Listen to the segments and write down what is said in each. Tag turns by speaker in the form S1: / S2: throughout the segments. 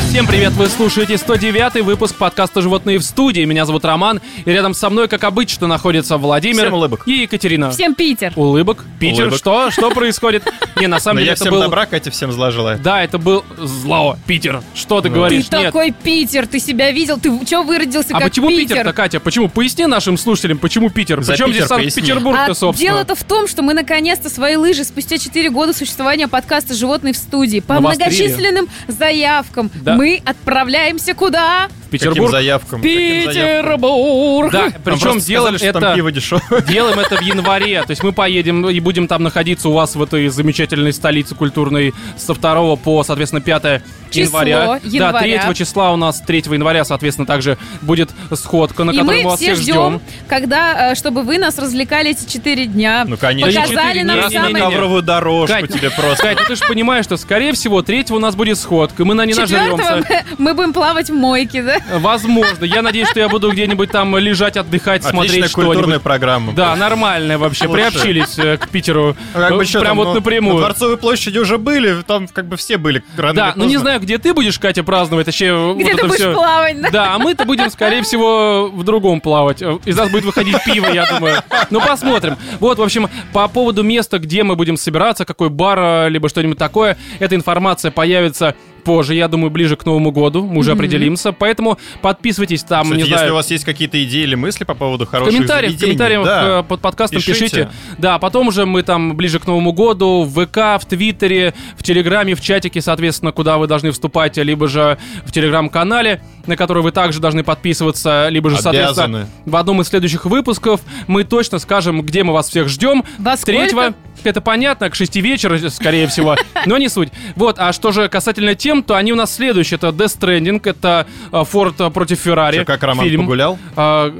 S1: Всем привет, вы слушаете 109-й выпуск подкаста «Животные в студии». Меня зовут Роман, и рядом со мной, как обычно, находится Владимир
S2: Всем улыбок.
S1: и Екатерина.
S3: Всем Питер.
S1: Улыбок? Питер?
S2: Улыбок.
S1: Что? Что происходит? Не, на
S2: Но
S1: самом деле
S2: я
S1: это
S2: всем
S1: был...
S2: добра, Катя всем зла желает.
S1: Да, это был... Зло, Питер. Что ты
S2: Ну.
S3: Ты
S1: говоришь? Нет.
S3: такой Питер, ты себя видел, ты чё выродился
S1: А
S3: как
S1: почему
S3: Питер?
S1: Питер-то, Катя? Почему? Поясни нашим слушателям, почему Питер?
S2: За
S1: Причем
S2: Питер
S1: здесь
S2: поясни.
S1: Санкт-Петербург-то,
S3: А
S1: собственно?
S3: дело-то в том, что мы наконец-то свои лыжи спустя 4 года существования подкаста «Животные в студии» по
S1: Навострили.
S3: многочисленным заявкам
S1: Да.
S3: мы отправляемся куда?
S1: В
S2: Каким
S1: Петербург.
S2: заявкам? каким заявкам?
S3: Питербург!
S1: Да,
S2: Нам
S1: причем
S2: просто
S1: делали
S2: сказали, что там
S1: это...
S2: пиво дешевое.
S1: Делаем это в январе, то есть мы поедем и будем там находиться у вас в этой замечательной столице культурной со 2 по, соответственно, 5
S3: Число
S1: января. Да,
S3: января.
S1: 3 числа у нас, 3 января, соответственно, также будет сходка, на
S3: И
S1: которой
S3: мы
S1: мы вас
S3: все
S1: всех ждем.
S3: ждем, когда, э, чтобы вы нас развлекали эти 4 дня.
S2: Ну, конечно.
S3: Показали
S1: Не
S3: нам
S1: четыре дня,
S3: самые...
S1: не-не-не.
S2: Ковровую дорожку
S1: Кать,
S2: тебе просто.
S1: Кстати, ты же понимаешь, что, скорее всего, 3 у нас будет сходка, и мы на ней
S3: Четвертого
S1: нажремся.
S3: мы, мы будем плавать в мойке, да?
S1: Возможно. Я надеюсь, что я буду где-нибудь там лежать, отдыхать,
S2: Отличная
S1: смотреть
S2: культурная
S1: что-нибудь.
S2: программа.
S1: Да, нормальная вообще.
S2: Лучше.
S1: Приобщились э, к Питеру.
S2: Как бы
S1: Э,
S2: чё
S1: Прям
S2: там,
S1: вот
S2: ну,
S1: напрямую.
S2: На Дворцовой площади уже были, там как бы все были. рано
S1: Да,
S2: или
S1: ну не
S2: поздно.
S1: знаю, где ты будешь, Катя, праздновать, вообще
S3: Где
S1: вот
S3: ты
S1: это
S3: будешь
S1: все.
S3: плавать, да?
S1: Да, а мы-то будем, скорее всего, в другом плавать. Из нас будет выходить пиво, я думаю. Ну, посмотрим. Вот, в общем, по поводу места, где мы будем собираться, какой бар, э, либо что-нибудь такое, эта информация появится позже, я думаю, ближе к Новому году, мы уже определимся. Поэтому подписывайтесь там,
S2: Кстати,
S1: не
S2: если
S1: знаю,
S2: у вас есть какие-то идеи или мысли по поводу
S1: в
S2: хороших
S1: комментариях, в
S2: заведений,
S1: комментариях
S2: да.
S1: э, под подкастом пишите.
S2: Пишите.
S1: Да, а потом уже мы там ближе к Новому году в ВК, в Твиттере, в Телеграме, в чатике, соответственно, куда вы должны вступать, либо же в Телеграм-канале, на который вы также должны подписываться, либо же, соответственно,
S2: Обязаны.
S1: в одном из следующих выпусков мы точно скажем, где мы вас всех ждем.
S3: Во сколько?
S1: Третьего. Это понятно, к 6 вечера, скорее всего, но не суть. Вот, а что же касательно тем, то они у нас следующие. Это Death Stranding, это э, Форд э, против Феррари.
S2: Чё, как Роман
S1: фильм.
S2: погулял?
S1: А,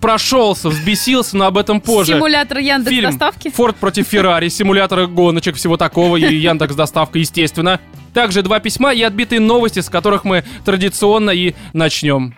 S1: прошелся, взбесился, но об этом позже.
S3: Симулятор Яндекс
S1: Фильм
S3: доставки.
S1: «Форд против Феррари», симулятор гоночек, всего такого, и Яндекс Доставка, естественно. Также два письма и отбитые новости, с которых мы традиционно и начнем.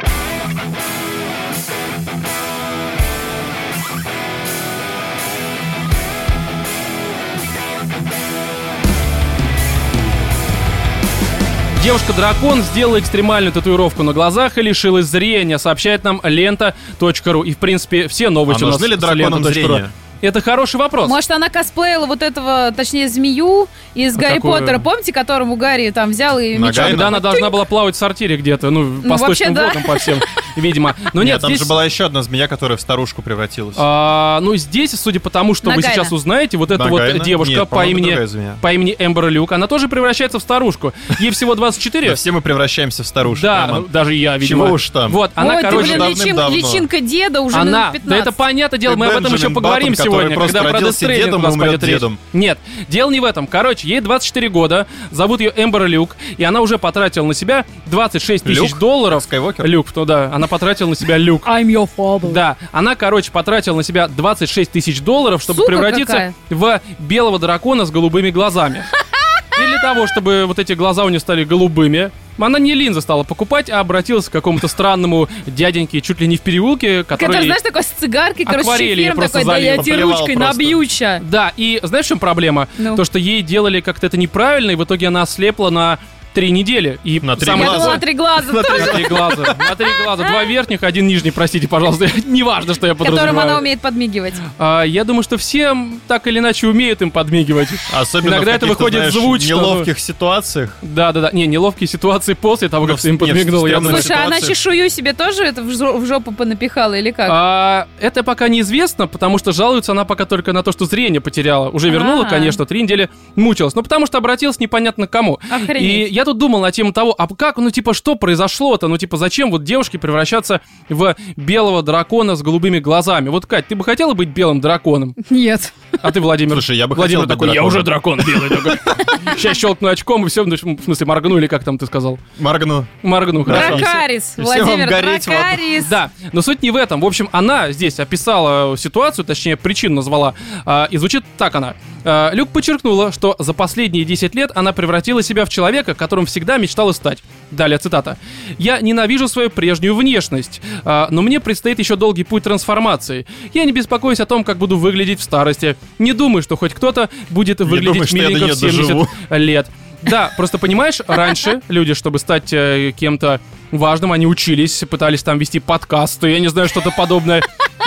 S1: Девушка-дракон сделала экстремальную татуировку на глазах и лишилась зрения, сообщает нам лента.ру. И, в принципе, все новости
S2: А
S1: у нас
S2: нужны ли
S1: с
S2: драконам
S1: лента.ру.
S2: зрения?
S1: Это хороший вопрос.
S3: Может, она косплеила вот этого, точнее, змею из
S1: А
S3: Гарри
S1: какую?
S3: Поттера. Помните, которому Гарри там взял и
S2: Нога
S3: мечом?
S2: и
S1: Когда она должна была плавать в сортире где-то, ну, по
S3: Ну, вообще,
S1: сточным
S3: да.
S1: водам, по всем, видимо. Но Ну, нет,
S2: там
S1: здесь...
S2: же была еще одна змея, которая в старушку превратилась.
S1: а, ну, здесь, судя по тому, что вы
S3: Нагайна.
S1: сейчас узнаете, вот эта вот
S2: Нагайна?
S1: девушка
S2: Нет,
S1: по
S2: по-моему,
S1: имени
S2: другая змея.
S1: по имени Эмбер Люк, она тоже превращается в старушку. Ей всего 24.
S2: Да все мы превращаемся в старушек.
S1: Да,
S2: Роман.
S1: ну, даже я, видимо.
S2: Чего уж там.
S1: Вот, она,
S3: Ой, ты,
S1: короче,
S3: блин,
S2: давным
S3: личин-
S2: давно.
S3: личинка деда уже
S1: Она,
S3: минут 15.
S1: да это понятное дело, мы об этом еще
S2: Бенджамин
S1: поговорим
S2: Баттон, который
S1: сегодня,
S2: просто
S1: когда про
S2: родился
S1: Death Stranding
S2: дедом
S1: у
S2: и
S1: нас
S2: умрет
S1: пойдет речь.
S2: дедом.
S1: Нет, дело не в этом. Короче, ей 24 года, зовут ее Эмбер Люк, и она уже потратила на себя 26 тысяч
S2: Люк?
S1: долларов.
S2: Скайуокер?
S1: Люк, ну да, она потратила на себя люк.
S3: I'm your father.
S1: Да, она, короче, потратила на себя 26 тысяч долларов, чтобы
S3: Сука
S1: превратиться в белого дракона с голубыми глазами. И для того, чтобы вот эти глаза у нее стали голубыми, она не линзы стала покупать, а обратилась к какому-то странному дяденьке чуть ли не в переулке, который...
S3: Который, знаешь, такой с цигаркой, короче,
S1: акварелью
S3: с эфиром
S1: просто
S3: такой, да
S1: залил,
S3: я тебе
S2: поплевал
S3: ручкой
S2: просто.
S3: набью ща.
S1: Да, и знаешь, в чем проблема?
S3: Ну.
S1: То, что ей делали как-то это неправильно, и в итоге она ослепла на три недели. И
S2: На три
S1: самое-
S3: Я
S2: глаза.
S3: думала, три глаза, тоже,
S1: На три глаза. На три глаза. Два верхних, один нижний, простите, пожалуйста. Неважно, что я подразумеваю.
S3: которым она умеет подмигивать.
S1: А, я думаю, что все так или иначе умеют им подмигивать.
S2: Особенно
S1: Иногда
S2: в
S1: это
S2: каких-то,
S1: выходит
S2: знаешь,
S1: звучно, ну. но-
S2: неловких ситуациях.
S1: Да-да-да. Не, неловкие ситуации после того, как
S2: в-
S1: ты им
S2: нет, в
S1: подмигнул. Я
S2: странной
S1: думаю,
S3: Слушай, а она
S2: ситуации.
S3: чешую себе тоже это в жо- в жопу понапихала или как?
S1: А, это пока неизвестно, потому что жалуется она пока только на то, что зрение потеряла. Уже вернула,
S3: А.
S1: конечно, три недели мучилась. Ну, потому что обратилась непонятно к кому.
S3: Охренеть.
S1: И я тут думал на тему того, а как, ну, типа, что произошло-то? Ну, типа, зачем вот девушке превращаться в белого дракона с голубыми глазами? Вот, Кать, ты бы хотела быть белым драконом?
S3: Нет.
S1: А ты, Владимир?
S2: Слушай, я бы
S1: Владимир
S2: хотел быть
S1: такой, я
S2: драконом».
S1: уже дракон белый такой. Сейчас щелкну очком, и все, в смысле, моргну, или как там ты сказал?
S2: Маргну.
S1: Моргну, хорошо.
S2: Да.
S3: Дракарис,
S2: И всем вам
S3: Владимир,
S2: гореть в аду.
S3: Дракарис.
S1: Да, но суть не в этом. В общем, она здесь описала ситуацию, точнее, причину назвала, а, и звучит так она. А, Люк подчеркнула, что за последние 10 лет она превратила себя в человека, которым всегда мечтала стать. Далее цитата. «Я ненавижу свою прежнюю внешность, а, но мне предстоит еще долгий путь трансформации. Я не беспокоюсь о том, как буду выглядеть в старости. Не думаю, что хоть кто-то будет выглядеть
S2: думаю, что я до
S1: миленько
S2: нее
S1: в 70
S2: доживу.
S1: лет. Да, просто понимаешь, раньше люди, чтобы стать э, кем-то важным, они учились, пытались там вести подкасты, я не знаю, что-то подобное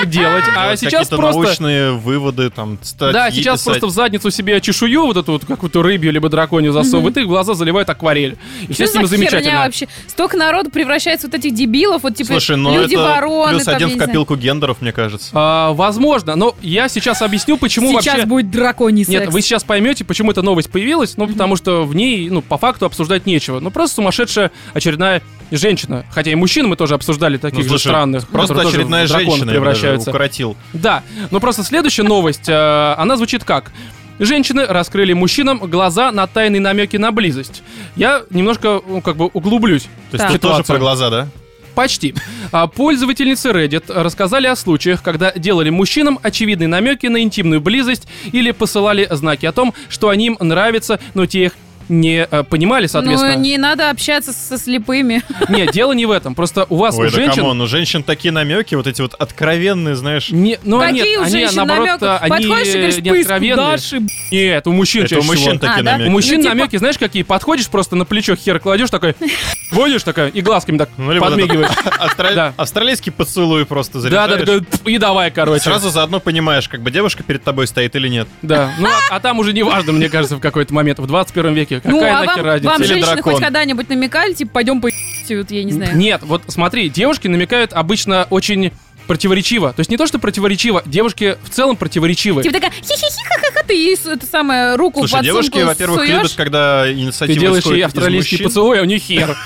S1: делать. А
S2: Делать
S1: сейчас
S2: какие-то
S1: просто...
S2: научные выводы, там, статьи
S1: Да, сейчас
S2: писать.
S1: просто в задницу себе чешую, вот эту вот какую-то рыбью, либо драконью засовывают, и в глаза заливают акварель. И все
S3: Что
S1: с ним
S3: за херня
S1: замечательно.
S3: вообще? Столько народу превращается в вот этих дебилов, вот типа
S2: Слушай, ну
S3: люди
S2: это
S3: вороны.
S2: плюс
S3: там,
S2: один
S3: я
S2: в
S3: не знаю.
S2: копилку гендеров, мне кажется.
S1: А, возможно, но я сейчас объясню, почему
S3: Сейчас
S1: вообще...
S3: будет драконий секс.
S1: Нет, вы сейчас поймете, почему эта новость появилась, ну, потому что в ней, ну, по факту обсуждать нечего. Ну, просто сумасшедшая очередная женщина. Хотя и мужчин мы тоже обсуждали таких
S2: Ну,
S1: же
S2: слушай,
S1: странных,
S2: Просто
S1: которые тоже в
S2: очередная
S1: драконов
S2: женщина я бы даже
S1: превращаются.
S2: укоротил.
S1: Да, но просто следующая новость, э, она звучит как? Женщины раскрыли мужчинам глаза на тайные намеки на близость. Я немножко, ну, как бы, углублюсь.
S2: То есть
S3: Так.
S2: тут тоже
S1: Ситуация.
S2: про глаза, да?
S1: Почти. А Пользовательницы Reddit рассказали о случаях, когда делали мужчинам очевидные намеки на интимную близость или посылали знаки о том, что они им нравятся, но те их не э, понимали, соответственно.
S3: Ну, не надо общаться со слепыми.
S1: Не, дело не в этом. Просто у
S3: А,
S1: вас
S2: Ой,
S1: у
S2: да
S1: женщин...
S2: камон, у женщин такие намеки, вот эти вот откровенные, знаешь...
S1: Не, ну,
S3: Какие
S1: нет,
S3: у
S1: они,
S3: женщин
S1: наоборот,
S3: намёков?
S1: э, они
S3: Подходишь и говоришь,
S1: не
S3: «Пыск,
S1: откровенные.
S3: Даши, б***ь».
S1: Нет, у мужчин
S2: Это у
S1: чаще всего.
S2: мужчин
S3: А,
S2: такие
S3: да?
S1: У
S2: намеки.
S1: мужчин
S3: Ну, типа-
S1: намеки, знаешь, какие? Подходишь, просто на плечо хер кладешь, такой... Водишь такая, и глазками так
S2: Ну, либо вот
S1: подмигиваешь.
S2: этот австра-
S1: Да.
S2: Австралийский поцелуй просто
S1: Да, да,
S2: заряжаешь.
S1: такой, «Пф», и давай, короче.
S2: Сразу заодно понимаешь, как бы девушка перед тобой стоит или нет.
S1: Да, ну а, а там уже не важно, мне кажется, в какой-то момент. В 21 веке какая
S3: Ну, а
S1: нахер
S3: вам,
S1: разница?
S3: вам
S2: Или
S3: женщины
S2: дракон.
S3: хоть когда-нибудь намекали, типа, пойдем по вот, я не знаю.
S1: Нет, вот смотри, девушки намекают обычно очень противоречиво. То есть не то, что противоречиво, девушки в целом противоречивы.
S3: Типа такая, хи-хи-хи, ха-ха-ха, ты ей с- это самое, руку
S2: Слушай,
S3: под
S2: девушки,
S3: сумку
S2: во-первых,
S3: суёшь.
S2: любят, когда
S1: Ты
S2: инициатива
S1: делаешь
S2: исходит
S1: ей
S2: из
S1: австралийский
S2: мужчин.
S1: поцелуй, а у нее хер.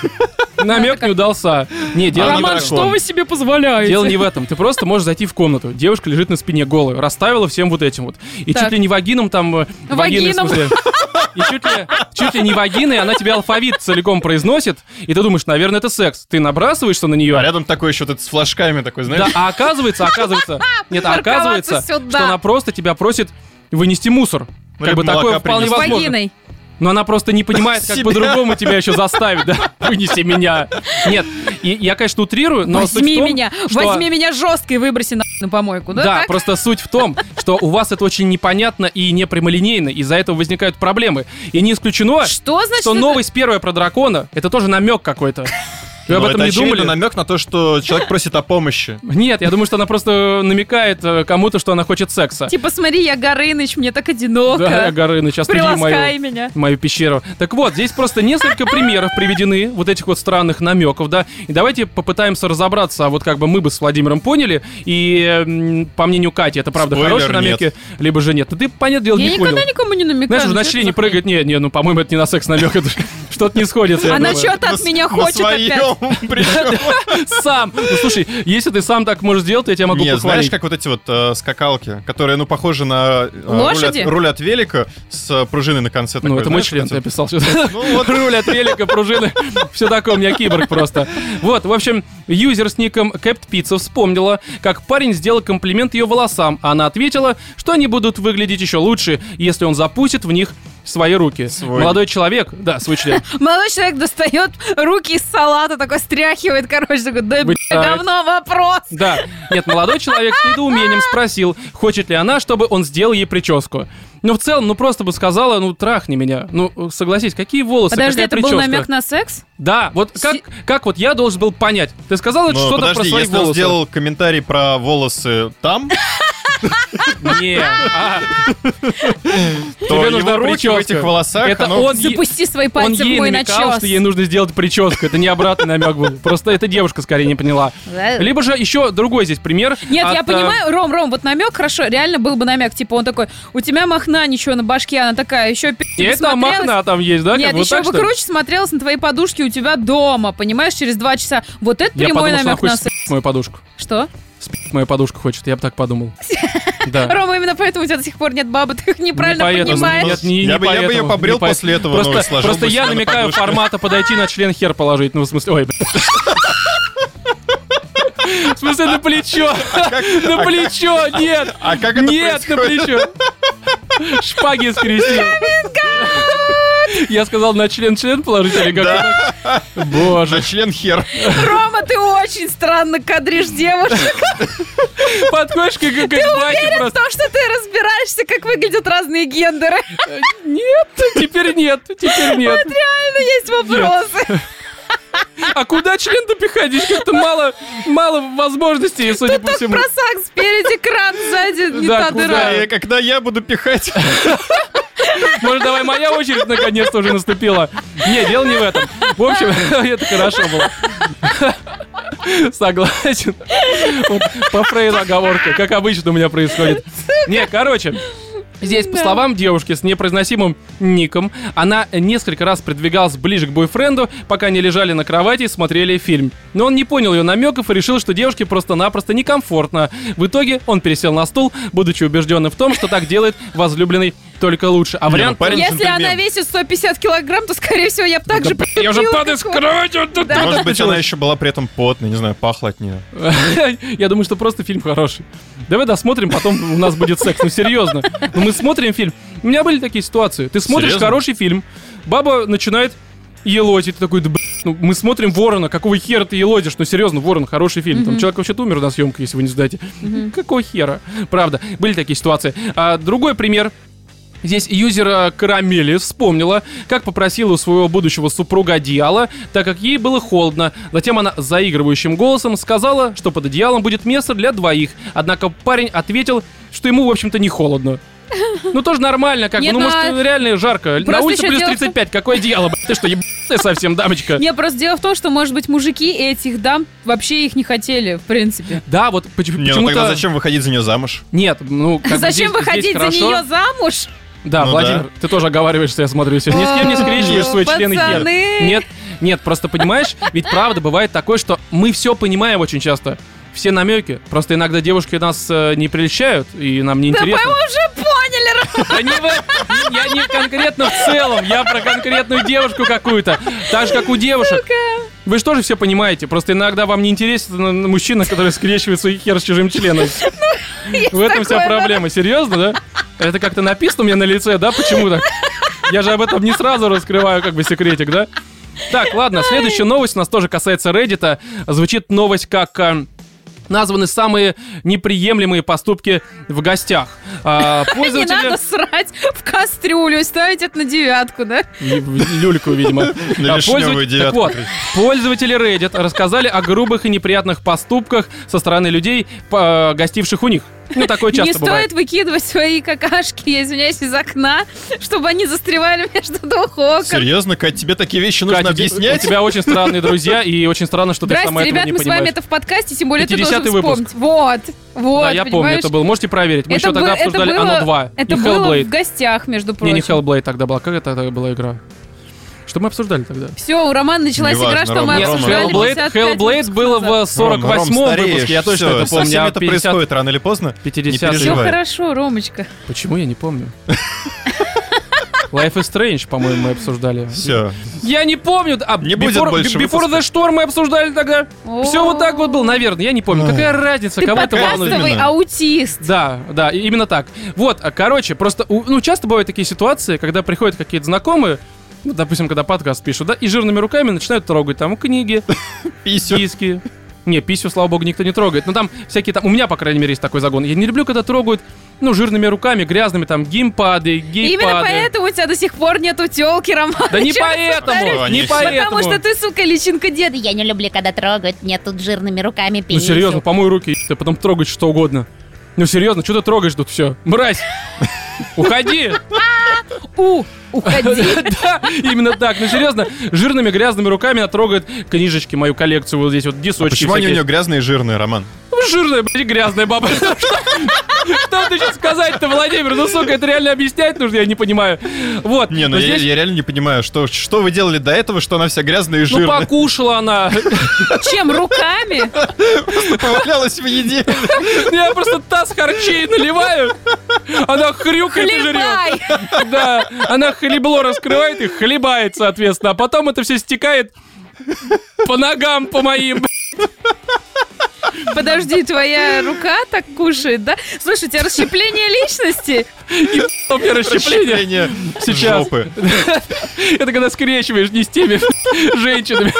S1: Намек не удался.
S3: А
S1: Не, дело,
S2: Роман,
S1: не,
S2: дракон. что вы
S3: себе позволяете?
S1: дело не в этом. Ты просто можешь зайти в комнату. Девушка лежит на спине голая, расставила всем вот этим вот. И
S3: Так.
S1: чуть ли не вагином там... э, вагиной, в
S3: Вагином.
S1: смысле. И чуть ли, чуть ли не вагиной, она тебе алфавит целиком произносит, и ты думаешь, наверное, это секс. Ты набрасываешься на нее,
S2: А рядом такой еще вот этот с флажками такой, знаешь?
S1: Да, а оказывается, оказывается, нет, а
S3: Парковаться
S1: оказывается,
S3: сюда.
S1: что она просто тебя просит вынести мусор.
S2: Ну,
S1: Как
S2: либо
S1: бы такое
S2: молока
S1: вполне
S2: принести.
S3: С
S1: возможно.
S3: вагиной.
S1: Но она просто не понимает, как
S2: Себя.
S1: по-другому тебя еще заставить, да? Вынеси меня. Нет, и я, конечно, утрирую, но суть в
S3: возьми
S1: том,
S3: меня,
S1: что-
S3: возьми меня жестко и выброси на, на помойку, да?
S1: Да,
S3: Ну так?
S1: просто суть в том, что у вас это очень непонятно и непрямолинейно, из-за этого возникают проблемы. И не исключено,
S3: Что значит
S1: Типа, что
S3: это?
S1: новость первая про дракона, это тоже намек какой-то. Вы об
S2: Но
S1: этом
S2: Ну, это
S1: не
S2: очевидно
S1: думали?
S2: намек на то, что человек просит о помощи.
S1: Нет, я думаю, что она просто намекает э, кому-то, что она хочет секса.
S3: Типа, смотри, я Горыныч, мне так одиноко.
S1: Да, Горыныч, а сейчас приди
S3: Приласкай
S1: мою,
S3: меня.
S1: мою пещеру. Так вот, здесь просто несколько примеров приведены, вот этих вот странных намеков, да. И давайте попытаемся разобраться, а вот как бы мы бы с Владимиром поняли, и м, по мнению Кати, это правда
S2: Спойлер,
S1: хорошие намеки,
S2: нет.
S1: либо же нет. Ну ты, понятное дело,
S3: Я
S1: не
S3: никогда
S1: понял.
S3: никому не намекаю.
S1: Знаешь,
S3: ну
S1: уже
S3: что
S1: начали
S3: за
S1: не прыгать. Не, не, ну, по-моему, это не на секс намек, это ж- что-то не сходится. я
S3: хрень? Она
S1: думаю.
S3: что-то А от
S2: А Ну, На-
S3: меня
S2: на
S3: хочет опять.
S2: своем причем.
S1: Сам. Ну, слушай, если ты сам так можешь сделать, я тебя могу
S2: Не, знаешь,
S1: похвалить.
S2: как вот эти вот э, скакалки, которые, ну, похожи на э, руль от,
S3: Лошади?
S2: руль от велика с э, пружиной на конце.
S1: Ну,
S2: такой,
S1: это мой
S2: знаешь,
S1: член,
S2: вот
S1: ты
S2: эти-
S1: описал.
S2: Ну, вот
S1: Руль от велика, пружины, все такое, у меня киборг просто. Вот, в общем, юзер с ником Кэпт Пицца вспомнила, как парень сделал комплимент ее волосам, а она ответила, что они будут выглядеть еще лучше, если он запустит в них свои руки.
S2: Свой.
S1: Молодой человек, да, свой член,
S3: Молодой человек достает руки из салата, такой стряхивает, короче, такой, да бля,
S1: Вытирает.
S3: говно вопрос.
S1: да. Нет, молодой человек с недоумением спросил, хочет ли она, чтобы он сделал ей прическу. Ну, в целом, ну, просто бы сказала, ну, трахни меня. Ну, согласись, какие волосы,
S3: Подожди,
S1: какая
S3: это
S1: прическа?
S3: был намек на секс?
S1: Да, вот как,
S3: Си-
S1: как вот я должен был понять? Ты сказал это
S2: Ну,
S1: что-то про
S2: подожди,
S1: свои
S2: если он
S1: волосы?
S2: сделал комментарий про волосы там,
S1: Не, а,
S2: то
S1: нужна
S2: его руки в
S1: прическа.
S2: этих волосах,
S1: Это
S2: оно-
S1: он е-
S3: Запусти свои
S1: он
S3: пальцы в
S1: ей
S3: мой
S1: намекал,
S3: начес.
S1: что ей нужно сделать прическу. Это не обратный намек был. Просто эта девушка скорее не поняла.
S3: Да.
S1: Либо же еще другой здесь пример.
S3: Э. Нет,
S1: от,
S3: я
S1: а,
S3: понимаю, Ром, Ром, вот намек, хорошо, реально был бы намек, типа он такой, у тебя махна ничего на башке, она такая, еще пи***,
S1: И это
S3: смотрелась».
S1: махна там есть, да? как
S3: Нет,
S1: бы вот
S3: еще
S1: так,
S3: бы
S1: что ли?
S3: круче смотрелась на твоей подушке у тебя дома, понимаешь, через два часа. Вот это
S1: Я
S3: прямой
S1: подумал, что она
S3: намек на
S1: хочет
S3: секс.
S1: спи***ть мою подушку.
S3: Что?
S1: Спи***ть мою подушку хочет, я бы так подумал. Да.
S3: Рома, именно поэтому у тебя до сих пор нет бабы, ты их неправильно
S1: Не поэтому,
S3: понимаешь.
S1: Нет, не-
S2: Я
S1: не
S2: бы- я бы ее
S1: поэтому,
S2: побрил
S1: не поэтому.
S2: после этого,
S1: Просто,
S2: ну, и сложил
S1: просто
S2: бы
S1: я
S2: себе на
S1: намекаю
S2: подушку.
S1: формата подойти на член хер положить. Ну, в смысле, ой, блин. В смысле, на плечо. На плечо, нет.
S2: А как это
S1: Нет, на
S2: происходит?
S1: плечо. Шпаги скрестил. Я сказал на член-член положить или как-то так? Боже.
S2: Же член хер.
S3: Рома, ты очень странно кадришь девушек.
S1: Подходишь к как батя
S3: В
S1: просто.
S3: том, что ты разбираешься, как выглядят разные гендеры.
S1: Нет, теперь нет, теперь нет.
S3: Реально есть вопросы.
S1: А куда член допихать? Здесь как-то мало, мало возможностей, судя по всему.
S3: Просак спереди, кран сзади, не
S1: Да,
S3: та
S1: куда
S3: дыра.
S2: Э, когда я буду пихать?
S1: Может, давай моя очередь наконец-то уже наступила? Не, дело не в этом. В общем, это хорошо было. Согласен. Вот по Фрейду оговорка, как обычно у меня происходит. Не, короче, Здесь, по
S3: Да.
S1: словам девушки с непроизносимым ником, она несколько раз придвигалась ближе к бойфренду, пока они лежали на кровати и смотрели фильм. Но он не понял ее намеков и решил, что девушке просто-напросто некомфортно. В итоге он пересел на стул, будучи убежденным в том, что так делает возлюбленный только лучше. А
S2: ну
S1: вариант...
S2: парень
S3: Если
S2: джентльмен.
S3: она весит 150 килограмм, то, скорее всего, я бы так же
S1: Ну, Я уже
S3: поступила,
S1: падаю с
S3: как он.
S1: кровати! вот тут-
S3: Да.
S2: Может быть, она еще была при этом потной, не знаю, пахла от нее.
S1: Я думаю, что просто фильм хороший. Давай досмотрим, потом у нас будет секс. Ну, серьезно. Ну, мы смотрим фильм. У меня были такие ситуации. Ты смотришь
S2: Серьезно?
S1: хороший фильм, баба начинает елозить. Ты такой, да блин, ну, мы смотрим Ворона, какого хера ты елозишь? Ну, серьезно, Ворон, хороший фильм. Там человек вообще-то умер на съемках, если вы не знаете. Какого хера? Правда, были такие ситуации. А, другой пример. Здесь юзер э, Карамели вспомнила, как попросила у своего будущего супруга одеяло, так как ей было холодно. Затем она заигрывающим голосом сказала, что под одеялом будет место для двоих. Однако парень ответил, что ему, в общем-то, не холодно. Ну, тоже нормально, как бы.
S3: Нет,
S1: Ну,
S3: ну,
S1: может,
S3: а
S1: реально жарко. На
S3: просто
S1: улице
S3: ещё
S1: плюс
S3: дело в том-
S1: 35. Какое одеяло, блядь? Ты что, ебаная совсем, дамочка?
S3: Не, просто дело в том, что, может быть, мужики этих дам вообще их не хотели, в принципе.
S1: Да, вот поч-
S2: Не, ну тогда
S1: почему-то...
S2: зачем выходить за нее замуж?
S1: Нет, ну... как бы здесь-
S3: Зачем
S1: здесь
S3: выходить за
S1: хорошо.
S3: нее замуж?
S1: Да,
S2: Ну
S1: Владимир,
S2: да.
S1: ты тоже оговариваешься, я смотрю, сегодня. Ни с кем не скрещиваешь свой член и хер.
S3: Пацаны!
S1: Нет, нет, просто понимаешь, ведь правда бывает такое, что мы все понимаем очень часто. Все намеки. Просто иногда девушки нас э, не прельщают, и нам не
S3: Да мы
S1: интересно.
S3: уже поняли, Ра-
S1: Да не в- я не конкретно в целом, я про конкретную девушку какую-то. Так же, как у девушек. Вы же тоже все понимаете, просто иногда вам не интересен мужчина, который скрещивает свой хер с чужим членом.
S3: Ну, есть
S1: В этом вся
S3: такое, да.
S1: проблема. Серьезно, да? Это как-то написано у меня на лице, да? Почему так? Я же об этом не сразу раскрываю, как бы секретик, да? Так, ладно, следующая новость у нас тоже касается Reddit. Звучит новость как... а, Названы самые неприемлемые поступки в гостях. А,
S3: Не
S1: пользователи-
S3: надо срать в кастрюлю и ставить это на девятку, да?
S1: И в- люльку, видимо.
S2: На
S1: А,
S2: вишневую
S1: пользователь- Так
S2: девятку.
S1: вот, пользователи Reddit рассказали о грубых и неприятных поступках со стороны людей, по- э, гостивших у них. Ну, такое
S3: Не
S1: часто бывает.
S3: стоит выкидывать свои какашки, я извиняюсь, из окна, чтобы они застревали между двух окон.
S2: Серьезно, Кать, тебе такие вещи нужно
S1: Катя, ты- у
S2: объяснять?
S1: тебя очень странные друзья, и очень странно, что ты сама
S3: Здрасте,
S1: этого
S3: ребят,
S1: не
S3: мы с вами
S1: понимаешь.
S3: это в подкасте, тем более ты
S1: 50-й
S3: должен
S1: выпуск.
S3: вспомнить. Вот, вот,
S1: Да, я помню,
S3: понимаешь?
S1: это было. Можете проверить. Мы
S3: Это
S1: еще тогда
S3: бы- это
S1: обсуждали
S3: было-
S1: «Оно 2» и
S3: Это было в
S1: «Хеллблейд».
S3: гостях, между
S1: Не,
S3: прочим.
S1: не «Хеллблейд» тогда была. Как это была игра? Что мы обсуждали тогда?
S3: Все, у Романа началась
S2: Неважно,
S3: игра, что
S2: Рома,
S3: мы
S1: Нет,
S2: Рома.
S3: обсуждали
S1: Hellblade,
S3: 55
S1: Hellblade
S3: выпусков
S1: было
S3: назад.
S1: в 48-м выпуске, я точно это помню.
S2: Совсем
S1: а
S2: это
S1: 50
S2: происходит рано или поздно.
S1: 50-й.
S2: Не
S3: Все
S2: переживай.
S3: хорошо, Ромочка.
S1: Почему я не помню? Life is Strange, по-моему, мы обсуждали.
S2: Все.
S1: Я не помню. А
S2: Не будет
S1: Before,
S2: больше
S1: Before the Storm мы обсуждали тогда. Все вот так вот было, наверное. Я не помню. Какая разница,
S3: Ты
S1: кого это волнует?
S3: подкастовый
S2: именно?
S3: аутист.
S1: Да, да, и- именно так. Вот, а, короче, просто, у- ну, часто бывают такие ситуации, когда приходят какие-то знакомые, ну, допустим, когда подкаст пишут, да, и жирными руками начинают трогать там книги,
S2: Писю.
S1: диски. Не, писю, слава богу, никто не трогает. Но там всякие там... У меня, по крайней мере, есть такой загон. Я не люблю, когда трогают, ну, жирными руками, грязными, там, геймпады, геймпады.
S3: Именно поэтому у тебя до сих пор нету телки, Роман.
S1: Да не
S3: Чё ты
S1: поэтому,
S2: повторюсь?
S1: не
S2: Потому
S1: поэтому.
S3: Потому что ты, сука, личинка деда.
S4: Я не люблю, когда трогают меня тут жирными руками
S1: Ну
S4: пенисю.
S1: серьезно, помой руки, ты потом трогать что угодно. Ну серьезно, что ты трогаешь тут все? Мразь! Уходи!
S3: У, уходи.
S1: Да, именно так. Ну серьезно, жирными грязными руками она трогает книжечки, мою коллекцию вот здесь, вот
S2: А
S1: дисочки.
S2: Почему они у
S1: всякие.
S2: нее грязные и жирные, Роман?
S1: Ну, Жирная, блядь, и грязная баба. Что что ты сейчас сказать-то, Владимир? Ну, сука, это реально объяснять нужно, я не понимаю. Вот.
S2: Не, ну
S1: но
S2: я
S1: здесь-
S2: я реально не понимаю, что что вы делали до этого, что она вся грязная и
S1: Ну,
S2: жирная.
S1: покушала она.
S3: Чем? Руками?
S2: Повалялась в еде.
S1: Я просто таз харчей наливаю. Она хрюкает и жрет.
S3: Хлебай!
S1: Да, она хлебло раскрывает и хлебает, соответственно. А потом это все стекает по ногам, по моим. блядь.
S3: Подожди, твоя рука так кушает, да? Слушай, у тебя расщепление личности.
S1: У меня расщепление.
S2: Расщепление
S1: Сейчас.
S2: жопы.
S1: Это когда скрещиваешь не с теми женщинами.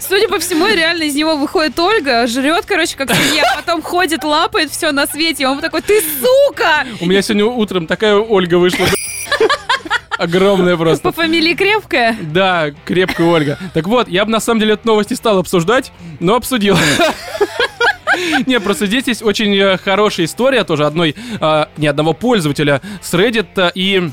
S3: Судя по всему, реально из него выходит Ольга, жрет, короче, как свинья, а потом ходит, лапает все на свете. И он такой, ты сука!
S1: У меня сегодня утром такая Ольга вышла. бля. Огромная просто.
S3: По фамилии крепкая.
S1: Да, крепкая Ольга. Так вот, я бы на самом деле эту новость не стал обсуждать, но обсудил. Не, просто здесь есть очень э, хорошая история тоже одной, э, не одного пользователя с Reddit, э, и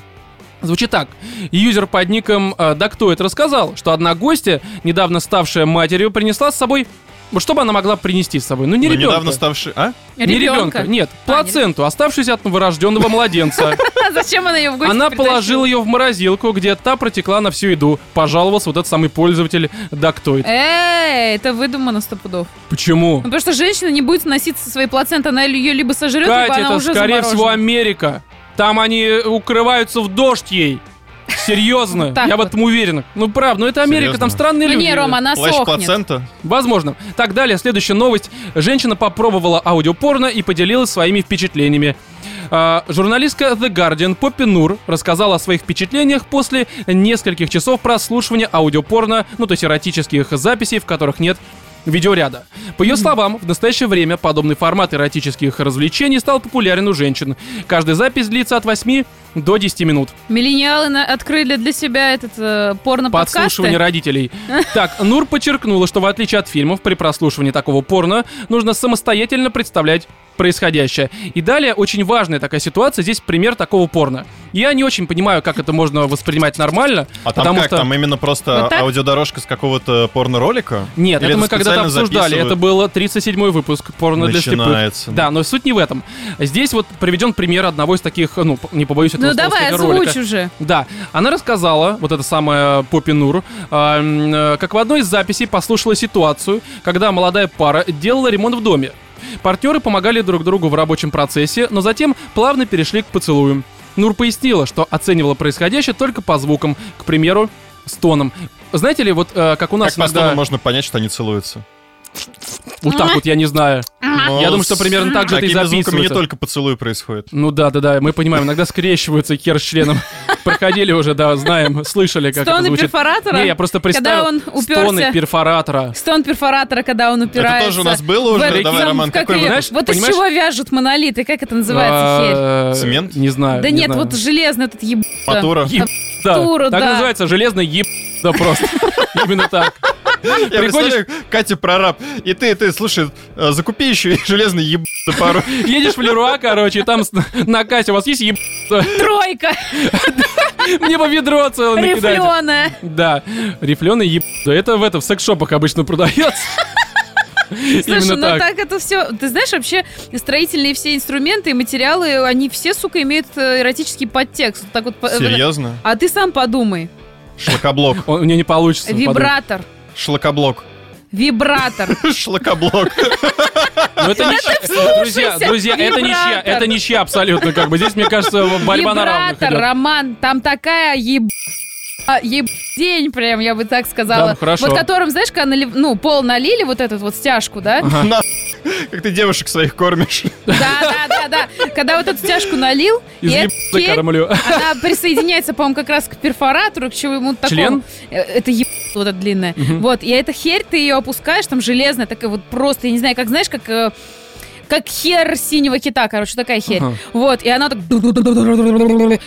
S1: Звучит так. Юзер под ником э, Дактоид рассказал, что одна гостья, недавно ставшая матерью, принесла с собой... Вот что бы она могла принести с собой? Ну, не
S2: Ну,
S1: ребенка.
S2: недавно ставший... А?
S1: Не ребенка, нет. Плаценту, оставшуюся от новорожденного младенца.
S3: А зачем она ее в гости
S1: Она
S3: притащила?
S1: положила ее в морозилку, где та протекла на всю еду. Пожаловался вот этот самый пользователь Дактоид.
S3: Эй, это выдумано сто пудов.
S1: Почему?
S3: Э, Ну, потому что женщина не будет носиться со своей плацентой, она ее либо сожрет, либо
S1: Катя,
S3: типа,
S1: это
S3: она уже
S1: скорее всего
S3: заморожена.
S1: Америка. Там они укрываются в дождь ей. Серьезно,
S3: Вот так
S1: я в
S3: вот.
S1: этом уверен. Ну правда, ну это Америка,
S2: Серьезно?
S1: там странные
S3: Ну
S1: люди.
S3: не, Рома, она
S2: Плащ
S3: сохнет.
S2: плацента?
S1: Возможно. Так, далее, следующая новость. Женщина попробовала аудиопорно и поделилась своими впечатлениями. А, Журналистка The Guardian Поппи Нур рассказала о своих впечатлениях после нескольких часов прослушивания аудиопорно, ну то есть эротических записей, в которых нет видеоряда. По ее словам, в настоящее время подобный формат эротических развлечений стал популярен у женщин. Каждая запись длится от 8 до 10 минут.
S3: Миллениалы на- открыли для себя этот э,
S1: Подслушивание
S3: порно-подкасты.
S1: родителей. Так, Нур подчеркнула, что в отличие от фильмов, при прослушивании такого порно нужно самостоятельно представлять происходящее. И далее очень важная такая ситуация, здесь пример такого порно. Я не очень понимаю, как это можно воспринимать нормально,
S2: А там
S1: потому
S2: как?
S1: что...
S2: Там именно просто
S3: Вот так?
S2: аудиодорожка с какого-то порно-ролика?
S1: Нет,
S2: Или
S1: это мы когда-то
S2: специально
S1: обсуждали.
S2: записывают?
S1: Это был 37-й выпуск порно для
S2: Начинается,
S1: слепых.
S2: ну.
S1: Да, но суть не в этом. Здесь вот приведен пример одного из таких, ну, п- не побоюсь этого
S3: Ну
S1: слова
S3: давай,
S1: сказать, ролика.
S3: озвучь уже.
S1: Да, она рассказала, вот эта самая Поппи Нур, а, м, э, как в одной из записей послушала ситуацию, когда молодая пара делала ремонт в доме. Партнеры помогали друг другу в рабочем процессе, но затем плавно перешли к поцелуям. Нур пояснила, что оценивала происходящее только по звукам, к примеру, стоном. Знаете ли, вот э, как у
S2: Как
S1: нас
S2: по
S1: иногда...
S2: стону можно понять, что они целуются?
S1: Вот так вот, я не знаю.
S2: Но
S1: Я думаю,
S2: с
S1: что примерно так же это и
S2: такими звуками не
S1: записывается.
S2: только поцелуй происходит.
S1: Ну да, да, да, мы понимаем, иногда скрещиваются хер с членом. Проходили уже, да, знаем, слышали, как это
S3: Стоны
S1: звучит.
S3: перфоратора.
S1: Не, я просто
S3: Когда
S1: представил
S3: он
S1: стоны
S3: уперся.
S1: перфоратора.
S3: Стон перфоратора, когда он упирается.
S2: Это тоже у нас было уже. Давай,
S3: в- там,
S2: Роман,
S3: как
S2: какой
S3: ее-
S2: выпуск?
S1: Знаешь,
S3: Вот из
S1: понимаешь-
S3: чего вяжут монолиты, как это называется,
S1: А,
S2: Цемент?
S1: Не знаю.
S3: херь? Да
S1: не
S3: нет,
S1: знаю.
S3: вот железный этот еб...
S2: Матура.
S1: Еб- Да,
S3: Тура,
S1: так
S3: да.
S1: называется железный еб... Да просто. Именно так.
S2: Я представляю, Катя прораб. И ты, ты, слушай, э, закупи еще и железный еб... пару.
S1: Едешь в Леруа, короче, и там с- на кассе у вас есть еб...
S3: Тройка,
S1: Мне по ведро целое накидать.
S3: рифленая.
S1: Да, рифленый еб... Да это в этом в секс-шопах обычно продается.
S3: Слушай,
S1: Именно
S3: ну
S1: так.
S3: так это все. Ты знаешь, вообще строительные все инструменты и материалы, они все, сука, имеют э, эротический подтекст. Вот Так вот. по- э,
S2: Серьезно?
S3: А ты сам подумай.
S2: Шлакоблок.
S1: Он- У меня не получится. подумай.
S3: Вибратор.
S2: Шлакоблок.
S3: Вибратор.
S2: Шлакоблок.
S1: Но Ну, это ничья. Друзья,
S3: вслушайся,
S1: друзья, это ничья.
S3: вибратор.
S1: Это ничья абсолютно. Как бы здесь, мне кажется, борьба на равных
S3: Вибратор,
S1: идет.
S3: Роман, там такая еб... а, еб- День прям, я бы так сказала.
S1: Да, хорошо.
S3: Вот которым, знаешь, когда налив- ну, пол налили, вот эту вот стяжку, да?
S2: На- Как ты девушек своих кормишь.
S3: Да, да, да, да. Когда вот эту стяжку налил,
S1: Из
S3: и эта
S1: еб-
S3: херь,
S1: кормлю.
S3: она присоединяется, по-моему, как раз к перфоратору, к чему-то такому.
S1: Член?
S3: Э, Это еб... вот эта длинная. Вот, и эта херь, ты ее опускаешь, там железная, такая вот просто, я не знаю, как, знаешь, как... э, как хер синего кита, короче, такая херь.
S1: Ага.
S3: Вот, и она так...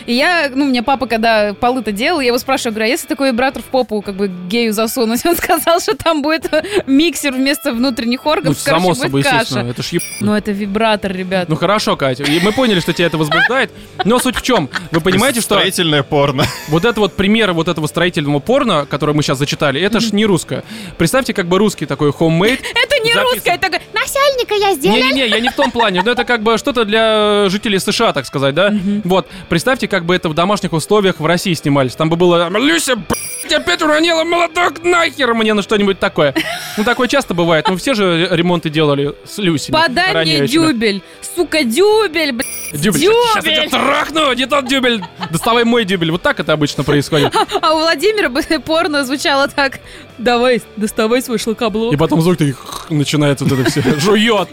S3: И я, ну, мне папа, когда полы-то делал, я его спрашиваю, говорю, а если такой вибратор в попу, как бы, гею засунуть? Он сказал, что там будет миксер вместо внутренних
S1: Ну,
S3: органов, короче,
S1: само собой,
S3: будет
S1: естественно.
S3: каша.
S1: Это ж еб...
S3: Ну, это вибратор, ребят.
S1: Ну хорошо, Катя, и мы поняли, что тебя это возбуждает, но суть в чем? Вы понимаете, что
S2: Строительное порно.
S1: вот это вот пример вот этого строительного порно, который мы сейчас зачитали, это ж не русское. Представьте, как бы русский такой homemade.
S3: это не
S1: записан.
S3: русское, это... такое,
S4: Насельника я сделал.
S1: Не-не-не, я не в том плане, но это как бы что-то для э, жителей США, так сказать, да? Вот, представьте, как бы это в домашних условиях в России снимались. Там бы было «Люся, блядь, опять уронила молоток нахер мне на что-нибудь такое». Ну, такое часто бывает, ну все же ремонты делали с Люсей.
S3: Подай мне
S1: роняющими.
S3: дюбель. Сука, дюбель, блядь.
S1: Дюбель, сейчас я тебя трахну, не тот дюбель. Доставай мой дюбель. Вот так это обычно происходит.
S3: А у Владимира бы порно звучало так. Давай, доставай свой шлакоблок.
S1: И потом звук такой «хх», начинается вот это все. Жует.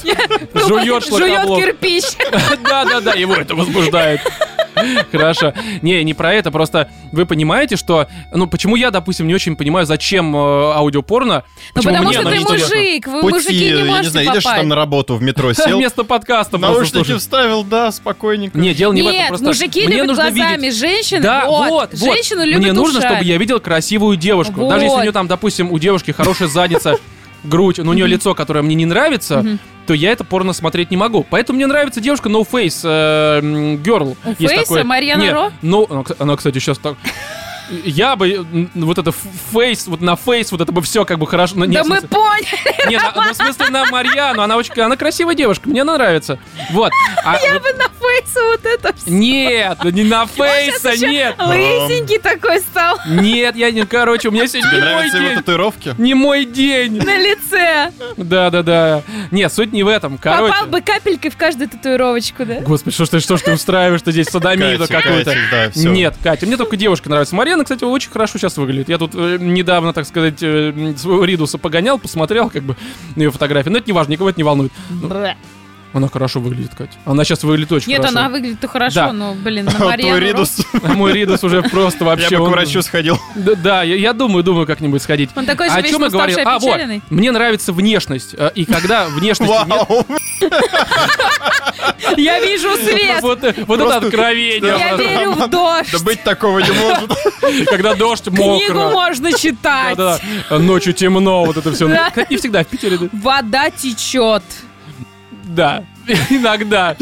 S1: Жует шлакоблок.
S3: кирпич.
S1: Да-да-да, его это возбуждает. Хорошо. Не, не про это, просто вы понимаете, что... Ну, почему я, допустим, не очень понимаю, зачем э, аудиопорно?
S3: Ну,
S1: Почему
S3: потому
S1: мне
S3: что
S1: оно
S3: ты
S1: интересно?
S3: мужик, вы
S2: Пути,
S3: мужики не
S2: я не
S3: можете
S2: знаю, идешь там на
S3: попасть.
S2: работу в метро, сел,
S1: Вместо подкаста просто
S2: наушники
S1: слушаешь.
S2: вставил, да, спокойненько.
S1: Не, дело не в этом,
S3: Нет,
S1: просто
S3: мужики
S1: мне
S3: любят
S1: нужно видеть-
S3: глазами, женщины,
S1: Да, вот,
S3: вот,
S1: вот.
S3: женщину любят
S1: Мне нужно,
S3: ушами.
S1: чтобы я видел красивую девушку. Даже если у
S3: Вот.
S1: нее там, допустим, у девушки хорошая задница, грудь, но у нее лицо, которое мне не нравится, то я это порно смотреть не могу. Поэтому мне нравится девушка No Face э, м, Girl.
S3: No
S1: Есть
S3: Face? а
S1: такое.
S3: Марьяна
S1: Нет,
S3: Ро?
S1: Ну, она, кс- она, кстати, сейчас так... Я бы м, вот это ф- фейс, вот на фейс, вот это бы все как бы хорошо. ну, нет,
S3: Да
S1: в
S3: мы
S1: смысле-
S3: поняли.
S1: не, на- ну, в смысле на Марьяну, она очень, она красивая девушка, мне она нравится. Вот. А вот-
S3: На фейсе вот это все.
S1: Нет, не на фейса, нет.
S3: Лысенький такой стал
S1: Нет, я не, короче, у меня сегодня
S2: Тебе
S1: не мой
S2: нравятся его
S1: день.
S2: татуировки?
S1: Не мой день.
S3: на лице.
S1: Да, да, да. Нет, суть не в этом. Короче.
S3: Попал бы капелькой в каждую татуировочку, да?
S1: Господи, что ж ты, что ж ты устраиваешь ты здесь садомию
S2: Катя,
S1: какую-то?
S2: Катя, да, всё.
S1: Нет, Катя, мне только девушки нравятся. Марьяна, кстати, очень хорошо сейчас выглядит. Я тут э, недавно, так сказать, э, м, своего Ридуса погонял, посмотрел, как бы, на ее фотографии. Но это не важно, никого это не волнует. Ну,
S4: Бра.
S1: Она хорошо выглядит, Катя. Она сейчас выглядит очень
S3: Нет,
S1: хорошо.
S3: она
S1: Да.
S3: выглядит-то хорошо, но, блин, на
S2: А
S3: Марьяну ну.
S2: Твой
S3: Ро-
S2: Ридус,
S1: А Мой Ридус уже просто
S2: я
S1: вообще...
S2: бы к
S1: он-
S2: врачу сходил.
S1: Да, да, я, я думаю, думаю как-нибудь сходить.
S3: Он такой же
S1: О
S3: весь
S1: чем я
S3: уставший,
S1: говорил? А, вот,
S3: опечаленный.
S1: мне нравится внешность. Э, И когда внешности нет,
S2: Вау!
S3: Я вижу свет!
S1: Вот, э, вот это
S2: Просто-
S1: откровение.
S3: Я
S1: просто.
S3: верю в дождь!
S2: Да быть такого не может.
S1: Когда дождь
S3: Книгу
S1: мокро.
S3: можно читать!
S1: Да-да-да. Ночью темно, вот это все.
S3: Да.
S1: И всегда в Питере. да.
S3: Вода течет.
S1: Да. Иногда.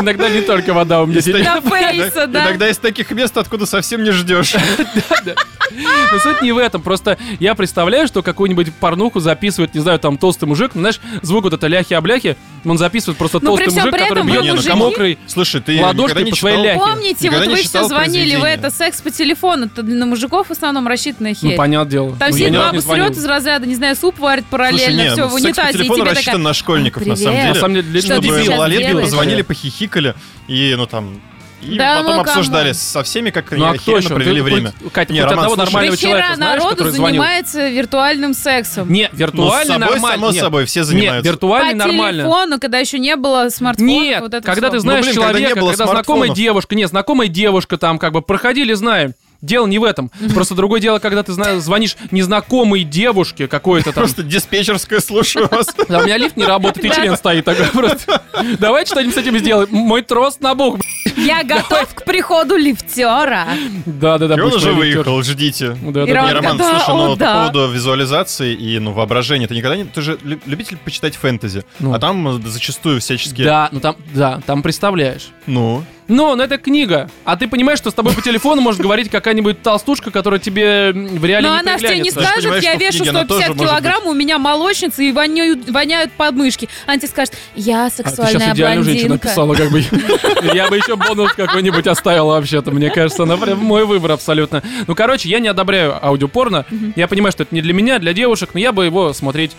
S1: Иногда не только вода у меня
S2: Если
S1: течет.
S3: На фейса, да?
S2: Иногда из таких мест, откуда совсем не ждешь.
S1: Но суть не в этом. Просто я представляю, что какую-нибудь порнуху записывает, не знаю, там толстый мужик. Ну, Знаешь, звук вот это ляхи-обляхи. Он записывает просто
S3: Но при
S1: толстый
S3: всем
S1: мужик,
S3: при
S1: который
S3: этом вы
S1: бьет
S2: Не, ну
S3: мужики-
S2: кому-
S1: мокрый.
S2: Слушай, ты
S1: Ладошки
S2: никогда не
S1: по своей
S2: читал?
S1: ляхе.
S3: Помните,
S2: Никогда
S3: вот
S2: не
S3: вы все
S2: читал
S3: звонили в
S2: произведения.
S3: это секс по телефону, это для мужиков в основном рассчитанная
S1: Ну,
S3: херь.
S1: понятное дело.
S3: Там
S1: Ну,
S3: сидит
S1: я ни разу
S3: баба
S1: не
S3: срет
S1: звонил.
S3: из разряда, не знаю, суп варит
S2: Слушай,
S3: параллельно,
S2: нет,
S3: все
S2: секс
S3: в
S2: по
S3: унитазе, и
S2: телефону
S3: тебе
S2: рассчитан
S3: такая...
S2: на школьников, на
S3: «Привет».
S2: самом деле.
S1: На самом деле, для
S3: Что
S1: чего
S3: ты
S1: было?
S2: чтобы
S3: сейчас
S2: малолетки
S3: делаешь?
S2: позвонили, похихикали и, ну там, и
S3: Да
S2: потом
S3: ну,
S2: обсуждали
S3: камон.
S2: со всеми, как
S1: Ну, а
S2: они
S1: кто
S2: охеренно
S1: еще?
S2: провели
S1: Ты
S2: время.
S1: хоть- Катя,
S2: Не,
S1: хоть
S2: Роман,
S1: одного
S2: слушай,
S1: нормального
S3: Да
S1: человека
S3: хера
S1: знаешь,
S3: народу
S1: который звонил?
S3: занимается виртуальным сексом.
S1: Не,
S2: Ну, с
S1: виртуальный
S2: собой,
S1: нормально.
S2: само
S1: Нет.
S2: собой, все
S1: Нет,
S2: занимаются.
S1: виртуальный
S3: по
S1: нормально.
S3: телефону, когда еще не было смартфонов,
S1: Нет,
S3: вот это
S1: когда
S3: всё.
S1: ты знаешь
S2: Ну, блин, когда не
S1: человека, когда,
S2: было
S1: знакомая
S2: смартфонов.
S1: девушка, не, знакомая девушка там как бы проходили, знаем. Дело не в этом. Просто другое дело, когда ты зна- звонишь незнакомой девушке какой-то там.
S2: Просто диспетчерская, слушаю вас.
S1: Да, у меня лифт не работает, и член стоит такой просто. Давай что-нибудь с этим сделаем. Мой трос набух.
S3: Я готов к приходу лифтера.
S1: Да-да-да.
S2: И он
S1: пусть
S2: уже
S1: мой лифтер.
S2: выехал, ждите.
S1: Да-да-да.
S3: И
S2: Не,
S3: Роман
S2: Роман,
S3: такой, «Да,
S2: слушай,
S3: о,
S2: ну вот
S3: да».
S2: по поводу визуализации и ну, воображения, ты никогда не... Ты же лю- любитель почитать фэнтези,
S1: Ну.
S2: а там э, зачастую всяческие...
S1: Да, ну там, да, там представляешь.
S2: Ну,
S1: Ну, но это книга. А ты понимаешь, что с тобой по телефону может говорить какая-нибудь толстушка, которая тебе м, в реале
S3: Но
S1: не
S3: она ж тебе не
S1: приглянется.
S2: Ты же
S3: скажет,
S2: понимаешь,
S3: я
S2: что в
S3: вешу
S2: книге она тоже
S3: 150
S2: может
S3: килограмм, у меня молочница и воняют, воняют подмышки. Она тебе скажет,
S2: А
S3: я сексуальная
S1: сейчас А идеальную женщину
S3: блондинка.
S1: написала, как бы. Я бы еще бонус какой-нибудь оставил вообще-то. Мне кажется, она прям мой выбор абсолютно. Ну, короче, я не одобряю аудиопорно. Я понимаю, что это не для меня, а для девушек, но я бы его смотреть,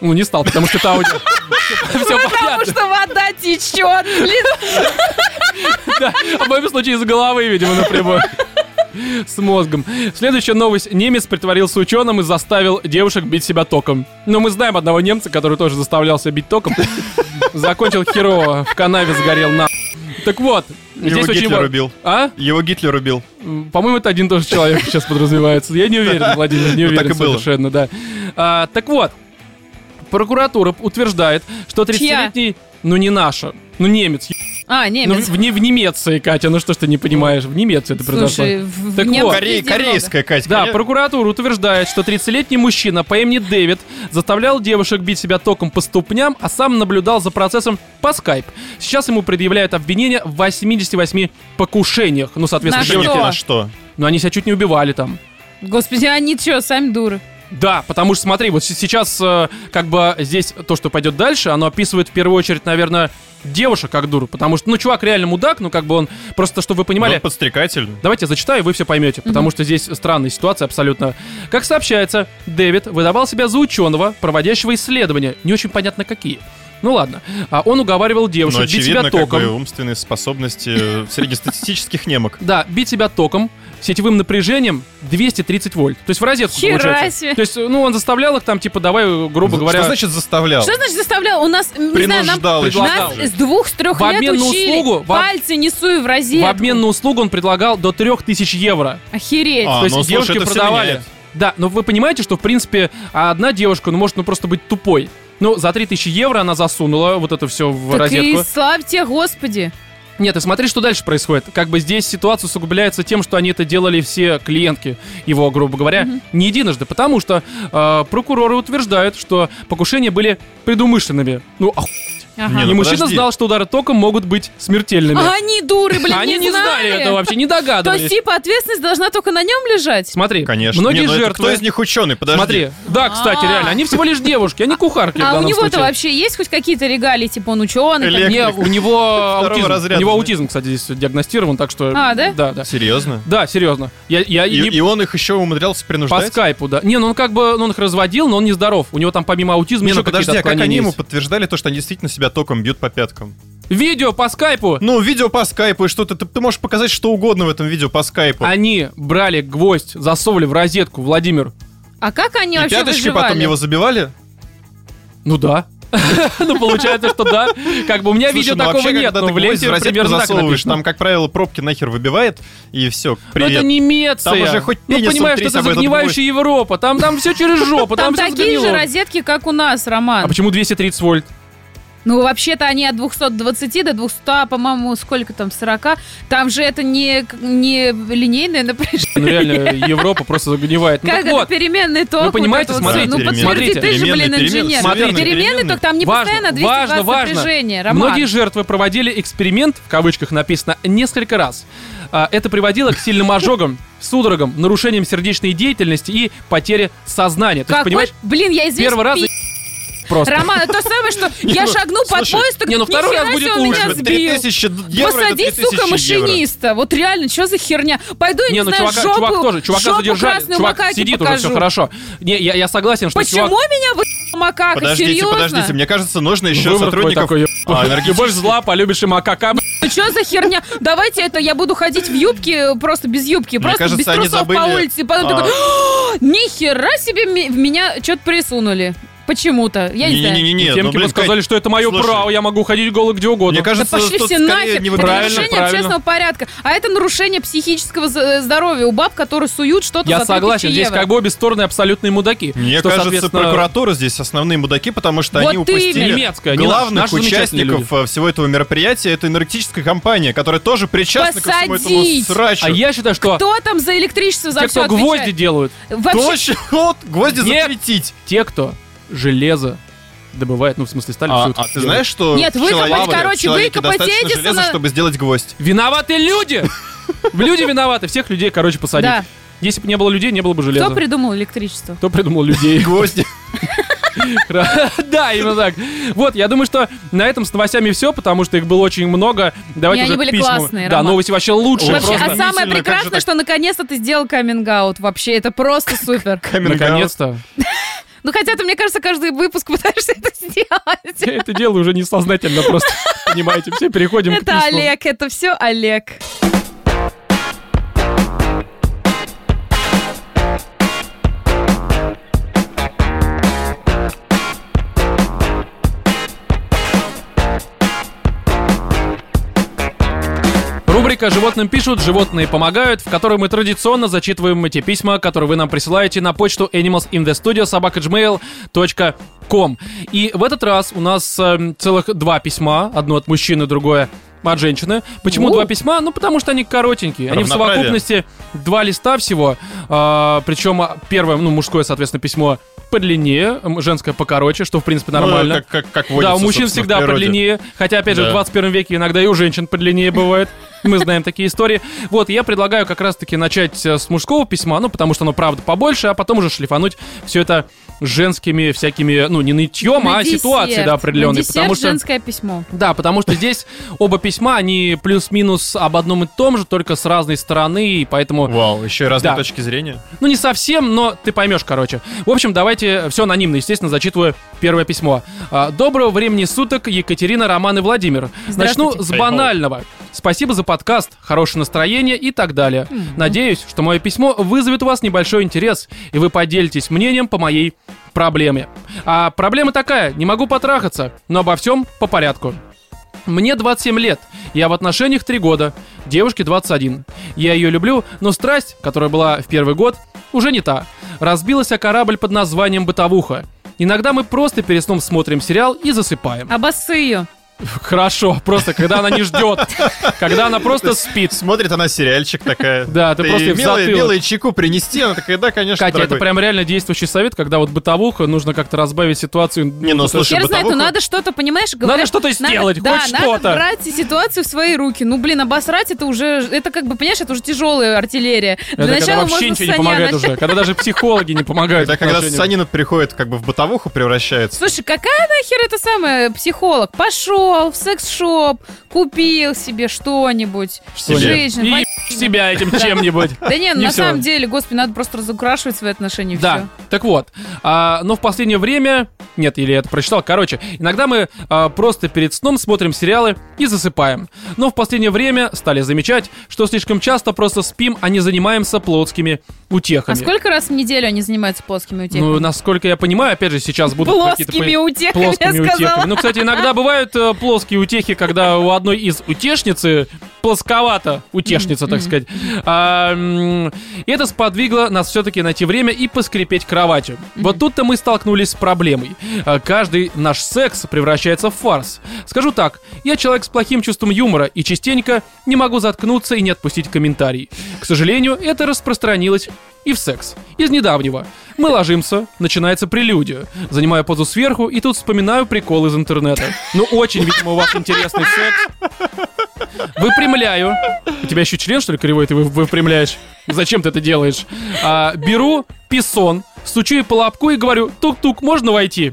S1: ну, не стал, потому что это аудио. Все
S3: Потому
S1: понятно.
S3: что вода течет, блин.
S1: Да, В моем случае из головы, видимо, напрямую. С мозгом. Следующая новость. Немец притворился ученым и заставил девушек бить себя током. Но мы знаем одного немца, который тоже заставлял себя бить током. Закончил херово, в канаве сгорел на. Так вот,
S2: его
S1: здесь очень
S2: Гитлер
S1: ва-
S2: убил.
S1: А?
S2: Его Гитлер убил.
S1: М, По-моему, это один тоже человек сейчас подразумевается. Я не уверен, Владимир, не
S2: Ну, так
S1: уверен
S2: и было.
S1: совершенно, да. А, Так вот, прокуратура утверждает, что 30-летний... Ну, не наша. Ну, немец. е-
S3: А,
S1: Ну,
S3: немец.
S1: в, не- в Немеции, Катя, ну что ж ты не понимаешь, в Немеции это произошло.
S3: Слушай, в- в
S1: Так
S3: немцах
S1: вот.
S3: везде
S2: Корей-
S3: много.
S2: корейская, Катя.
S1: Да,
S2: коре-
S1: прокуратура утверждает, что 30-летний мужчина по имени Дэвид заставлял девушек бить себя током по ступням, а сам наблюдал за процессом по скайп. Сейчас ему предъявляют обвинение в 88 покушениях. Ну, соответственно,
S3: На
S1: девушки-
S2: Женщины
S3: что?
S2: на что?
S1: Ну, они себя чуть не убивали там.
S3: Господи, они что, сами дуры.
S1: Да, потому что смотри, вот с- сейчас э, как бы здесь то, что пойдет дальше, оно описывает в первую очередь, наверное, девушек как дуру, потому что, ну, чувак реально мудак, ну, как бы он, просто чтобы вы понимали,
S2: Ну, подстрекатель.
S1: Давайте я зачитаю, и вы все поймете, потому что здесь странная ситуация абсолютно. Как сообщается, Дэвид выдавал себя за ученого, проводящего исследования, не очень понятно какие. Ну ладно. А он уговаривал
S2: Ну,
S1: девушек бить себя
S2: очевидно, как
S1: током.
S2: бы умственные способности э, среднестатистических немок.
S1: Да, бить себя током, сетевым напряжением 230 вольт. То есть в розетку
S3: Хера
S1: получается.
S3: себе.
S1: То есть, ну, он заставлял их там, типа, давай, грубо говоря,
S2: Что значит заставлял?
S3: Что значит заставлял? У нас, м, не знаю, нам...
S2: Принуждал еще.
S1: предлагал
S3: Нас
S1: же.
S3: с двух-трех
S1: В
S3: лет
S1: обмен на
S3: учили
S1: услугу, в-
S3: пальцы не суй в розетку.
S1: в обмен на услугу он предлагал до 3000 евро.
S3: Охереть.
S2: А,
S1: То есть
S2: ну, слушай,
S1: девушки
S2: это всё
S1: продавали.
S2: меняет.
S1: Да, но вы понимаете, что, в принципе, одна девушка, ну, может, ну, просто быть тупой. Ну, за 3000 евро она засунула вот это все в
S3: так
S1: розетку.
S3: и славьте, господи.
S1: Нет, и смотри, что дальше происходит. Как бы здесь ситуация усугубляется тем, что они это делали все клиентки его, грубо говоря, не единожды, потому что э, прокуроры утверждают, что покушения были предумышленными. Ну, оху-
S3: Ага.
S2: Не,
S1: и
S2: ну
S1: мужчина
S2: подожди.
S1: знал, что удары током могут быть смертельными.
S3: А они дуры, блин,
S1: Они не знали этого вообще, не
S3: То
S1: догадывались.
S3: есть, типа, ответственность должна только на нем лежать?
S1: Смотри,
S2: Конечно.
S1: многие
S2: Не, ну это
S1: жертвы...
S2: Кто из них ученый? Подожди.
S1: Смотри, да, кстати,
S3: А.
S1: реально, они всего лишь девушки, они кухарки в
S3: А у
S1: данном
S3: него-то
S1: случае.
S3: вообще есть хоть какие-то регалии, типа он ученый? там?
S2: Элек-
S1: Не, у него
S2: Второго
S1: аутизм. У
S2: разряда,
S1: него
S2: да.
S1: аутизм, кстати, здесь диагностирован, так что...
S3: А, да?
S1: Да, да.
S2: Серьезно?
S1: Да, серьезно. Я, я
S2: И,
S1: не-
S2: и он их еще умудрялся
S1: По
S2: принуждать?
S1: скайпу, да. Не, ну он как бы, ну он их разводил, но он не здоров. У него там помимо аутизма
S2: Не,
S1: еще
S2: ну подожди,
S1: какие-то
S2: а как
S1: отклонения
S2: они ему
S1: есть.
S2: подтверждали то, что они действительно себя током бьют по пяткам?
S1: Видео по скайпу.
S2: Ну, видео по скайпу и что-то. Ты, ты можешь показать что угодно в этом видео по скайпу.
S1: Они брали гвоздь, засовывали в розетку, Владимир.
S3: А как они
S2: и
S3: вообще
S2: пяточки потом
S3: выживали?
S2: его забивали?
S1: Ну да. Ну, получается, что да. Как бы у меня
S2: Слушай,
S1: видео
S2: ну
S1: такого
S2: вообще,
S1: нет,
S2: когда
S1: но
S2: ты
S1: в
S2: гвозди
S1: ленте
S2: в розетку
S1: примерно так
S2: засовываешь,
S1: написано.
S2: там, как правило, пробки нахер выбивает, и все,
S1: Но
S2: привет.
S1: Ну, это Немеция.
S2: Там уже хоть
S1: Ну,
S2: пенис
S1: понимаешь,
S2: утри,
S1: что это
S2: там этот
S1: загнивающая Европа. Там, там все через жопу, там,
S3: Там
S1: все
S3: такие же
S1: сгнило.
S3: розетки, как у нас,
S1: А
S3: Роман.
S1: почему 230 вольт?
S3: Ну, вообще-то они от 220 до 200, по-моему, сколько там, 40. Там же это не, не линейное напряжение.
S1: Ну реально, Европа просто загнивает. Ну,
S3: Как
S1: так
S3: это
S1: вот,
S3: переменный ток?
S1: Вы понимаете,
S3: вот это вот
S1: смотрите,
S3: всё. ну,
S2: переменный,
S3: подтверди, ты же,
S2: переменный,
S3: блин,
S2: переменный,
S3: инженер.
S1: смотрите,
S3: переменный ток, там не постоянно
S1: важно,
S3: 220
S1: важно, важно.
S3: напряжение, Роман.
S1: Многие жертвы проводили эксперимент, в кавычках написано, несколько раз. А, Это приводило к сильным ожогам, судорогам, нарушениям сердечной деятельности и потере сознания. То есть,
S3: Какой-
S1: понимаешь,
S3: Блин, я извиняюсь,
S1: первый раз
S3: пи-
S1: просто.
S3: Роман, это то самое, что я
S2: ну,
S3: шагну под
S2: слушай,
S3: поезд, так
S1: не, ну, второй раз
S3: нихера себе
S1: будет
S3: он меня
S1: лучше.
S3: сбил.
S2: 3000 евро это
S3: Посади,
S2: 3000
S3: сука,
S2: евро.
S3: машиниста. Вот реально, что за херня? Пойду, я не,
S1: Не, ну
S3: знаю,
S1: чувака,
S3: жопу,
S1: чувак тоже, чувака
S3: жопу
S1: задержали,
S3: красную
S1: чувак
S3: макаке
S1: сидит
S3: покажу.
S1: уже, все хорошо. Не, я, я согласен, что
S3: Почему
S1: чувак...
S3: меня вы макака?
S2: Подождите,
S3: Серьезно?
S2: подождите, мне кажется, нужно еще
S1: Выбор твой
S2: сотрудников...
S1: такой, еб-
S2: А,
S1: Ты
S2: энергетических-
S1: больше зла, полюбишь и макака, б***ь.
S3: Ну что за херня? Давайте это, я буду ходить в юбке, просто без юбки,
S2: Мне
S3: просто
S2: кажется,
S3: без
S2: они
S3: трусов
S2: забыли,
S3: по улице. И потом
S2: а.
S3: такой, «О, нихера себе ми- в меня что-то присунули. Почему-то, я не, знаю.
S2: Не-не-не,
S1: Тем,
S2: ну,
S1: типа,
S2: блин, Кать,
S1: сказали, что это мое
S2: слушай.
S1: право, я могу ходить голый где угодно.
S2: Мне
S3: Да
S2: кажется,
S3: пошли
S2: тут
S3: все
S2: скорее
S3: нахер,
S2: не
S3: это
S1: выбирали.
S3: нарушение
S1: Правильно, правильно.
S3: общественного порядка. А это нарушение психического з- э, здоровья у баб, которые суют что-то
S1: Я
S3: за 3000
S1: согласен, здесь
S3: евро.
S1: как бы обе стороны абсолютные мудаки.
S2: Мне
S1: Что,
S2: кажется,
S1: соответственно,
S2: прокуратура здесь основные мудаки, потому что
S3: Вот
S2: они упустили
S3: именно.
S1: Немецкая, не
S2: главных
S1: наша, наши замечательные
S2: участников э, всего этого мероприятия. Это энергетическая компания, которая тоже причастна ко всему этому
S3: Посадить!
S2: срачу.
S1: А я считаю, что
S3: Кто там за электричество за
S1: те,
S3: все
S1: кто гвозди делают,
S3: Вообще,
S2: Точно, вот, гвозди
S1: Нет.
S2: запретить.
S1: те, кто железо добывает, ну, в смысле, стали
S2: А,
S1: всё это
S2: а ты
S1: делают.
S2: знаешь, что
S3: Нет,
S2: в
S3: выкопать,
S2: человеке-
S3: короче,
S2: в человеке
S3: выкопать
S2: достаточно
S3: Эдисона-
S2: железа, чтобы сделать гвоздь.
S1: Виноваты люди! Люди виноваты, всех людей, короче, посадить.
S3: Да.
S1: Если бы не было людей, не было бы железа.
S3: кто придумал электричество?
S1: Кто придумал людей?
S2: Гвозди.
S1: Да, именно так. Вот, я думаю, что на этом с новостями все, потому что их было очень много. Давайте
S3: Не,
S1: уже
S3: они
S1: к
S3: были
S1: письмам.
S3: классные,
S1: Да,
S3: Роман.
S1: новости вообще лучше.
S2: Вообще,
S3: Вообще,
S1: просто.
S3: а самое
S2: Удивительно, как же
S3: прекрасное,
S2: так?
S3: что наконец-то ты сделал каминг-аут. Вообще, это просто супер.
S1: Наконец-то.
S3: Ну, хотя ты, мне кажется, каждый выпуск пытаешься это сделать.
S1: Я это делаю уже несознательно просто. Понимаете, все переходим к
S3: Это
S1: письмам.
S3: Олег, это все Олег.
S1: Рубрика «Животным пишут, животные помогают», в которой мы традиционно зачитываем эти письма, которые вы нам присылаете на почту animalsinthestudio.gmail.com И в этот раз у нас эм, целых два письма, одно от мужчины, другое от женщины. Почему
S3: У.
S1: два письма? Ну, потому что они коротенькие. Они в
S2: Равноправие.
S1: совокупности два листа всего. А, причем а, первое, ну, мужское, соответственно, письмо подлиннее, м, женское покороче, что, в принципе,
S2: Ну,
S1: нормально.
S2: Как, как, как
S1: Да, у
S2: водится,
S1: мужчин
S2: собственно, в
S1: всегда
S2: природе.
S1: подлиннее. Хотя, опять же,
S2: Да.
S1: в 21 веке иногда и у женщин подлиннее бывает. Мы знаем такие истории. Вот, я предлагаю как раз-таки начать э, с мужского письма, ну, потому что оно, правда, побольше, а потом уже шлифануть все это женскими всякими, ну, не нытьем,
S3: На
S1: а
S3: десерт.
S1: ситуацией, да,
S3: На
S1: определенной.
S3: десерт
S1: Потому что...
S3: женское письмо.
S1: Да, потому что здесь оба письма, они плюс-минус об одном и том же, только с разной стороны, и поэтому
S2: Вау, еще и разные
S1: Да.
S2: точки зрения.
S1: ну, не совсем, но ты поймешь, короче. В общем, давайте все анонимно, естественно, зачитываю первое письмо. А, Доброго времени суток, Екатерина, Роман и Владимир. Начну
S3: Здравствуйте.
S1: с банального. Спасибо за подкаст, хорошее настроение и так далее. Надеюсь, что мое письмо вызовет у вас небольшой интерес, и вы поделитесь мнением по моей проблеме. А проблема такая, не могу потрахаться, но обо всем по порядку. Мне 27 лет, я в отношениях 3 года, девушке 21. Я ее люблю, но страсть, которая была в первый год, уже не та. Разбилась о корабль под названием «Бытовуха». Иногда мы просто перед сном смотрим сериал и засыпаем.
S3: Обоссы ее.
S1: Хорошо, просто когда она не ждет, когда она просто спит.
S2: Смотрит она сериальчик такая.
S1: Да, ты просто ей в
S2: милый,
S1: затылок.
S2: милый чеку принести, она такая, да, конечно,
S1: Катя, это
S2: дорогой.
S1: прям реально действующий совет, когда вот бытовуха, нужно как-то разбавить ситуацию.
S2: Не, ну слушай,
S3: Хер знает, ну
S2: бытовуха-
S3: надо что-то, понимаешь, говорят,
S1: Надо что-то сделать,
S3: да,
S1: хоть
S3: надо
S1: что-то.
S3: брать ситуацию в свои руки. Ну, блин, обосрать это уже, это как бы, понимаешь, это уже тяжелая артиллерия.
S1: это
S3: Для
S1: когда
S3: начала
S1: вообще
S3: можно с
S1: ничего не
S3: Саня
S1: помогает
S3: начать.
S1: уже, когда даже психологи не помогают.
S2: Это
S1: в
S2: когда
S1: отношениях.
S2: санина приходит, как бы в бытовуху превращается.
S3: Слушай, какая нахер это самая психолог? Пошел в секс-шоп, купил себе что-нибудь.
S1: Что нет?
S3: Женщин,
S1: И
S3: во-
S1: ебь себя этим чем-нибудь.
S3: Да не, ну,
S1: Не
S3: на
S1: всё.
S3: самом деле, господи, надо просто разукрашивать свои отношения. и
S1: Да,
S3: всё.
S1: так вот. А, но в последнее время... Нет, или я это прочитал. Короче, иногда мы а, просто перед сном смотрим сериалы и засыпаем. Но в последнее время стали замечать, что слишком часто просто спим, а не занимаемся плотскими утехами.
S3: А сколько раз в неделю они занимаются плоскими утехами?
S1: Ну, насколько я понимаю, опять же, сейчас будут какие-то...
S3: плоскими
S1: по-
S3: утехами,
S1: Плоскими
S3: я
S1: утехами.
S3: сказала.
S1: Ну, кстати, иногда бывают э, плоские утехи, когда у одной из утешницы плосковато утешница, так сказать. А, м, и это сподвигло нас все-таки найти время и поскрипеть кроватью. Вот тут-то мы столкнулись с проблемой. А, Каждый наш секс превращается в фарс. Скажу так, я человек с плохим чувством юмора и частенько не могу заткнуться и не отпустить комментарий. К сожалению, это распространилось и в секс. Из недавнего. Мы ложимся, начинается прелюдия. Занимаю позу сверху и тут вспоминаю прикол из интернета. Ну очень, видимо, у вас интересный секс. Выпрямляю. У тебя еще член, что ли, кривой, ты вы- выпрямляешь? Зачем ты это делаешь? А, беру писон, стучу ей по лобку и говорю, тук-тук, можно войти?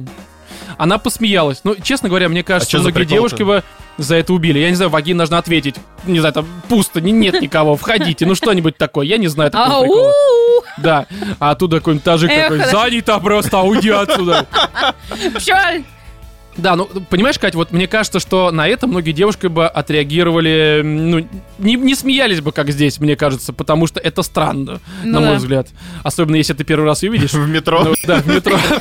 S1: Она посмеялась. Ну, честно говоря, мне кажется,
S2: А чё за
S1: многие
S2: прикол-то?
S1: девушки бы за это убили. Я не знаю, вагин должна ответить. Не знаю, там пусто, не- нет никого, входите, ну что-нибудь такое. Я не знаю такого прикола.
S3: Ау!
S1: Да. А оттуда какой-нибудь тажик
S3: Эх,
S1: такой,
S3: да.
S1: занято просто, уйди отсюда.
S3: Пчёль!
S1: Да, ну, понимаешь, Кать, вот мне кажется, что на это многие девушки бы отреагировали, м, ну, не, не смеялись бы, как здесь, мне кажется, потому что это странно,
S3: Ну
S1: на
S3: да.
S1: мой взгляд. Особенно, если ты первый раз ее видишь.
S2: В метро.
S1: Ну, да, в метро.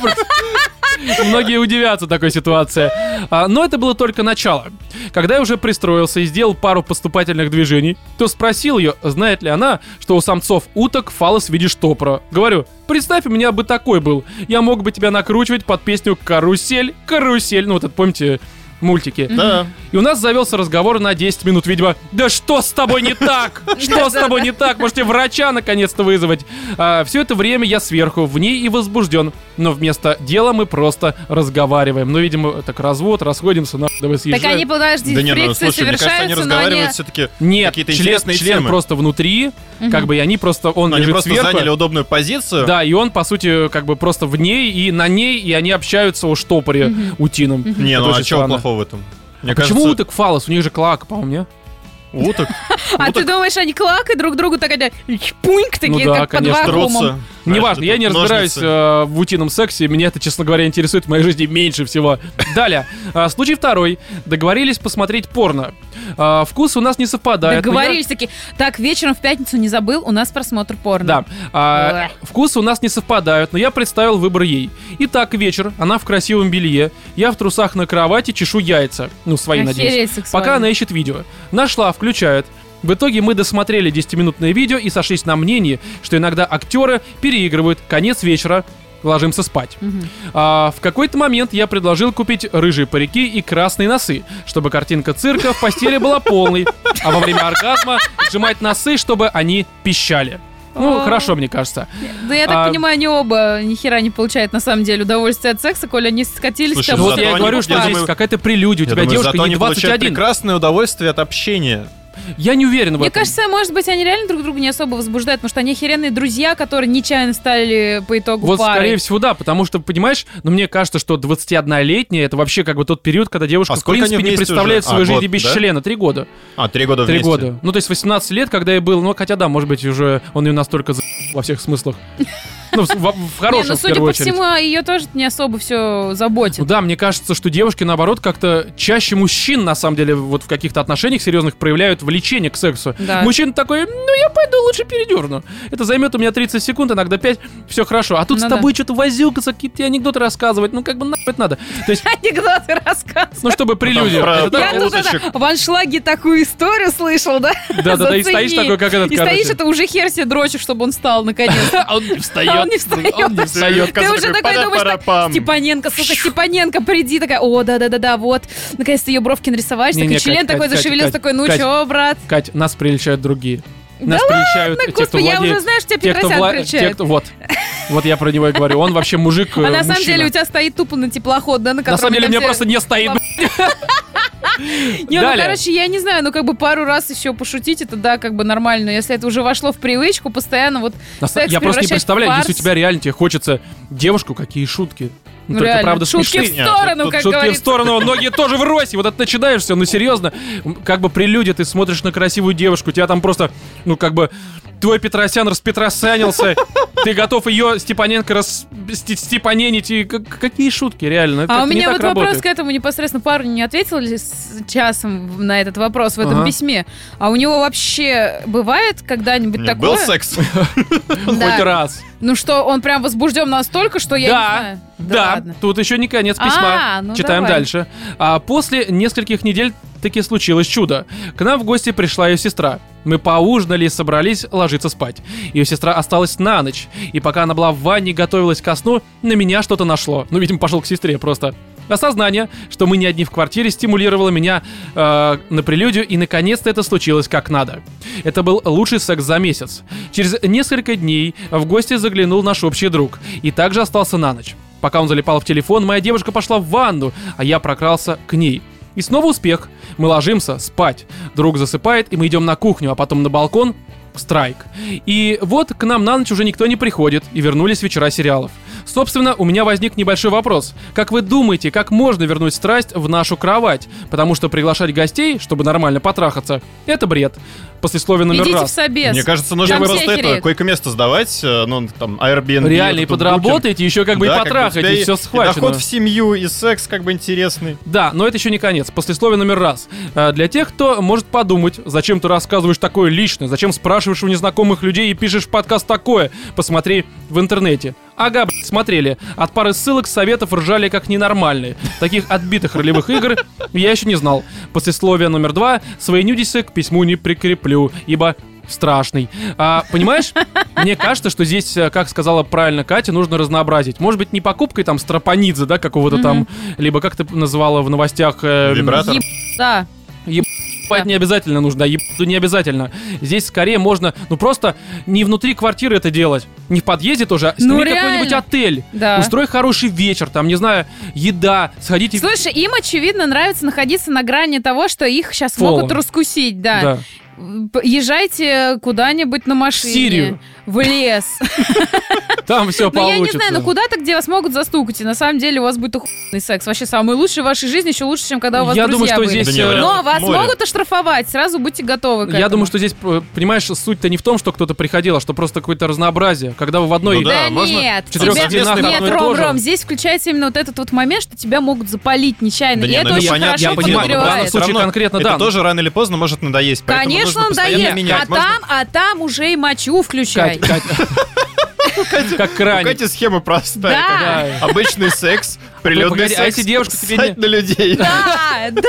S1: Многие удивятся такой ситуации. А, но это было только начало. Когда я уже пристроился и сделал пару поступательных движений, то спросил ее, знает ли она, что у самцов уток фалос в виде штопора. Говорю, представь, у меня бы такой был. Я мог бы тебя накручивать под песню «Карусель, карусель». Ну, вот это, помните, мультики.
S2: Да.
S1: И у нас завелся разговор на 10 минут, видимо. Да что с тобой не так? Что с тобой не так? Можете врача наконец-то вызвать. все это время я сверху, в ней и возбужден. Но вместо дела мы просто разговариваем. Ну, видимо, так развод, расходимся, на давай съезжаем.
S3: Так они, подожди,
S2: Да не, ну
S3: фрикции
S2: слушай, мне кажется, они
S3: совершаются, но они...
S2: разговаривают все-таки...
S1: Нет,
S2: какие-то
S1: член,
S2: интересные
S1: член
S2: темы.
S1: просто внутри, как бы и они просто, он
S2: ну, Они
S1: лежит
S2: просто
S1: сверху.
S2: заняли удобную позицию.
S1: Да, и он, по сути, как бы просто в ней и на ней, и они общаются о штопоре утином.
S2: Не,
S1: Это
S2: ну а
S1: очень
S2: чего
S1: странно. А
S2: плохого в этом? Мне
S1: Почему
S2: кажется,
S1: уток фалос? У них же клака, по-моему, не?
S2: уток?
S1: ну,
S3: А ты
S2: Уток
S3: думаешь, они клакают друг другу, так они пуньк такие,
S1: Ну да,
S3: как под
S1: конечно,
S3: вакуумом.
S2: трутся.
S1: Неважно, я не
S2: Ножницы.
S1: разбираюсь э, в утином сексе, меня это, честно говоря, интересует в моей жизни меньше всего. Далее, А, случай второй. Договорились посмотреть порно. А, Вкусы у нас не совпадают. но я-
S3: Договорились такие, так, вечером в пятницу не забыл, у нас просмотр порно.
S1: Да. А,
S4: Эх.
S1: вкусы у нас не совпадают, но я представил выбор ей. Итак, вечер, она в красивом белье, я в трусах на кровати чешу яйца. Ну, свои, надеюсь.
S3: Охереть сексуально.
S1: Пока она ищет видео. Нашла, включает. В итоге мы досмотрели 10-минутное видео и сошлись на мнении, что иногда актеры переигрывают конец вечера, ложимся спать.
S3: Мгм.
S1: А, в какой-то момент я предложил купить рыжие парики и красные носы, чтобы картинка цирка в постели была полной, а во время оргазма сжимать носы, чтобы они пищали. Ну,
S3: О.
S1: хорошо, мне кажется.
S3: Да я так
S1: А-
S3: понимаю, они оба ни хера не получают на самом деле удовольствие от секса, коли они скатились
S2: Слушай,
S3: там
S2: ну
S1: Вот
S3: вот
S2: зато
S1: я и
S2: они-
S1: говорю,
S2: я
S1: что здесь
S2: думаю-
S1: какая-то прелюдия. У
S2: Я
S1: тебя
S2: думаю,
S1: девушка
S2: зато
S1: не
S2: они получают
S1: 21.
S2: прекрасное удовольствие от общения.
S1: Я не уверен в
S3: Мне
S1: этом.
S3: кажется, может быть, они реально друг друга не особо возбуждают, потому что они херенные друзья, которые нечаянно стали по итогу
S1: Вот,
S3: парой.
S1: скорее всего, да, потому что, понимаешь, ну, мне кажется, что 21-летняя это вообще как бы тот период, когда девушка,
S2: А
S1: в
S2: сколько они
S1: принципе, не
S2: вместе
S1: представляет
S2: уже? А,
S1: свою жизнь
S2: год,
S1: без
S2: да?
S1: члена. Три года.
S2: А, три года
S1: Три
S2: вместе.
S1: года. Ну, то есть 18 лет, когда я был, ну, хотя да, может быть, уже он ее настолько за... во всех смыслах. Ну, в, в- в
S3: Не,
S1: хорошем,
S3: ну,
S1: в
S3: судя
S1: первую
S3: по
S1: очередь.
S3: всему, ее тоже не особо все заботит.
S1: Ну да, мне кажется, что девушки, наоборот, как-то чаще мужчин, на самом деле, вот в каких-то отношениях серьезных проявляют влечение к сексу.
S3: Да.
S1: Мужчина такой, ну я пойду лучше передерну. Это займет у меня 30 секунд, иногда 5, все хорошо. А тут
S3: Ну
S1: с
S3: да.
S1: тобой что-то возюкаться, какие-то анекдоты рассказывать, ну как бы нахуй это надо. То есть,
S3: Анекдоты рассказывают.
S1: ну чтобы прелюдия.
S2: про-
S1: Это
S3: Я
S1: так,
S3: тут это,
S2: уточек.
S3: в аншлаге такую историю слышал, да?
S1: Да, да, да, и стоишь
S3: Зацени.
S1: такой, как этот,
S3: И стоишь,
S1: короче.
S3: это уже хер себе дрочишь, чтобы он встал наконец.
S1: А он не встает.
S3: А он не встает.
S1: Он не встает.
S3: Ты уже такой думаешь, так, типа, «А Степаненко, сука, Степаненко, приди, такая, о, да-да-да-да, вот, наконец-то ее бровки нарисовали,
S1: Не-не,
S3: такой
S1: Кать,
S3: член
S1: Кать,
S3: такой
S1: Кать,
S3: зашевелился,
S1: Кать,
S3: такой, ну
S1: Кать.
S3: чё, брат?
S1: Кать, нас приличают другие.
S3: Да
S1: Нас приличают те, кто
S3: Господи, я уже,
S1: владеет...
S3: знаешь, тебя
S1: Те, кто
S3: Петросян
S1: вла- те,
S3: кричает.
S1: кто- Вот. Вот я про него и говорю. Он вообще мужик, э,
S3: А на самом
S1: мужчина.
S3: деле у тебя стоит тупо на теплоход, да, на котором...
S1: На самом деле у
S3: там
S1: меня
S3: все-
S1: просто не стоит.
S3: Не, ну,
S1: Далее.
S3: короче, я не знаю, ну, как бы пару раз еще пошутить, это, да, как бы нормально, но если это уже вошло в привычку, постоянно вот
S1: На са-
S3: секс
S1: Я просто не
S3: превращать в
S1: представляю, если у
S3: фарс.
S1: тебя реально тебе хочется девушку, какие шутки. Ну,
S3: Ну,
S1: только,
S3: реально,
S1: правда,
S3: шутки в
S1: смешные.
S2: Нет,
S3: сторону,
S2: тут
S3: как
S1: Шутки в
S3: говорится.
S1: сторону, ноги тоже в росе. Вот это начинаешь все, ну серьезно. М, Как бы прелюдия, ты смотришь на красивую девушку, тебя там просто, ну как бы, твой Петросян распетросянился, ты готов ее Степаненко рас... сте- степаненить, и как- какие шутки, реально. это
S3: А у
S1: как-то не
S3: меня
S1: так
S3: вот вопрос
S1: работает.
S3: к этому непосредственно парень не ответил ли с часом в- на этот вопрос в этом
S1: Ага.
S3: письме. А у него вообще бывает когда-нибудь
S2: Нет,
S3: такое?
S2: был секс?
S3: Да.
S1: Хоть раз.
S3: Ну что, он прям возбужден настолько, что я
S1: Да,
S3: не знаю.
S1: Да,
S3: ладно.
S1: тут еще не конец письма.
S3: А, ну
S1: Читаем
S3: давай.
S1: дальше. А после нескольких недель таки случилось чудо. К нам в гости пришла ее сестра. Мы поужинали и собрались ложиться спать. Ее сестра осталась на ночь. И пока она была в ванне и готовилась ко сну, на меня что-то нашло. Ну, видимо, пошел к сестре просто. Осознание, что мы не одни в квартире, стимулировало меня э, на прелюдию, и наконец-то это случилось как надо. Это был лучший секс за месяц. Через несколько дней в гости заглянул наш общий друг и также остался на ночь. Пока он залипал в телефон, моя девушка пошла в ванну, а я прокрался к ней. И снова успех. Мы ложимся спать. Друг засыпает, и мы идем на кухню, а потом на балкон. Страйк. И вот к нам на ночь уже никто не приходит, и вернулись вечера сериалов. Собственно, у меня возник небольшой вопрос. Как вы думаете, как можно вернуть страсть в нашу кровать? Потому что приглашать гостей, чтобы нормально потрахаться, это бред. Послесловие номер
S3: Идите
S1: раз.
S3: в собес.
S2: Мне кажется, нужно
S3: Там все
S2: просто это,
S3: хереют.
S2: койко-место сдавать, э, ну, там, Airbnb.
S1: Реально, и
S2: вот этот Booking.
S1: подработаете, еще как бы
S2: Да,
S1: и
S2: у тебя
S1: потрахаете, и все схвачено.
S2: И доход в семью, и секс как бы интересный.
S1: Да, но это еще не конец. Послесловие номер раз. Э, Для тех, кто может подумать, зачем ты рассказываешь такое личное, зачем спрашиваешь у незнакомых людей и пишешь в подкаст такое, посмотри в интернете. Ага, блядь, смотрели. От пары ссылок, советов ржали как ненормальные. Таких отбитых ролевых игр я еще не знал. Послесловие номер два. Свои нюдисы к письму не прикреплю, ибо страшный. А, понимаешь, мне кажется, что здесь, э, как сказала правильно Катя, нужно разнообразить. Может быть, не покупкой там стропонидзе, да, какого-то там, либо как ты называла в новостях... э,
S2: Вибратор.
S3: Еб- Да.
S1: Покупать не обязательно нужно, а ебаду не обязательно. Здесь скорее можно, ну просто не внутри квартиры это делать, не в подъезде тоже, а сними
S3: Ну,
S1: какой-нибудь
S3: реально.
S1: отель.
S3: Да.
S1: Устрой хороший вечер, там, не знаю, еда, сходите...
S3: Слушай, им, очевидно, нравится находиться на грани того, что их сейчас
S1: Фолом.
S3: могут раскусить, да.
S1: Да.
S3: П- Езжайте куда-нибудь на машине.
S1: Сирию.
S3: В лес.
S1: Там все
S3: Ну, я
S1: получится.
S3: не знаю, ну куда-то, где вас могут застукать, и на самом деле у вас будет охуенный секс. Вообще самый лучший в вашей жизни, еще лучше, чем когда у вас
S1: Я
S3: друзья
S1: думаю, что
S3: были. Ну,
S1: здесь...
S2: Да не
S1: э,
S2: вариант.
S3: Но вас
S2: Море.
S3: могут оштрафовать, сразу будьте готовы к
S1: Я
S3: этому.
S1: думаю, что здесь, э, понимаешь, суть-то не в том, что кто-то приходил, а что просто какое-то разнообразие. Когда вы в одной...
S2: Ну да.
S3: Да,
S2: можно
S3: нет,
S1: в четырёх
S3: тебя...
S2: совместных
S3: нет,
S1: одно и то
S3: Ром,
S1: же.
S3: Ром, здесь включается именно вот этот вот момент, что тебя могут запалить нечаянно.
S2: Да
S3: и
S2: не,
S3: это
S2: ну,
S3: очень
S2: понятно,
S3: хорошо
S1: я понимаю,
S2: но в данном
S1: подогревает.
S3: подогревает.
S2: случае
S1: Всё равно конкретно,
S2: это
S1: да.
S2: тоже рано или поздно может надоесть. поэтому
S3: Конечно,
S2: нужно
S3: он
S2: постоянно
S3: доест,
S2: менять.
S3: а
S2: Можно-
S3: там, а там уже и мочу включай.
S1: Кать, Кать. Как
S2: У
S1: краник.
S2: Кати схема простая.
S3: Да.
S1: Да.
S2: как Обычный секс, прилюдный
S1: погоди, а
S2: секс.
S1: если девушка тебе не-
S2: ссать на людей.
S3: Да, да.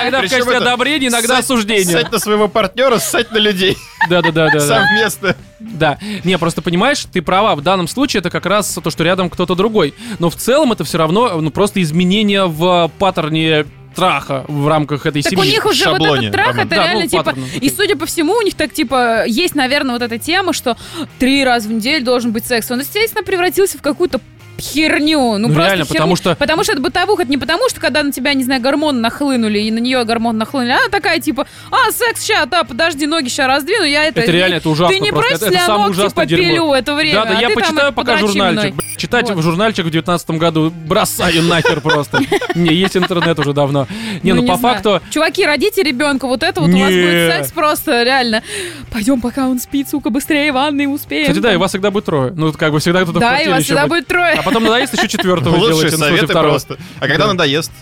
S1: Иногда в
S2: Причём
S1: качестве
S2: это
S1: одобрения, иногда
S2: ссать-
S1: осуждения.
S2: Ссать на своего партнера, ссать на людей.
S1: Да-да-да.
S2: Совместно.
S1: Да. Не, просто понимаешь, ты права. В данном случае это как раз то, что рядом кто-то другой. Но в целом это все равно ну, просто изменение в паттерне траха в рамках этой
S3: Так у
S1: семьи.
S3: них уже вот
S2: шаблоне,
S3: этот трах,
S2: Роман.
S1: Да,
S3: это
S1: ну,
S3: реально типа...
S1: паттерн,
S3: И
S1: окей.
S3: судя по всему, у них так типа есть, наверное, вот эта тема, что три раза в неделю должен быть секс. Он, естественно, превратился в какую-то херню. Ну,
S1: Ну,
S3: просто
S1: реально,
S3: херню.
S1: потому что-
S3: Потому что это бытовуха, это не потому, что когда на тебя, не знаю, гормоны нахлынули, и на нее гормоны нахлынули, а она такая, типа, а, секс, ща, да, подожди, ноги ща раздвину, я это...
S1: Это реально, это ужасно
S3: Ты не
S1: просто.
S3: против,
S1: Это-
S3: если
S1: это
S3: я
S1: самое
S3: ногти
S1: ужасное дерьмо.
S3: попилю это время?
S1: Да, да,
S3: а
S1: я
S3: ты там
S1: почитаю
S3: это
S1: пока
S3: подрачи
S1: журнальчик.
S3: мной.
S1: Блин, Читать
S3: Вот.
S1: журнальчик в девятнадцатом году бросаю нахер просто. Не, есть интернет уже давно. Не, ну по
S3: знаю.
S1: факту...
S3: Чуваки, родите ребенка, вот это вот у вас
S1: Не.
S3: будет секс просто, реально. Пойдем, пока он спит, сука, быстрее ванной успеем.
S1: Кстати, да, и вас всегда будет трое. Ну, как бы всегда кто-то в
S3: Да, и
S1: квартире
S3: вас
S1: еще
S3: всегда будет трое.
S1: А потом надоест еще четвертого
S2: Лучшие
S1: делать,
S2: советы
S1: второго.
S2: просто. А когда
S1: ну, Да.
S2: надоест?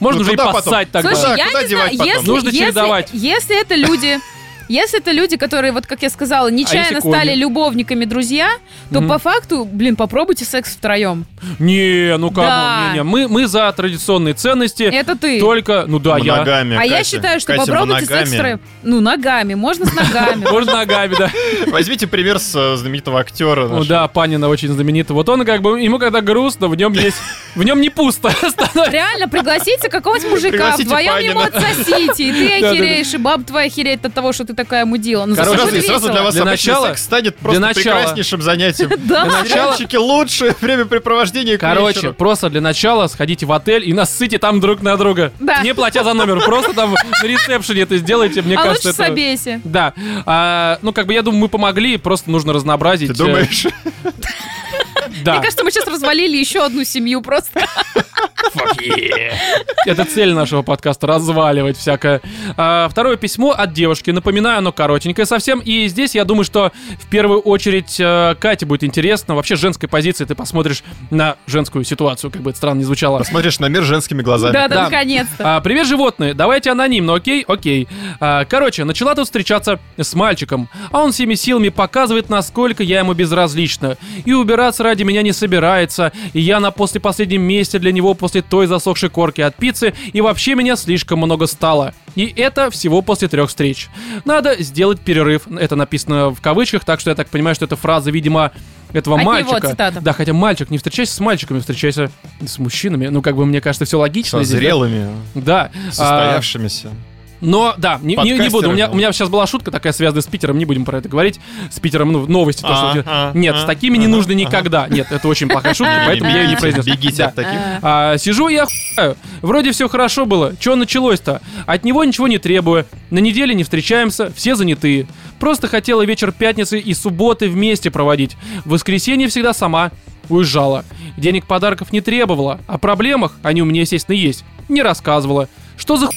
S1: Можно
S2: Ну,
S1: уже и
S2: куда потом?
S1: поссать тогда.
S3: Слушай,
S2: Да,
S3: я
S2: куда
S3: не знаю,
S2: девать потом?
S3: если,
S1: Нужно
S3: если-
S1: чередовать.
S3: если это люди... Если это люди, которые, вот как я сказала, нечаянно
S1: А если
S3: стали
S1: кони?
S3: любовниками друзья, то
S1: Мгм.
S3: по факту, блин, попробуйте секс втроем.
S1: Не, ну камон,
S3: Да.
S1: не, не. Мы, мы за традиционные ценности.
S3: Это ты.
S1: Только, ну да, я.
S3: А
S2: Ногами,
S3: я
S2: Катя.
S3: считаю, что
S2: Катя,
S3: попробуйте секс
S2: ногами.
S3: втроем. Ну, ногами, можно с ногами.
S1: Можно ногами, да.
S2: Возьмите пример с э, знаменитого
S1: Ну
S2: актера. нашего.
S1: да, Панина очень знаменитый. Вот он как бы, ему когда грустно, в нем есть, в нем не пусто становится.
S3: Реально, пригласите какого-нибудь мужика,
S2: Пригласите
S3: вдвоем
S2: Панина.
S3: ему отсосите, и ты
S1: Да-да-да.
S3: охереешь, и баба твоя охереет от того, что ты такая мудила. Ну,
S1: Короче,
S3: зачем
S2: Сразу,
S3: это
S2: и сразу для
S3: весело?
S2: вас
S1: Для
S2: обычный
S1: начала-
S2: секс станет
S1: для
S2: просто
S1: начала-
S2: прекраснейшим занятием.
S3: Да.
S1: Для начала-
S2: Сериальчики лучшее времяпрепровождение к
S1: Короче,
S2: вечеру.
S1: просто для начала сходите в отель и насыте там друг на друга.
S3: Да.
S1: Не платя за номер, просто там на ресепшене это сделайте, мне
S3: А
S1: кажется,
S3: лучше
S1: это...
S3: собейся.
S1: Да. А, ну, как бы я думаю, мы помогли, просто нужно разнообразить.
S2: Ты
S1: э,
S2: думаешь?
S1: Да.
S3: Мне кажется, мы сейчас развалили еще одну семью просто.
S1: Это цель нашего подкаста — разваливать всякое. А, второе письмо от девушки. Напоминаю, оно коротенькое совсем. И здесь, я думаю, что в первую очередь э, Кате будет интересно. Вообще, с женской позиции ты посмотришь на женскую ситуацию, как бы это странно не звучало.
S2: Смотришь на мир женскими глазами.
S1: Да.
S3: Да-да, наконец-то.
S1: А, привет, животные. Давайте анонимно, окей? Окей. А, короче, начала тут встречаться с мальчиком, а он всеми силами показывает, насколько я ему безразлична. И убираться ради меня не собирается, и я на после последнем месте для него после той засохшей корки от пиццы, и вообще меня слишком много стало. И это всего после трех встреч. Надо сделать перерыв. Это написано в кавычках, так что я так понимаю, что это фраза, видимо, этого
S3: От него
S1: мальчика.
S3: цитата.
S1: да, хотя мальчик, не встречайся с мальчиками, встречайся с мужчинами. Ну, как бы, мне кажется, все логично.
S2: Со
S1: здесь, да?
S2: зрелыми,
S1: Да. А,
S2: состоявшимися.
S1: но да, не, не- не буду. У меня,
S2: Подкастерами.
S1: у меня сейчас была шутка такая, связанная с Питером, не будем про это говорить. С Питером, ну, новости. то,
S2: А,
S1: что-
S2: а,
S1: Нет,
S2: а,
S1: с такими не
S2: ага,
S1: нужно
S2: ага.
S1: никогда. Нет, это очень плохая шутка, А, поэтому я ее не
S2: Бегите,
S1: произнес.
S2: Бегите
S1: Да.
S2: от таких.
S3: А,
S1: А, сижу и охуеваю. Вроде все хорошо было. Че началось-то? От него ничего не требую. На неделе не встречаемся, все занятые. Просто хотела вечер пятницы и субботы вместе проводить. В воскресенье всегда сама уезжала. Денег подарков не требовала. О проблемах, они у меня, естественно, есть, не рассказывала. Что за ху...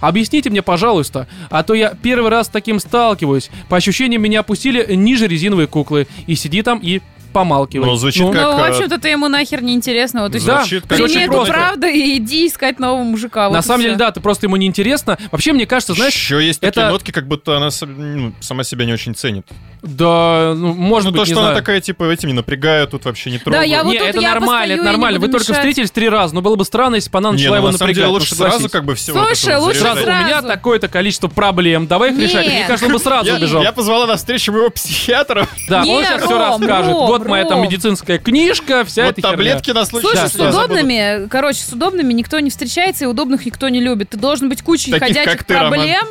S1: Объясните мне, пожалуйста, а то я первый раз с таким сталкиваюсь. По ощущениям, меня опустили ниже резиновой куклы. И сиди там и помалкивай.
S2: Ну, звучит как
S3: Ну, в
S2: э,
S3: общем-то, ты ему нахер не интересно. Вот, и
S1: а, Да,
S2: Звучит как
S1: всё очень
S3: Прими эту
S1: просто.
S3: правду и иди искать нового мужика. А вот
S1: На
S3: и
S1: самом
S3: всё.
S1: деле, да, ты просто ему неинтересно. Вообще, мне кажется, знаешь,
S2: еще есть такие
S1: это-
S2: нотки, как будто она сам- ну, сама себя не очень ценит.
S1: да, ну, может
S2: Ну,
S1: быть,
S2: то,
S1: не
S2: что она
S1: знаю.
S2: такая, типа, этим не напрягаю, тут вообще не трогаю.
S3: Да, я вот
S1: не,
S3: тут
S1: это
S3: я
S1: нормально,
S3: постою
S1: это
S3: и не
S1: нормально. Вы
S3: буду
S1: только
S3: мешать.
S1: встретились три раза, но было бы странно, если бы она
S2: не,
S1: начала
S2: ну,
S1: его
S2: на самом
S1: напрягать.
S2: деле
S1: ну,
S2: лучше сразу
S1: согласись.
S2: как бы все
S3: Слушай, лучше
S1: Сразу, у
S3: Сразу.
S1: меня такое-то количество проблем, давай их
S3: Нет.
S1: решать. Мне кажется, он бы сразу
S2: я,
S1: убежал.
S2: я позвала на встречу моего психиатра.
S1: Да, он
S3: Не,
S1: сейчас все
S3: Ром,
S1: расскажет.
S3: Ром,
S1: вот моя там
S3: Ром.
S1: медицинская книжка, вся
S2: вот
S1: эта херня.
S2: таблетки на случай,
S3: Слушай,
S1: Да,
S3: с
S2: если я забуду.
S3: удобными, короче, с удобными никто не встречается, и удобных никто не любит. Ты должен быть кучей
S2: Таких,
S3: ходячих
S2: как ты, Роман.
S3: проблем.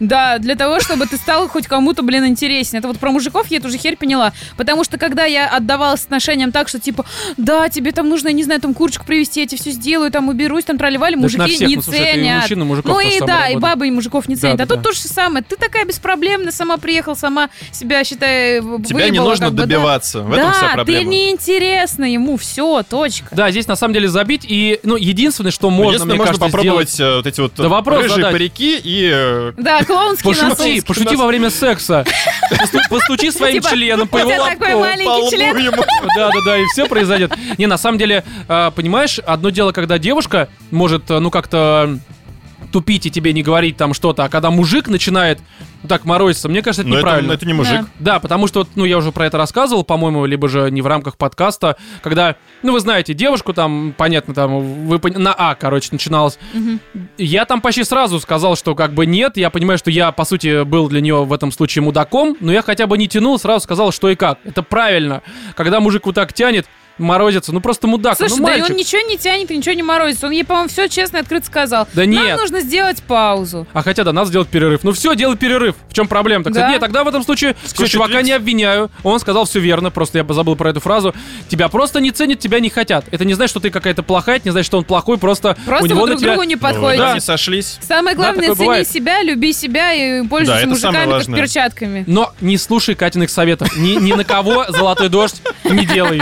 S3: Да, для того, чтобы ты стал хоть кому-то, блин, интересен. Это вот про мужиков я эту же херь поняла. Потому что когда я отдавалась отношениям так, что типа, да, тебе там нужно, я не знаю, там курочку привезти, я тебе все сделаю, там уберусь, там проливали,
S1: Да это на
S3: мужики
S1: всех,
S3: не
S1: ну, слушай, это и
S3: ценят.
S1: мужчин, и мужиков
S3: ну
S1: то же
S3: и
S1: самое
S3: да, и
S1: работает.
S3: бабы, и мужиков не
S1: Да,
S3: ценят.
S1: да,
S3: а тут
S1: да.
S3: то же самое. Ты такая беспроблемная, сама приехала, сама себя, считай,
S2: Тебя не нужно добиваться. В этом вся
S3: Да, ты
S2: проблема.
S3: неинтересна ему, все, точка.
S1: Да, здесь на самом деле забить и, ну, единственное, что можно,
S2: Единственное,
S1: мне
S2: можно
S1: кажется,
S2: попробовать
S1: сделать-
S2: э, вот эти вот
S1: Да вопрос
S2: рыжие
S1: задать.
S2: парики и... э,
S3: Да, клоунский
S1: Пошути,
S3: носок.
S1: пошути
S2: носок.
S1: во время секса. Посту- Постучи своим
S3: Типа,
S1: членом по
S3: у
S1: его
S3: тебя такой
S1: лобку.
S3: маленький
S2: по лбу
S3: член.
S2: ему.
S1: Да, да, да, и все произойдет. Не, на самом деле, э, понимаешь, одно дело, когда девушка может, э, ну, как-то э, тупить и тебе не говорить там что-то, а когда мужик начинает ну, так морозиться, мне кажется, это
S2: Но Ну, это,
S1: неправильно.
S2: но это не мужик.
S1: Да, потому что, вот, ну, я уже про это рассказывал, по-моему, либо же не в рамках подкаста, когда, ну, вы знаете, девушку там, понятно, там, вы, пон- на А, короче, начиналось. Я там почти сразу сказал, что как бы нет, я понимаю, что я, по сути, был для нее в этом случае мудаком, но я хотя бы не тянул, сразу сказал, что и как. Это правильно. Когда мужик вот так тянет, морозится. Ну просто мудак,
S3: Слушай,
S1: ну
S3: да и
S1: мальчик.
S3: он ничего не тянет, и ничего не морозится. Он ей, по-моему, все честно и открыто сказал.
S1: Да нет.
S3: Нам нужно сделать паузу.
S1: А хотя да, надо сделать перерыв. Ну все, делай перерыв. В чем проблема? Так
S3: Да.
S1: нет, тогда в этом случае все,
S2: Скушать
S1: чувака
S2: лист.
S1: не обвиняю. Он сказал все верно, просто я забыл про эту фразу. Тебя просто не ценят, тебя не хотят. Это не значит, что ты какая-то плохая, это не значит, что он плохой, просто, у
S3: Просто
S1: него
S3: вы
S1: на
S3: друг
S1: тебя...
S3: другу не
S2: Вот,
S3: подходите.
S1: Да.
S2: Они сошлись.
S3: Самое
S1: Да,
S3: главное,
S1: такое
S3: цени
S1: бывает.
S3: себя, люби себя и
S2: Да,
S3: пользуйся
S2: это самое
S3: мужиками как
S2: важное.
S3: перчатками.
S1: Но не слушай Катиных советов. Ни, ни на кого золотой дождь не делай.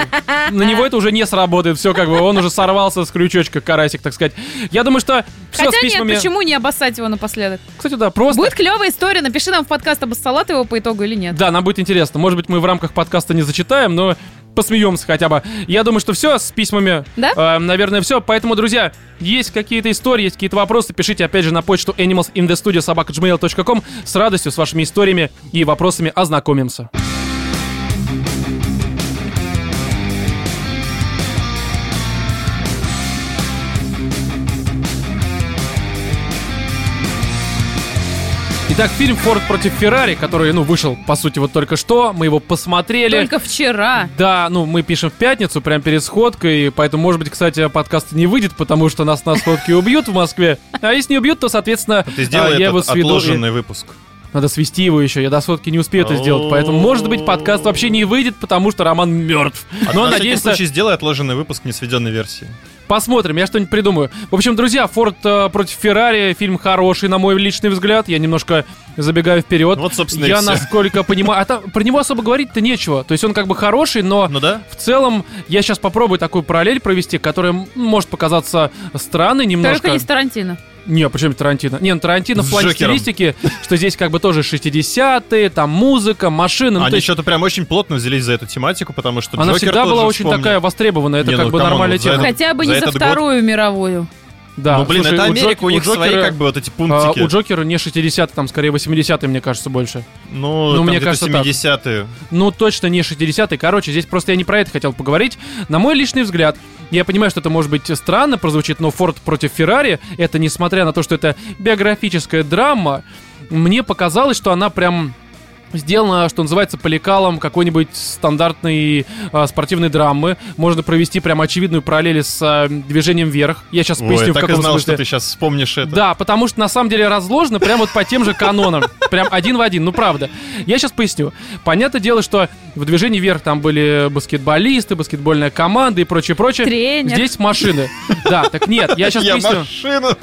S1: На него это уже не сработает. Все как бы, он уже сорвался с крючочка, карасик, так сказать. Я думаю, что все
S3: Хотя
S1: с
S3: нет,
S1: письмами...
S3: почему не обоссать его напоследок?
S1: Кстати, да, просто...
S3: Будет клевая история, напиши нам в подкаст обоссала ты его по итогу или нет.
S1: Да, нам будет интересно. Может быть, мы в рамках подкаста не зачитаем, но посмеемся хотя бы. Я думаю, что все с письмами.
S3: Да?
S1: э, наверное, все. Поэтому, друзья, есть какие-то истории, есть какие-то вопросы, пишите опять же на почту animalsinthestudio.gmail.com С радостью с вашими историями и вопросами ознакомимся. Итак, фильм «Форд против Феррари», который, ну, вышел, по сути, вот только что. Мы его посмотрели.
S3: Только вчера.
S1: Да, ну мы пишем в пятницу, прям перед сходкой, поэтому, может быть, кстати, подкаст не выйдет, потому что нас на сходке убьют в Москве. А если не убьют, то, соответственно,
S2: Ты сделай
S1: а, я его
S2: этот
S1: сведу. и-
S2: отложенный выпуск.
S1: Надо свести его еще, я до сходки не успею это сделать, поэтому, может быть, подкаст вообще не выйдет, потому что Роман мертв.
S2: А
S1: Но,
S2: на всякий
S1: надеюсь,
S2: случай сделай отложенный выпуск несведенной версии.
S1: Посмотрим, я что-нибудь придумаю. В общем, друзья, Форд э, против Феррари фильм хороший, на мой личный взгляд. Я немножко забегаю вперед.
S2: Вот, собственно, и
S1: Я,
S2: всё.
S1: насколько понимаю, а там про него особо говорить-то нечего. То есть он как бы хороший, но
S2: Ну да?
S1: в целом я сейчас попробую такую параллель провести, которая м, может показаться странной немножко.
S3: Только не с Тарантино.
S1: Не, а почему Тарантино? Не, ну, Тарантино
S2: С
S1: в плане
S2: Джокером.
S1: стилистики, что здесь как бы тоже 60-е, там музыка, машины. ну, то
S2: Они
S1: есть
S2: что-то прям очень плотно взялись за эту тематику, потому что
S1: она
S2: Джокер
S1: всегда
S2: тоже
S1: была очень
S2: вспомни.
S1: такая востребованная, это
S2: Не,
S1: как
S2: ну,
S1: бы
S2: камон,
S1: нормальная
S2: вот за
S1: тема.
S2: этот-
S3: Хотя бы
S2: за
S3: не за
S2: этот год-
S3: вторую мировую.
S1: Да,
S2: ну, блин,
S1: слушай,
S2: это
S1: у Джок-
S2: Америка, у них
S1: Джокера-
S2: свои как бы вот эти
S1: А,
S2: пунктики.
S1: у Джокера не 60 там скорее 80 мне кажется, больше.
S2: Ну,
S1: Ну,
S2: там
S1: мне
S2: где-то
S1: кажется, так.
S2: 70-е.
S1: Ну, точно не 60 Короче, здесь просто я не про это хотел поговорить. На мой личный взгляд, я понимаю, что это может быть странно прозвучит, но Форд против Феррари, это несмотря на то, что это биографическая драма, мне показалось, что она прям сделана, что называется, по лекалам какой-нибудь стандартной э, спортивной драмы. Можно провести прям очевидную параллель с э, движением вверх. Я сейчас
S2: Ой,
S1: поясню,
S2: я
S1: в
S2: так и
S1: каком
S2: знал,
S1: смысле.
S2: что ты сейчас вспомнишь это.
S1: Да, потому что на самом деле разложено прям вот по тем же канонам. Прям один в один, ну правда. Я сейчас поясню. Понятное дело, что в движении вверх там были баскетболисты, баскетбольная команда и прочее, прочее.
S3: Тренер.
S1: Здесь машины. Да, так нет, я сейчас
S2: Я
S1: поясню. Э,
S2: машина.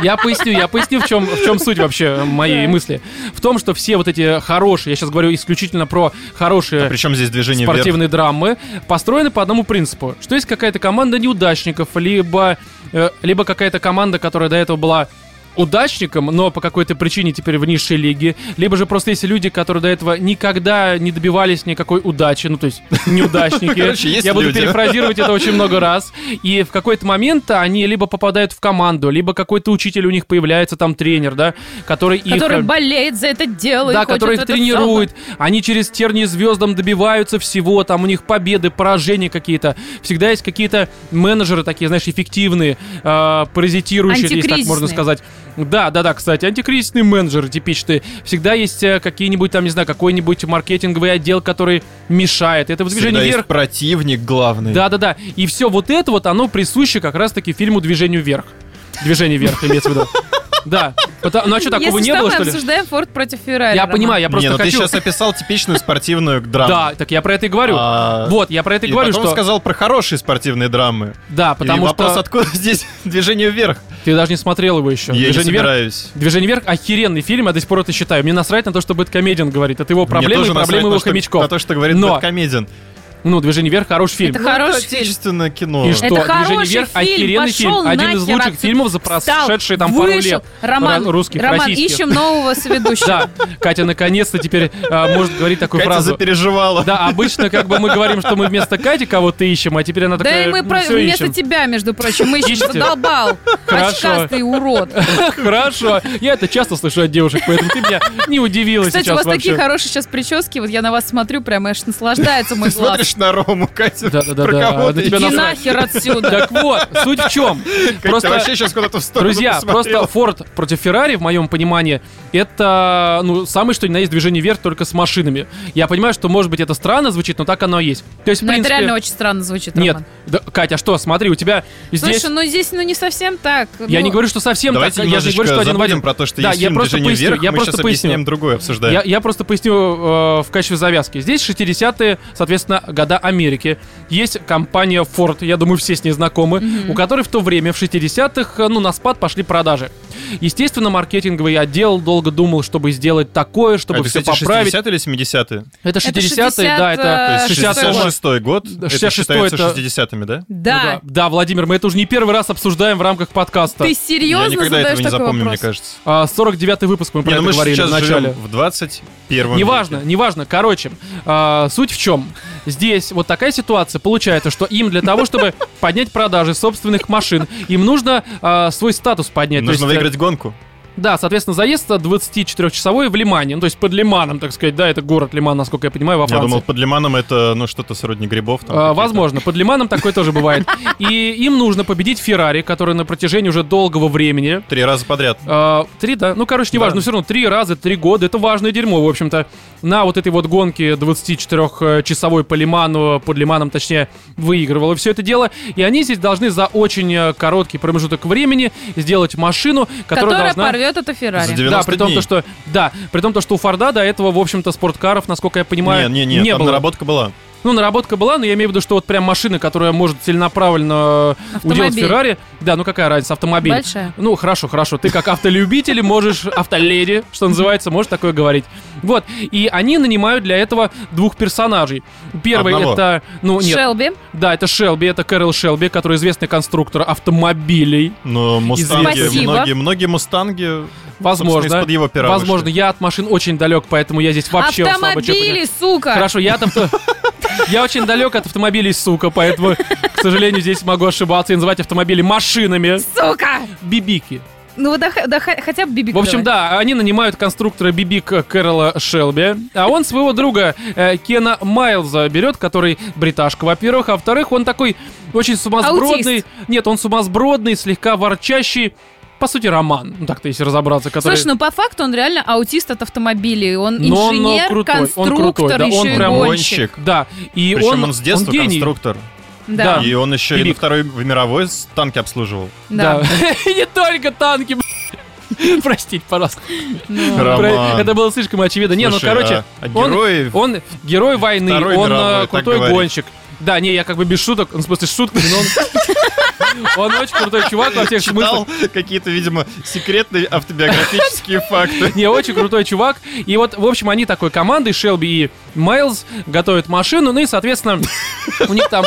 S1: Я поясню, я поясню, в чем, в чем суть вообще моей мысли. В том, что все вот эти хорошие, я сейчас говорю исключительно про хорошие
S2: Причем А здесь движение вверх.
S1: спортивной драмы построены по одному принципу, что есть какая-то команда неудачников, либо, э, либо какая-то команда, которая до этого была удачником, но по какой-то причине теперь в низшей лиге, либо же просто есть люди, которые до этого никогда не добивались никакой удачи, ну то есть неудачники.
S2: Короче, есть
S1: Я буду
S2: люди.
S1: перефразировать это очень много раз. И в какой-то момент они либо попадают в команду, либо какой-то учитель у них появляется, там тренер, да, который их...
S3: который
S1: э,
S3: болеет за это дело. и
S1: да,
S3: хочет
S1: который
S3: в
S1: их
S3: это
S1: тренирует. Они через тернии звездам добиваются всего. Там у них победы, поражения какие-то. Всегда есть какие-то менеджеры такие, знаешь, эффективные, э, паразитирующие, если так можно
S3: Антикризисные.
S1: сказать. Да, да, да, кстати, антикризисный менеджер типичный. Всегда есть э, какие-нибудь там, не знаю, какой-нибудь маркетинговый отдел, который мешает. Это в движении
S2: Всегда есть
S1: вверх.
S2: противник главный.
S1: Да, да, да. И все вот это вот, оно присуще как раз-таки фильму «Движению вверх». «Движение вверх» имеется в виду. Да. Потому- Ну а что,
S3: Если
S1: такого не
S3: что,
S1: было,
S3: мы
S1: что ли?
S3: обсуждаем Форд против Феррари.
S1: Я
S3: Роман.
S1: понимаю, я
S2: Не,
S1: просто
S2: ну ты
S1: хочу...
S2: сейчас описал типичную спортивную драму.
S1: Да, так я про это и говорю.
S2: А,
S1: Вот, я про это и
S2: И
S1: говорю,
S2: потом
S1: что...
S2: сказал про хорошие спортивные драмы.
S1: Да,
S2: и
S1: потому
S2: вопрос,
S1: что
S2: откуда здесь движение вверх?
S1: ты даже не смотрел его еще.
S2: Я не
S1: «Движение вверх».
S2: собираюсь.
S1: «Движение вверх» — охеренный фильм, я до сих пор это считаю. Мне насрать на то, что Бэткомедиан говорит. Это его
S2: Мне
S1: проблема
S2: тоже
S1: и
S2: насрать
S1: проблема
S2: на
S1: его
S2: то, что-
S1: хомячков.
S2: На то, что говорит
S1: Но-
S2: Бэткомедиан.
S1: Ну, «Движение вверх» — хороший фильм.
S3: Это хороший фильм.
S2: Отечественное кино.
S1: И что?
S3: Это
S1: «Движение
S3: хороший
S1: вверх» —
S3: фильм,
S1: охеренный
S3: пошел
S1: фильм. Один
S3: нахер
S1: из лучших
S3: отсюда.
S1: фильмов за
S3: Встал,
S1: прошедшие там пару
S3: вышел.
S1: лет.
S3: Роман,
S1: Ра- русских,
S3: Роман,
S1: российских.
S3: ищем нового соведущего.
S1: Да, Катя наконец-то теперь э, может говорить такую
S2: Катя
S1: фразу.
S2: запереживала.
S1: Да, обычно как бы мы говорим, что мы вместо Кати кого-то ищем, а теперь она
S3: Да
S1: такая,
S3: и мы
S1: «Ну,
S3: про-
S1: всё
S3: вместо
S1: ищем».
S3: тебя, между прочим, мы ищем.
S1: Ищете?
S3: Задолбал.
S1: Хорошо.
S3: Очкастый урод.
S1: Хорошо, я это часто слышу от девушек, поэтому ты меня не удивила
S3: Кстати, у
S1: сейчас
S3: вас
S1: вообще.
S3: такие хорошие сейчас прически. Вот я на вас смотрю, прям аж наслаждается мой
S2: Ты
S3: глаз.
S2: смотришь дождь на Рому, Катя.
S1: Да-да-да-да.
S2: Про кого
S1: Да
S2: ты
S1: тебя
S3: Иди
S2: идёшь?
S1: насрать.
S3: нахер отсюда. Ну,
S1: Так вот, суть в чем.
S2: Катя,
S1: Просто-
S2: вообще сейчас куда-то в сторону
S1: Друзья,
S2: посмотрела.
S1: просто Форд против Феррари, в моем понимании, это, ну, самое что ни на есть движение вверх только с машинами. Я понимаю, что, может быть, это странно звучит, но так оно и есть. То есть, в
S3: Но это
S1: принципе...
S3: реально очень странно звучит,
S1: Нет,
S3: Роман.
S1: да, Катя, а что, смотри, у тебя здесь...
S3: Слушай, ну здесь ну не совсем так.
S1: Я
S3: Ну,
S1: не говорю, что совсем
S2: Давайте
S1: так, я же не
S2: немножечко
S1: говорю, что один в
S2: забудем
S1: один.
S2: про то, что
S1: Да,
S2: есть
S1: я
S2: фильм
S1: просто
S2: «Движение
S1: поясню,
S2: вверх»,
S1: я
S2: мы
S1: просто
S2: сейчас
S1: поясню.
S2: объясняем другое, обсуждаем. А
S1: Я, я просто поясню э, в качестве завязки. Здесь 60-е, соответственно, года Америки. Есть компания Ford, я думаю, все с ней знакомы, у которой в то время, в 60-х, э, ну, на спад пошли продажи. Естественно, маркетинговый отдел долго думал, чтобы сделать такое, чтобы
S2: А это,
S1: все
S2: кстати,
S1: поправить.
S2: 60 или
S3: Э,
S2: 70-е?
S1: Это 60-е,
S3: Это
S1: да, это...
S2: То есть
S1: 60
S3: шестой
S2: 66-й год, это
S1: 66-й
S2: считается
S1: это-
S2: 60-ми, да?
S1: Ну
S3: Да.
S1: да. Да, Владимир, мы это уже не первый раз обсуждаем в рамках подкаста.
S3: Ты
S2: Я
S3: серьезно
S2: никогда этого
S3: задаешь
S2: не
S3: такой
S2: запомню, мне
S3: вопрос?
S2: кажется.
S1: А, 49-й выпуск мы про
S2: Не, ну
S1: это
S2: мы же
S1: говорили
S2: сейчас
S1: в начале.
S2: живем в 21
S1: Неважно, неважно. Короче, а, суть в чем? Здесь вот такая ситуация получается, что им для того, чтобы поднять продажи собственных машин, им нужно а, свой статус поднять. То
S2: Нужно
S1: есть, э,
S2: выиграть гонку.
S1: Да, соответственно, заезд 24-часовой в Лимане. Ну, то есть под Лиманом, так сказать. Да, это город Лиман, насколько я понимаю, во
S2: Я
S1: Франции.
S2: думал, под Лиманом это, ну, что-то сродни грибов. там
S1: А,
S2: каких-то.
S1: возможно, под Лиманом такое тоже бывает. И им нужно победить Феррари, который на протяжении уже долгого времени
S2: Три раза подряд.
S1: А, Три, да. Ну, короче, не
S2: Да.
S1: важно. Но все равно три раза, три года. Это важное дерьмо, в общем-то. На вот этой вот гонке 24-часовой по Лиману, под Лиманом, точнее, выигрывало все это дело. И они здесь должны за очень э, короткий промежуток времени сделать машину, которая,
S3: Которая
S1: должна...
S3: порвет это
S2: За
S3: Феррари.
S2: девя-
S1: Да,
S2: 90
S1: при том,
S2: дней.
S1: то, что, да, при том, то, что у Форда до этого, в общем-то, спорткаров, насколько я
S2: Не,
S1: понимаю,
S2: не, не, там
S1: было.
S2: наработка была.
S1: Ну, наработка была, но я имею в виду, что вот прям машина, которая может целенаправленно э, уделать
S3: Автомобиль.
S1: Феррари. Да, ну какая разница, автомобиль.
S3: Большая.
S1: Ну, хорошо, хорошо. Ты как автолюбитель можешь, автоледи, что называется, можешь такое говорить. Вот. И они нанимают для этого двух персонажей. Первый
S2: Одного.
S1: это... Ну, нет.
S3: Шелби.
S1: Да, это Шелби, это Кэрол Шелби, который известный конструктор автомобилей.
S2: Но мустанги,
S3: Спасибо.
S2: многие, многие мустанги,
S1: Возможно.
S2: собственно, из-под его пера
S1: возможно,
S2: вышли.
S1: я от машин очень далек, поэтому я здесь вообще слабо чё понимаю.
S3: Автомобили, сука!
S1: Хорошо, я от авто... Я очень далек от автомобилей, сука, поэтому, к сожалению, здесь могу ошибаться и называть автомобили машинами.
S3: Сука!
S1: Бибики.
S3: Ну вот да, х- да х- хотя бы бибик.
S1: В общем, да, они нанимают конструктора Бибик Кэрола Шелби, а он своего друга э, Кена Майлза берет, который бриташка, во-первых, а во-вторых, он такой очень сумасбродный...
S3: Аутист.
S1: Нет, он сумасбродный, слегка ворчащий, по сути, роман, ну так-то если разобраться, который...
S3: Слушай, ну по факту он реально аутист от автомобилей. Он
S1: Но он, но
S3: инженер,
S1: крутой, он
S3: конструктор,
S1: крутой, да,
S3: еще
S1: он
S3: и
S1: прям
S3: гонщик.
S1: Да, и
S2: Причем он,
S1: он,
S2: с детства
S1: гений.
S2: конструктор.
S1: Да.
S3: Да.
S2: И он еще и на
S1: Бибик.
S2: второй мировой с- танки обслуживал.
S1: Да.
S3: да.
S1: И не только танки, б***ь. Простите, пожалуйста. Ну, Про-
S2: Роман.
S1: Это было слишком очевидно. Не, ну
S2: Слушай,
S1: короче,
S2: а- а
S1: он-
S2: герои-
S1: он герой войны,
S2: Второй
S1: он
S2: мировой,
S1: э,
S2: так
S1: крутой
S2: говорит.
S1: гонщик. Да, не, я как бы без шуток, ну, в смысле с шутками, но он... Он очень крутой чувак во всех смыслах.
S2: читал какие-то, видимо, секретные автобиографические факты.
S1: Не, очень крутой чувак. И вот, в общем, они такой командой, Шелби и Майлз, готовят машину, ну и, соответственно, у них там...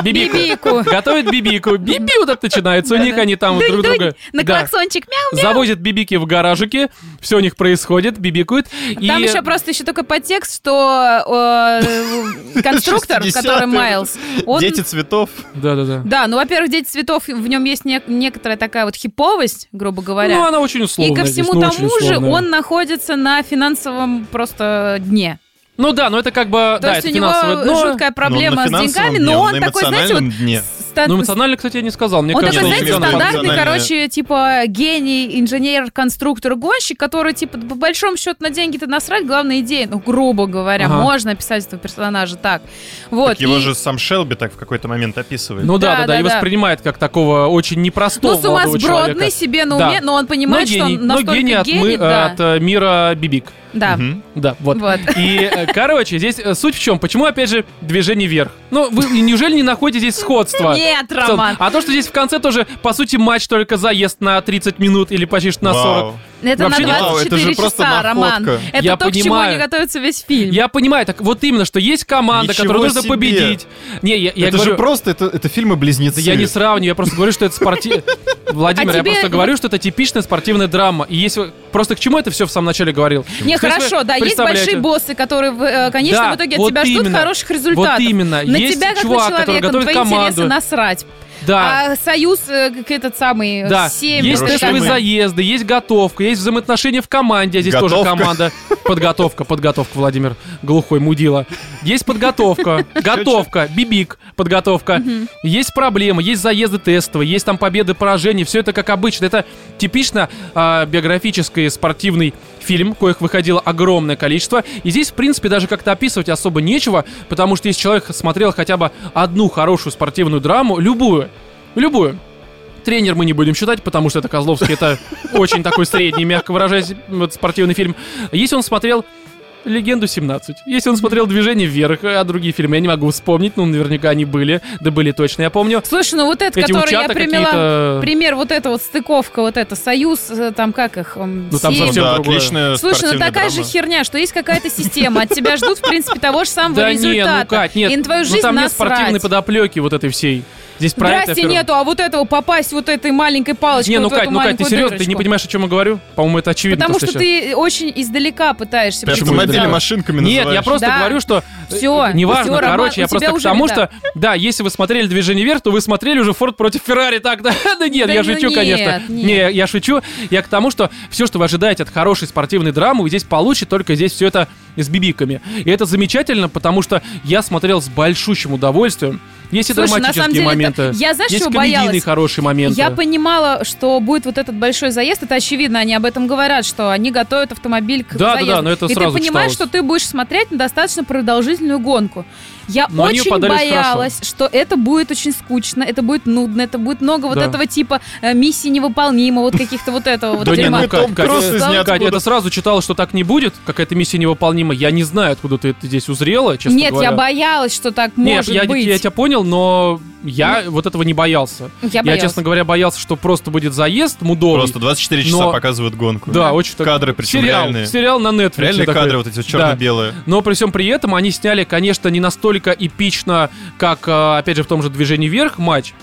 S1: Бибику.
S3: Бибику.
S1: Готовят бибику. Биби вот это начинается. У них
S3: Да-да.
S1: они там
S3: Дунь,
S1: друг
S3: дунь,
S1: друга...
S3: На
S1: Да.
S3: клаксончик мяу.
S1: Завозят бибики в гаражики, все у них происходит, бибикуют.
S3: Там
S1: и...
S3: еще просто еще только подтекст, что э, конструктор,
S2: 60-е.
S3: который Майлз, он...
S2: Дети цветов.
S1: Да-да-да.
S3: Да, ну, во-первых, «Дети цветов», в нем есть нек- некоторая такая вот хиповость, грубо говоря.
S1: Ну, она очень условная.
S3: И ко
S1: здесь,
S3: всему
S1: ну, очень
S3: тому же
S1: условная.
S3: он находится на финансовом просто дне.
S1: Ну да, но это как бы...
S3: То
S1: да,
S3: есть
S1: это
S3: у него
S1: финансовое дно.
S3: жуткая
S2: Но
S3: проблема
S2: на
S3: с
S2: финансовом
S3: деньгами,
S2: дне,
S3: но
S2: на
S3: он такой, знаете, вот
S2: эмоциональном дне.
S1: Ну,
S3: стан-
S1: эмоционально, кстати, я не сказал. Мне
S3: он
S1: кажется,
S3: такой,
S2: он
S3: знаете,
S2: именно
S1: эмоционально-
S3: стандартный,
S2: эмоциональное.
S3: короче, типа гений, инженер, конструктор, гонщик, который, типа, по большому счету на деньги-то насрать, главная идея, ну, грубо говоря,
S1: Ага.
S3: можно описать этого персонажа так. Вот.
S2: Так его
S3: и- ну,
S2: же сам Шелби так в какой-то момент описывает.
S1: Ну да, да,
S3: Да,
S1: да,
S3: да,
S1: и
S3: да.
S1: воспринимает как такого очень непростого
S3: ну,
S1: молодого
S3: сумасбродный
S1: человека.
S3: себе на
S1: Да.
S3: уме, но он
S1: Но
S3: понимает,
S1: гений,
S3: что он
S1: но
S3: настолько
S1: гений от, мы-
S3: да.
S1: от э, мира Бибик.
S3: да.
S2: Мгм.
S1: Да, вот.
S3: Вот.
S1: И, э, короче, здесь э, суть в чем? Почему, опять же, движение вверх? Ну, вы неужели не находите здесь сходства?
S3: Нет,
S1: В целом.
S3: Роман.
S1: А то, что здесь в конце тоже, по сути, матч только заезд на 30 минут или почти что на 40.
S2: Вау.
S3: Это
S1: Вообще не-
S3: на 24
S2: Вау, это же
S3: часа,
S2: просто находка.
S3: Роман. Это
S1: Я
S3: то, к чему
S1: понимаю.
S3: они готовятся весь фильм.
S1: Я понимаю, так вот именно, что есть команда,
S2: Ничего
S1: которую нужно
S2: себе.
S1: победить. Не, я, я
S2: это
S1: говорю,
S2: же просто, это, Ну это фильмы-близнецы.
S1: да я не сравниваю, я просто говорю, что это спортивная... Владимир,
S3: А
S1: я
S3: тебе-
S1: просто говорю, что это типичная спортивная драма. И если... Просто к чему это все в самом начале говорил?
S3: Не,
S1: То есть вы
S3: хорошо, да, есть
S1: представляете-
S3: большие боссы, которые в э, конечном
S1: Да,
S3: итоге от
S1: вот
S3: тебя ждут
S1: именно.
S3: хороших результатов.
S1: Вот именно.
S3: На
S1: Есть
S3: тебя, как
S1: чувак,
S3: на
S1: который
S3: человека, на
S1: готовит
S3: твои
S1: команду.
S3: интересы насрать.
S1: Да.
S3: А союз э, как этот самый, э,
S1: Да,
S3: семь.
S1: есть
S3: вот это
S1: тестовые
S3: самое.
S1: заезды, есть готовка, есть взаимоотношения в команде, а здесь тоже
S2: Готовка.
S1: команда. Подготовка, подготовка, Владимир Глухой, мудила. Есть подготовка, готовка, бибик, подготовка. Есть проблемы, есть заезды тестовые, есть там победы, поражения, все это как обычно. Это типично а, биографический спортивный фильм, коих выходило огромное количество. И здесь, в принципе, даже как-то описывать особо нечего, потому что если человек смотрел хотя бы одну хорошую спортивную драму, любую, любую, Тренер мы не будем считать, потому что это Козловский, это очень такой средний, мягко выражаясь, вот спортивный фильм. Если он смотрел «Легенду 17», если он смотрел «Движение вверх», а другие фильмы я не могу вспомнить, но наверняка они были, да были точно, я помню.
S3: Слушай, ну вот это,
S1: Эти
S3: который я
S1: утята
S3: примела,
S1: какие-то- э,
S3: пример, вот эта вот стыковка, вот это, союз, э, там как их, эм,
S1: Ну, там
S3: семь.
S1: совсем
S2: Да,
S1: другое.
S2: отличная
S3: Слушай, ну
S2: спортивная
S3: такая же
S2: драма.
S3: херня, что есть какая-то система, от тебя ждут, в принципе, того же самого
S1: Да не,
S3: результата.
S1: ну Кать, нет,
S3: И на твою
S1: ну
S3: жизнь
S1: там нет
S3: насрать.
S1: спортивной подоплеки вот этой всей. Здесь про это
S3: Здрасте,
S1: в первом-
S3: нету, а вот этого попасть вот этой маленькой палочкой.
S1: Не, ну
S3: вот в эту
S1: Кать, ну Кать, ты
S3: маленькую
S1: серьезно, ты не
S3: дырочку.
S1: понимаешь, о чем я говорю? По-моему, это очевидно.
S3: Потому
S1: то,
S3: что
S1: сейчас-
S3: ты очень издалека пытаешься.
S2: Ты
S1: Почему
S2: автомобили
S1: это?
S2: машинками
S1: Нет,
S2: называешь.
S1: я просто
S3: Да.
S1: говорю, что
S3: Всё,
S1: э, неважно,
S3: всё, Роман,
S1: короче,
S3: у
S1: я просто
S3: тебя
S1: к
S3: уже
S1: тому,
S3: беда.
S1: что, да, если вы смотрели «Движение вверх», то вы смотрели уже «Форд против Феррари», так, да, да нет,
S3: Да
S1: я
S3: ну
S1: шучу,
S3: нет,
S1: конечно.
S3: нет.
S1: Не, я шучу, я к тому, что все, что вы ожидаете от хорошей спортивной драмы, вы здесь получите, только здесь все это с бибиками. И это замечательно, потому что я смотрел с большущим удовольствием. Есть и
S3: Слушай, на самом
S1: драматические
S3: деле,
S1: моменты,
S3: это- я, знаешь,
S1: есть
S3: чего
S1: комедийные
S3: боялась?
S1: хорошие моменты.
S3: Я понимала, что будет вот этот большой заезд, это очевидно, они об этом говорят, что они готовят автомобиль к
S1: Да, да, да,
S3: заезду.
S1: но это
S3: И
S1: сразу
S3: ты понимаешь,
S1: читалось.
S3: что ты будешь смотреть на достаточно продолжительную гонку. Я
S1: Но они
S3: очень
S1: подались хорошо.
S3: боялась, что это будет очень скучно, это будет нудно, это будет много вот
S1: Да.
S3: этого типа э, миссии невыполнимо, вот каких-то вот этого вот
S1: Да не,
S3: дерьма.
S1: ну, Кать,
S2: Том
S1: Кать,
S2: Круз
S1: э,
S2: из
S1: Кать,
S2: ниоткуда.
S1: это сразу читала, что так не будет, какая-то миссия невыполнима. Я не знаю, откуда ты это здесь узрела, честно
S3: Нет,
S1: говоря.
S3: я боялась, что так
S1: Нет,
S3: может
S1: я,
S3: быть. Ну,
S1: я тебя понял, но я вот этого не боялся.
S3: Я боялась.
S1: честно говоря, боялся, что просто будет заезд мудовый.
S2: Просто 24 часа
S1: Но-
S2: показывают гонку.
S1: Да, очень так-
S2: Кадры, причем
S1: сериал,
S2: реальные.
S1: сериал на Netflix.
S2: Реальные
S1: такой.
S2: кадры вот эти вот
S1: Да.
S2: черно-белые.
S1: Но при всем при этом они сняли, конечно, не настолько эпично, как, э, опять же, в том же движении вверх матч,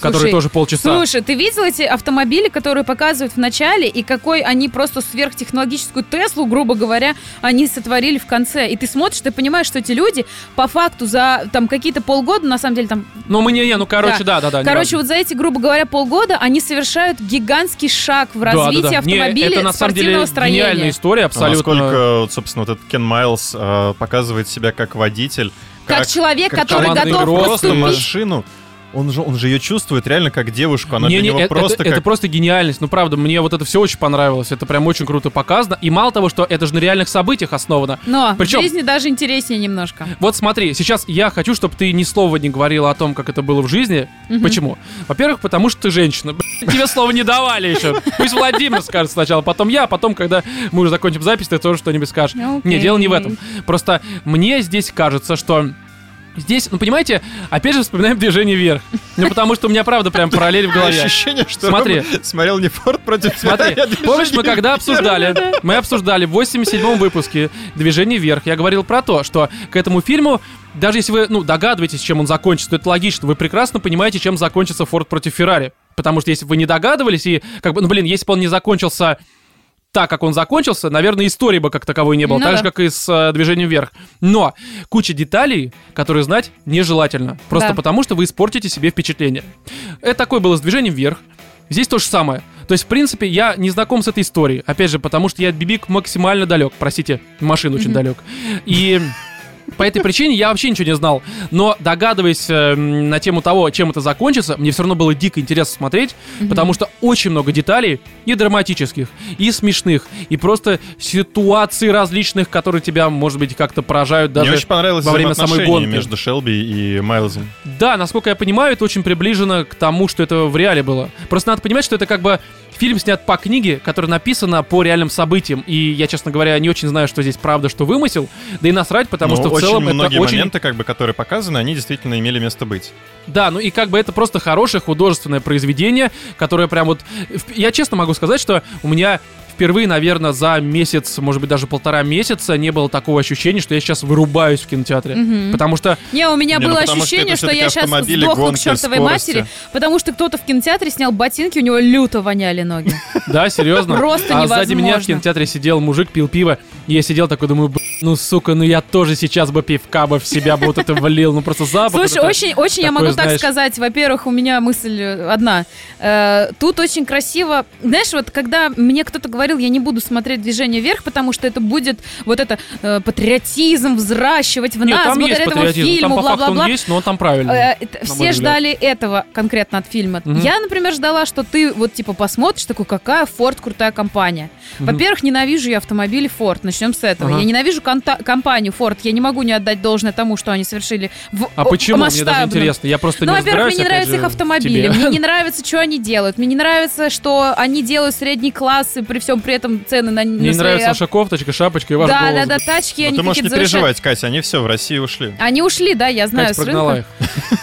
S1: который
S3: Слушай,
S1: тоже полчаса.
S3: Слушай, ты видел эти автомобили, которые показывают в начале, и какой они просто сверхтехнологическую Теслу, грубо говоря, они сотворили в конце. И ты смотришь, ты понимаешь, что эти люди по факту за там какие-то полгода, на самом деле там,
S1: Ну, мы не, не, ну, короче, да, да, да.
S3: короче,
S1: неважно.
S3: вот за эти, грубо говоря, полгода они совершают гигантский шаг в
S1: да, да,
S3: развитии
S1: да. Не,
S3: автомобиля
S1: это на самом
S3: спортивного
S1: деле
S3: строения.
S1: гениальная история,
S2: А
S1: абсолютно.
S2: Насколько, вот, собственно, вот этот Кен Майлз э, показывает себя как водитель,
S3: Как, человек,
S2: как
S3: который
S1: командный
S3: готов
S1: игрок,
S2: просто
S3: поступить.
S2: машину. Он же, он же ее чувствует реально как девушку, она
S1: Не,
S2: для
S1: не,
S2: него
S1: это,
S2: просто
S1: это- это
S2: как...
S1: просто гениальность. Ну, правда, мне вот это все очень понравилось. Это прям очень круто показано. И мало того, что это же на реальных событиях основано.
S3: Но
S1: Причем-
S3: в жизни даже интереснее немножко.
S1: Вот смотри, сейчас я хочу, чтобы ты ни слова не говорила о том, как это было в жизни. Почему? Во-первых, потому что ты женщина. Блин, Тебе слова не давали еще. Пусть Владимир скажет сначала, потом я, а потом, когда мы уже закончим запись, ты тоже что-нибудь скажешь. Не,
S3: Окей.
S1: дело не в этом. Просто мне здесь кажется, что здесь, ну понимаете, опять же вспоминаем движение вверх. Ну потому что у меня правда прям параллель в голове.
S2: Ощущение, что
S1: Смотри.
S2: Рома смотрел не Форд против
S1: Смотри,
S2: Феррари, а движение
S1: помнишь, мы когда
S2: вверх.
S1: обсуждали, мы обсуждали в 87-м выпуске «Движение вверх», я говорил про то, что к этому фильму, даже если вы, ну, догадываетесь, чем он закончится, то это логично, вы прекрасно понимаете, чем закончится «Форд против Феррари». Потому что если бы вы не догадывались, и, как бы, ну, блин, если бы он не закончился так, как он закончился, наверное, истории бы как таковой не было,
S3: Ну
S1: так
S3: да.
S1: же, как и с э, «Движением вверх». Но куча деталей, которые знать нежелательно, просто
S3: Да.
S1: потому, что вы испортите себе впечатление. Это такое было с «Движением вверх», Здесь то же самое. То есть, в принципе, я не знаком с этой историей. Опять же, потому что я от Бибик максимально далек. Простите, машин очень далек. И по этой причине я вообще ничего не знал. Но догадываясь э, м, на тему того, чем это закончится, мне все равно было дико интересно смотреть, потому что очень много деталей и драматических, и смешных, и просто ситуаций различных, которые тебя, может быть, как-то поражают даже
S2: Мне очень понравилось
S1: во время самой
S2: взаимоотношение
S1: гонки.
S2: между Шелби и Майлзом.
S1: Да, насколько я понимаю, это очень приближено к тому, что это в реале было. Просто надо понимать, что это как бы фильм снят по книге, которая написана по реальным событиям. И я, честно говоря, не очень знаю, что здесь правда, что вымысел. Да и насрать, потому
S2: Ну,
S1: что в
S2: очень
S1: целом это
S2: многие
S1: очень...
S2: моменты, как бы, которые показаны, они действительно имели место быть.
S1: Да, ну и как бы это просто хорошее художественное произведение, которое прям вот... в- Я честно могу сказать, что у меня впервые, наверное, за месяц, может быть, даже полтора месяца не было такого ощущения, что я сейчас вырубаюсь в кинотеатре. Потому что
S3: Не, у меня
S2: Не, ну
S3: было
S2: потому что
S3: ощущение,
S2: это
S3: что,
S2: всё-таки
S3: я сейчас
S2: автомобили,
S3: сдохну
S2: гонки,
S3: к чертовой
S2: скорости.
S3: матери, потому что кто-то в кинотеатре снял ботинки, у него люто воняли ноги.
S1: Да, серьезно.
S3: Просто
S1: А сзади меня в
S3: невозможно.
S1: кинотеатре сидел мужик, пил пиво. И я сидел такой, думаю, «Б***ь, Ну, сука, ну я тоже сейчас бы пивка бы в себя бы вот это влил. Ну, просто запах.
S3: Слушай,
S1: вот это.
S3: очень, очень я
S1: такое,
S3: могу так
S1: знаешь-
S3: сказать. Во-первых, у меня мысль э, одна. Э, тут очень красиво. Знаешь, вот когда мне кто-то говорил, я не буду смотреть движение вверх, потому что это будет вот это э, патриотизм взращивать в
S1: Нет,
S3: нас
S1: там есть
S3: благодаря этому
S1: патриотизм. Там
S3: фильму,
S1: по факту
S3: бла-бла-бла.
S1: он есть, но он там правильный.
S3: Э, это-
S1: на мой
S3: Все
S1: взгляд.
S3: ждали этого конкретно от фильма.
S1: Мгм.
S3: Я, например, ждала, что ты вот типа посмотришь, такой, какая Ford крутая компания.
S1: Мгм.
S3: Во-первых, ненавижу я автомобили Ford. Начнем с этого.
S1: Ага.
S3: Я ненавижу конта- компанию Ford. Я не могу не отдать должное тому, что они совершили. В...
S1: А почему? Мне даже
S3: масштабном.
S1: интересно. Я просто
S3: Ну,
S1: не
S3: во-первых,
S1: разбираюсь,
S3: мне не
S1: опять
S3: нравятся
S1: же,
S3: их
S1: в
S3: автомобили,
S1: тебе.
S3: мне не нравится, что они делают, мне не нравится, что они делают средний класс, и при всем при этом цены на,
S1: Мне
S3: на
S1: не
S3: свои
S1: нравится
S3: ав-
S1: наша кофточка, шапочка и ваш
S3: Да, да,
S1: голос.
S3: да, тачки,
S2: Но
S3: они
S2: Ну, А ты можешь не
S3: какие-то завышают.
S2: переживать, Катя, они все в Россию ушли.
S3: Они ушли, да, я знаю,
S1: Катя
S3: с
S1: прогнала
S3: рынка.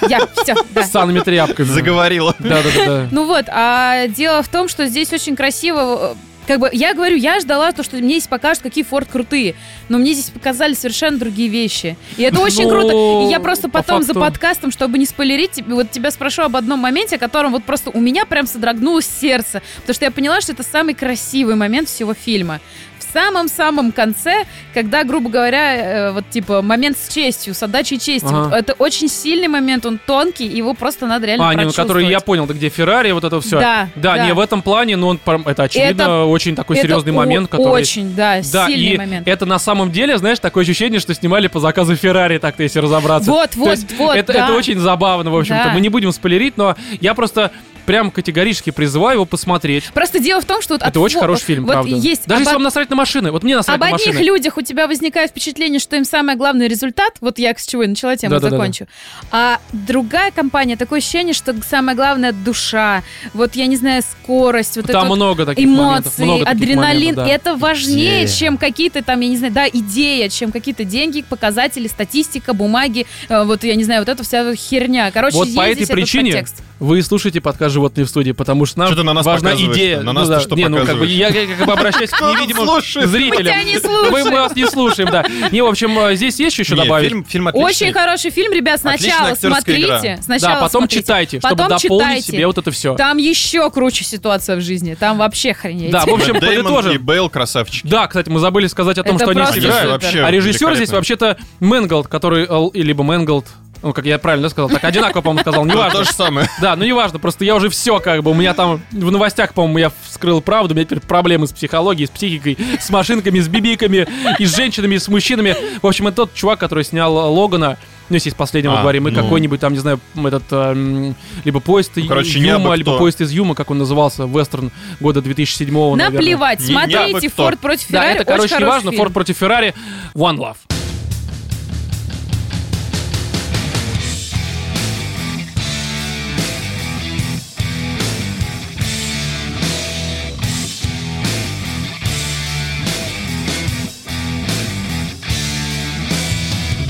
S1: их.
S3: Я, все, да.
S1: С санными тряпками.
S2: Заговорила.
S1: Да, да, да, да.
S3: Ну вот, а дело в том, что здесь очень красиво, э, как бы, я говорю, я ждала то, что мне здесь покажут, какие Форд крутые, но мне здесь показали совершенно другие вещи. И это очень
S1: Ну,
S3: круто. И я просто
S1: по
S3: потом за
S1: факту.
S3: подкастом, чтобы не спойлерить, тебе- вот тебя спрошу об одном моменте, о котором вот просто у меня прям содрогнулось сердце, потому что я поняла, что это самый красивый момент всего фильма. В самом-самом конце, когда, грубо говоря, э, вот типа момент с честью, с отдачей чести,
S1: Ага.
S3: вот это очень сильный момент, он тонкий, его просто надо реально
S1: А, не, ну который я
S3: прочувствовать.
S1: понял, да где Феррари, вот это все.
S3: Да,
S1: Да,
S3: да.
S1: не в этом плане, но он прям- это очевидно очень такой
S3: Это
S1: серьезный
S3: о-
S1: момент, который.
S3: Очень, да,
S1: Да,
S3: сильный
S1: и
S3: момент.
S1: это на самом деле, знаешь, такое ощущение, что снимали по заказу Феррари, так-то если разобраться.
S3: Вот,
S1: То
S3: вот,
S1: есть
S3: вот,
S1: это,
S3: да.
S1: это очень забавно, в общем-то.
S3: Да.
S1: Мы не будем спойлерить, но я просто прям категорически призываю его посмотреть.
S3: Просто дело в том, что... вот от
S1: это очень
S3: фо-
S1: хороший фильм,
S3: вот
S1: правда.
S3: Есть
S1: Даже
S3: об-
S1: если вам насрать на машины. Вот мне насрать
S3: об
S1: на
S3: одних
S1: машины.
S3: людях у тебя возникает впечатление, что им самый главный результат, вот я с чего и начала тему,
S1: Да-да-да-да.
S3: закончу. А другая компания, такое ощущение, что самое главное душа, вот я не знаю, скорость, вот это
S1: Там
S3: вот
S1: много таких моментов.
S3: эмоции,
S1: много таких
S3: адреналин.
S1: моментов, да.
S3: Это важнее,
S2: Идея.
S3: чем какие-то там, я не знаю, да, идея, чем какие-то деньги, показатели, статистика, бумаги, э, вот я не знаю, вот эта вся вот херня. Короче,
S1: Вот
S3: есть
S1: по этой
S3: здесь этот
S1: причине
S3: подтекст.
S1: Вы слушаете подкаст «Животные в студии», потому что нам
S2: Что ты на нас
S1: важна
S2: показываешь-то?
S1: идея.
S2: На нас
S1: ну,
S2: ты
S1: да.
S2: что
S1: Не, ну как бы
S2: показываешь?
S1: я, я как бы обращаюсь к
S2: Кто нас
S1: невидимым
S2: слушает?
S1: зрителям.
S3: Мы тебя не
S1: Мы-
S3: слушаем.
S1: Мы вас не слушаем, да. Не, в общем, э, здесь есть еще
S2: Не,
S1: добавить?
S2: Фильм, фильм
S3: Очень
S2: отличный.
S3: хороший фильм, ребят.
S2: Отличная
S3: Сначала
S2: актерская
S3: смотрите.
S2: игра.
S3: Сначала
S1: Да, потом
S3: смотрите.
S1: читайте, чтобы
S3: Потом
S1: дополнить
S3: читайте.
S1: себе вот это все.
S3: Там еще круче ситуация в жизни. Там вообще хренеть.
S1: Да, в общем,
S2: Дэймон и
S1: подытожим.
S2: Бейл красавчики.
S1: Да, кстати, мы забыли сказать о том,
S3: Это
S1: что они
S3: просто
S1: сыграют.
S3: супер.
S2: играют вообще.
S1: А режиссер здесь
S2: великолепно.
S1: вообще-то Мэнголд, который... э, Либо Мэнголд, ну, как я правильно сказал, так одинаково, по-моему, сказал,
S2: Вот
S1: неважно.
S2: То же самое.
S1: Да, ну неважно, просто я уже все как бы, у меня там в новостях, по-моему, я вскрыл правду, у меня теперь проблемы с психологией, с психикой, с машинками, с бибиками, и с женщинами, и с мужчинами. В общем, это тот чувак, который снял э, Логана, ну, если из последнего
S2: А,
S1: говорим, и
S2: ну.
S1: какой-нибудь там, не знаю, м, этот, эм, либо поезд
S2: Ну, короче, не
S1: Юма,
S2: абы
S1: либо
S2: кто.
S1: поезд из Юма, как он назывался, вестерн года 2007 наверное.
S3: Наплевать.
S2: Не- не абы
S3: Смотрите
S2: кто.
S3: Форд против
S1: Да,
S3: Феррари.
S1: это,
S3: Очень
S1: короче,
S3: хороший
S1: неважно,
S3: фильм.
S1: Форд против Феррари, One Love.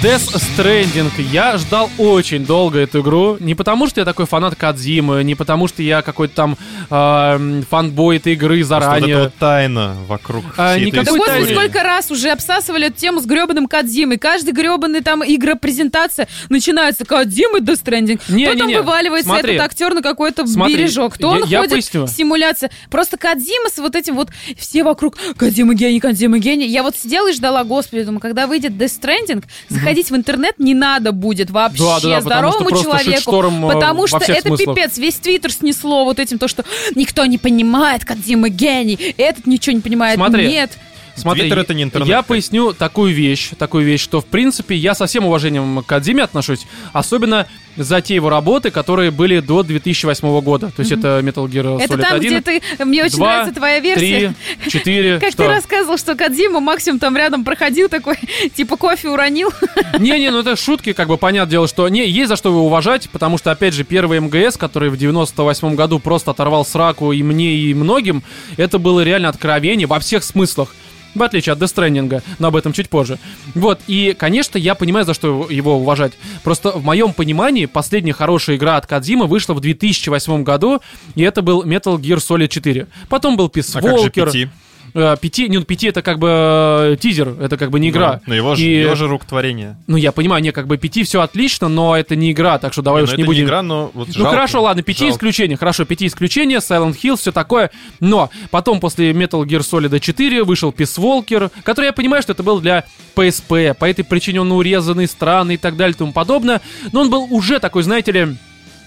S1: Death Stranding. Я ждал очень долго эту игру. Не потому, что я такой фанат Кадзимы, не потому, что я какой-то там э, фанбой этой игры
S2: Просто вот
S1: заранее.
S2: эта вот тайна вокруг
S1: А,
S2: всей этой
S1: никакой
S3: Да господи,
S1: тайны.
S2: истории.
S3: сколько раз уже обсасывали эту тему с гребаным Кадзимой. Каждый гребаный там игропрезентация начинается Кадзимы до Stranding.
S1: Не,
S3: Потом
S1: не, не.
S3: вываливается
S1: Смотри.
S3: этот актер на какой-то
S1: Смотри,
S3: бережок. Кто
S1: я-
S3: он
S1: я
S3: ходит?
S1: поясню.
S3: Симуляция. Просто Кадзима с вот этим вот все вокруг Кадзима гений, Кадзима гений. Я вот сидела и ждала, господи, думаю, когда выйдет Death Stranding, заходить в интернет не надо будет вообще
S1: Да, да, да, потому что
S3: здоровому
S1: просто
S3: человеку.
S1: шит-шторм, э, во
S3: потому что
S1: всех
S3: это
S1: смыслах.
S3: пипец. Весь твиттер снесло вот этим то, что никто не понимает, Кадзима гений. Этот ничего не понимает.
S1: Смотри,
S3: Нет.
S1: Смотри,
S2: Твиттер
S1: я-
S2: это не интернет.
S1: Я поясню такую вещь, такую вещь, что в принципе я со всем уважением к Кадзиме отношусь, особенно за те его работы, которые были до 2008 года. То есть это Metal Gear Solid
S3: Это там,
S1: 1,
S3: где ты... Мне очень
S1: два,
S3: нравится твоя версия.
S1: 3, 4,
S3: Как ты рассказывал, что Кадзима максимум там рядом проходил такой, типа кофе уронил.
S1: Не-не, ну это шутки, как бы, понятное дело, что не, есть за что его уважать, потому что, опять же, первый МГС, который в 98 году просто оторвал сраку и мне, и многим, это было реально откровение во всех смыслах. В отличие от Дестрендинга, но об этом чуть позже. Вот, и, конечно, я понимаю, за что его- его уважать. Просто в моем понимании последняя хорошая игра от Кадзимы вышла в 2008 году, и это был Metal Gear Solid 4. Потом был Peace
S2: А как же
S1: Walker.
S2: пяти?
S1: э, пяти, не, ну пяти это как бы э, тизер, это как бы не игра.
S2: Но Ну, его же,
S1: И-
S2: его же рук творение.
S1: Ну, я понимаю, не, как бы пяти все отлично, но это не игра, так что давай
S2: Не,
S1: уж
S2: ну
S1: не
S2: это
S1: будем...
S2: игра, но вот
S1: Ну
S2: жалко.
S1: хорошо, ладно, пяти
S2: Жалко.
S1: исключений, хорошо, пяти исключений, Silent Hill, все такое, но потом после Metal Gear Solid 4 вышел Peace Walker, который я понимаю, что это был для PSP, по этой причине он урезанный, странный и так далее и тому подобное, но он был уже такой, знаете ли,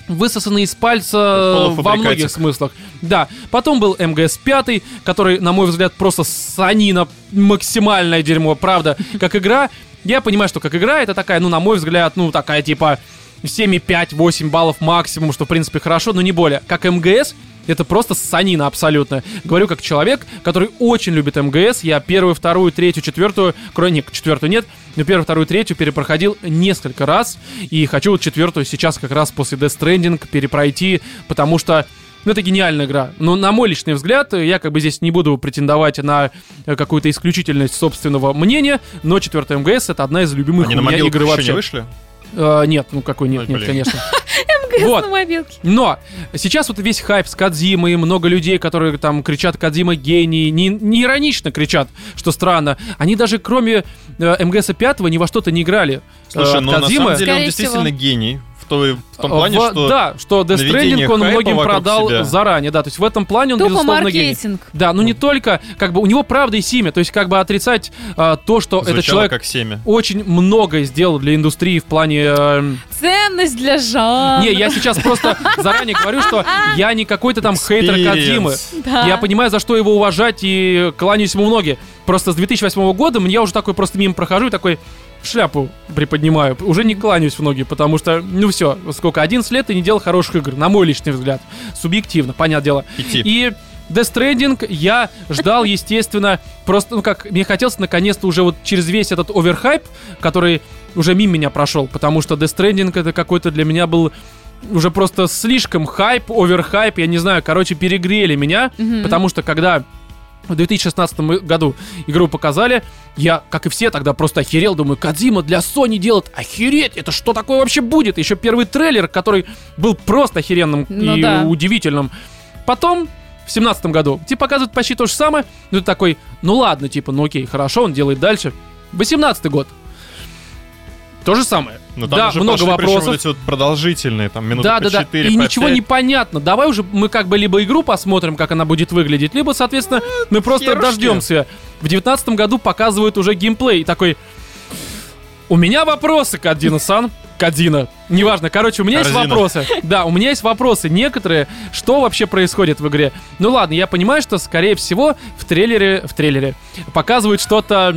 S1: высосанный из пальца во
S2: Полуфабрикатик.
S1: многих смыслах. Да, потом был МГС-5, который, на мой взгляд, просто санина максимальное дерьмо, правда, как игра. Я понимаю, что как игра это такая, ну, на мой взгляд, ну, такая типа 7,5-8 баллов максимум, что, в принципе, хорошо, но не более. Как МГС, это просто санина абсолютно. Говорю как человек, который очень любит МГС. Я первую, вторую, третью, четвертую, кроме нет, четвертую нет, но первую, вторую, третью перепроходил несколько раз. И хочу вот четвертую сейчас как раз после Death Stranding перепройти, потому что ну, это гениальная игра. Но на мой личный взгляд, э, я как бы здесь не буду претендовать на э, какую-то исключительность собственного мнения, но четвертая МГС это одна из любимых
S2: Они
S1: у
S2: на
S1: меня
S2: могилку
S1: игры
S2: еще не
S1: вообще.
S2: вышли?
S1: Э, нет, ну какой нет,
S2: Ой,
S1: нет,
S2: блин.
S1: конечно.
S3: МГС
S1: Вот.
S3: на мобилке.
S1: Но сейчас вот весь хайп с Кадзимой, много людей, которые там кричат Кадзима гений, не, не иронично кричат, что странно. Они даже кроме э, МГС 5 ни во что-то не играли.
S2: Слушай,
S1: Э,
S2: ну на
S1: Кодзимы-
S2: самом деле он
S3: Скорее
S2: действительно гений. В той- в том плане,
S1: Во-
S2: что...
S1: Э, Да, что Death
S2: наведение
S1: Stranding он
S2: хайпа
S1: многим
S2: вокруг
S1: продал
S2: себя.
S1: заранее, да, то есть в этом плане он,
S3: Тупо
S1: безусловно, гений.
S3: маркетинг.
S1: Да, ну не только, как бы у него правда и семя, то есть как бы отрицать э, то, что
S2: Звучало
S1: этот человек
S2: как семя.
S1: очень многое сделал для индустрии в плане... э,
S3: Ценность для жанра.
S1: не, я сейчас просто заранее говорю, что я не какой-то там хейтер
S2: Experience.
S1: Кадзимы.
S3: Да.
S1: Я понимаю, за что его уважать и кланяюсь ему в ноги. Просто с 2008 года я уже такой просто мимо прохожу и такой шляпу приподнимаю. Уже не кланяюсь в ноги, потому что, ну все, сколько, 11 лет и не делал хороших игр, на мой личный взгляд. Субъективно, понятное дело.
S2: Пяти.
S1: И Death Stranding я ждал, естественно, просто, ну как, мне хотелось наконец-то уже вот через весь этот оверхайп, который уже мимо меня прошел, потому что Death Stranding это какой-то для меня был уже просто слишком хайп, оверхайп, я не знаю, короче, перегрели меня,
S3: Мгм.
S1: потому что когда в 2016 мы- году игру показали, я, как и все, тогда просто охерел, думаю, Кадзима для Sony делает, охереть, это что такое вообще будет? Еще первый трейлер, который был просто охеренным
S3: Ну
S1: и
S3: да.
S1: удивительным. Потом в семнадцатом году. Типа показывают почти то же самое. Ну ты такой, ну ладно, типа, ну окей, хорошо, он делает дальше. 18-й год. То же самое.
S2: Но там
S1: да,
S2: уже
S1: много
S2: пошли, причем,
S1: вопросов.
S2: вот эти вот продолжительные, там, минуты
S1: Да,
S2: по
S1: да, да.
S2: четыре,
S1: И
S2: по
S1: ничего
S2: пять.
S1: не понятно. Давай уже мы как бы либо игру посмотрим, как она будет выглядеть, либо, соответственно, мы просто
S2: херушки.
S1: дождемся. В девятнадцатом году показывают уже геймплей. И такой. У меня вопросы, Кадина Сан. Кадина. Неважно. Короче, у меня есть
S2: Корзина.
S1: вопросы. Да, у меня есть вопросы некоторые. Что вообще происходит в игре? Ну ладно, я понимаю, что, скорее всего, в трейлере... В трейлере показывают что-то...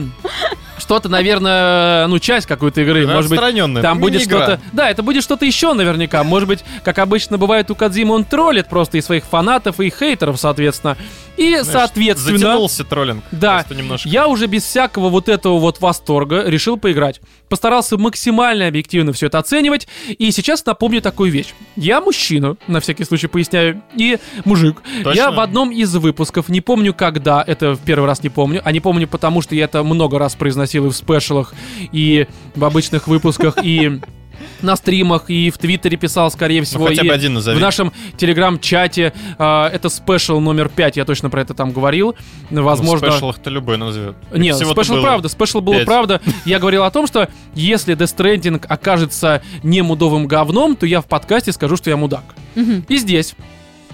S1: Что-то, наверное, ну, часть какой-то игры.
S2: Она
S1: Может быть,
S2: отстранённая, Ну,
S1: там будет
S2: мини-игра.
S1: что-то. Да, это будет что-то еще наверняка. Может быть, как обычно бывает у Кадзимы, он троллит просто и своих фанатов, и хейтеров, соответственно. И,
S2: Знаешь,
S1: соответственно.
S2: Затянулся троллинг.
S1: Да.
S2: Просто немножко.
S1: Я уже без всякого вот этого вот восторга решил поиграть. Постарался максимально объективно все это оценивать. И сейчас напомню такую вещь. Я мужчина, на всякий случай поясняю, и мужик.
S2: Точно?
S1: Я в одном из выпусков, не помню когда, это в первый раз не помню, а не помню потому, что я это много раз произносил и в спешалах, и в обычных выпусках, и на стримах, и в Твиттере писал, скорее всего,
S2: Ну, хотя
S1: и
S2: бы один назови.
S1: в нашем Телеграм-чате. а, это спешл номер 5, я точно про это там говорил. Возможно...
S2: Ну, спешл-то любой назовет.
S1: Нет,
S2: Всего-то
S1: спешл
S2: было.
S1: правда, спешл было
S2: пять.
S1: правда. Я говорил о том, что если Death Stranding окажется не мудовым говном, то я в подкасте скажу, что я мудак.
S3: Мгм.
S1: И здесь.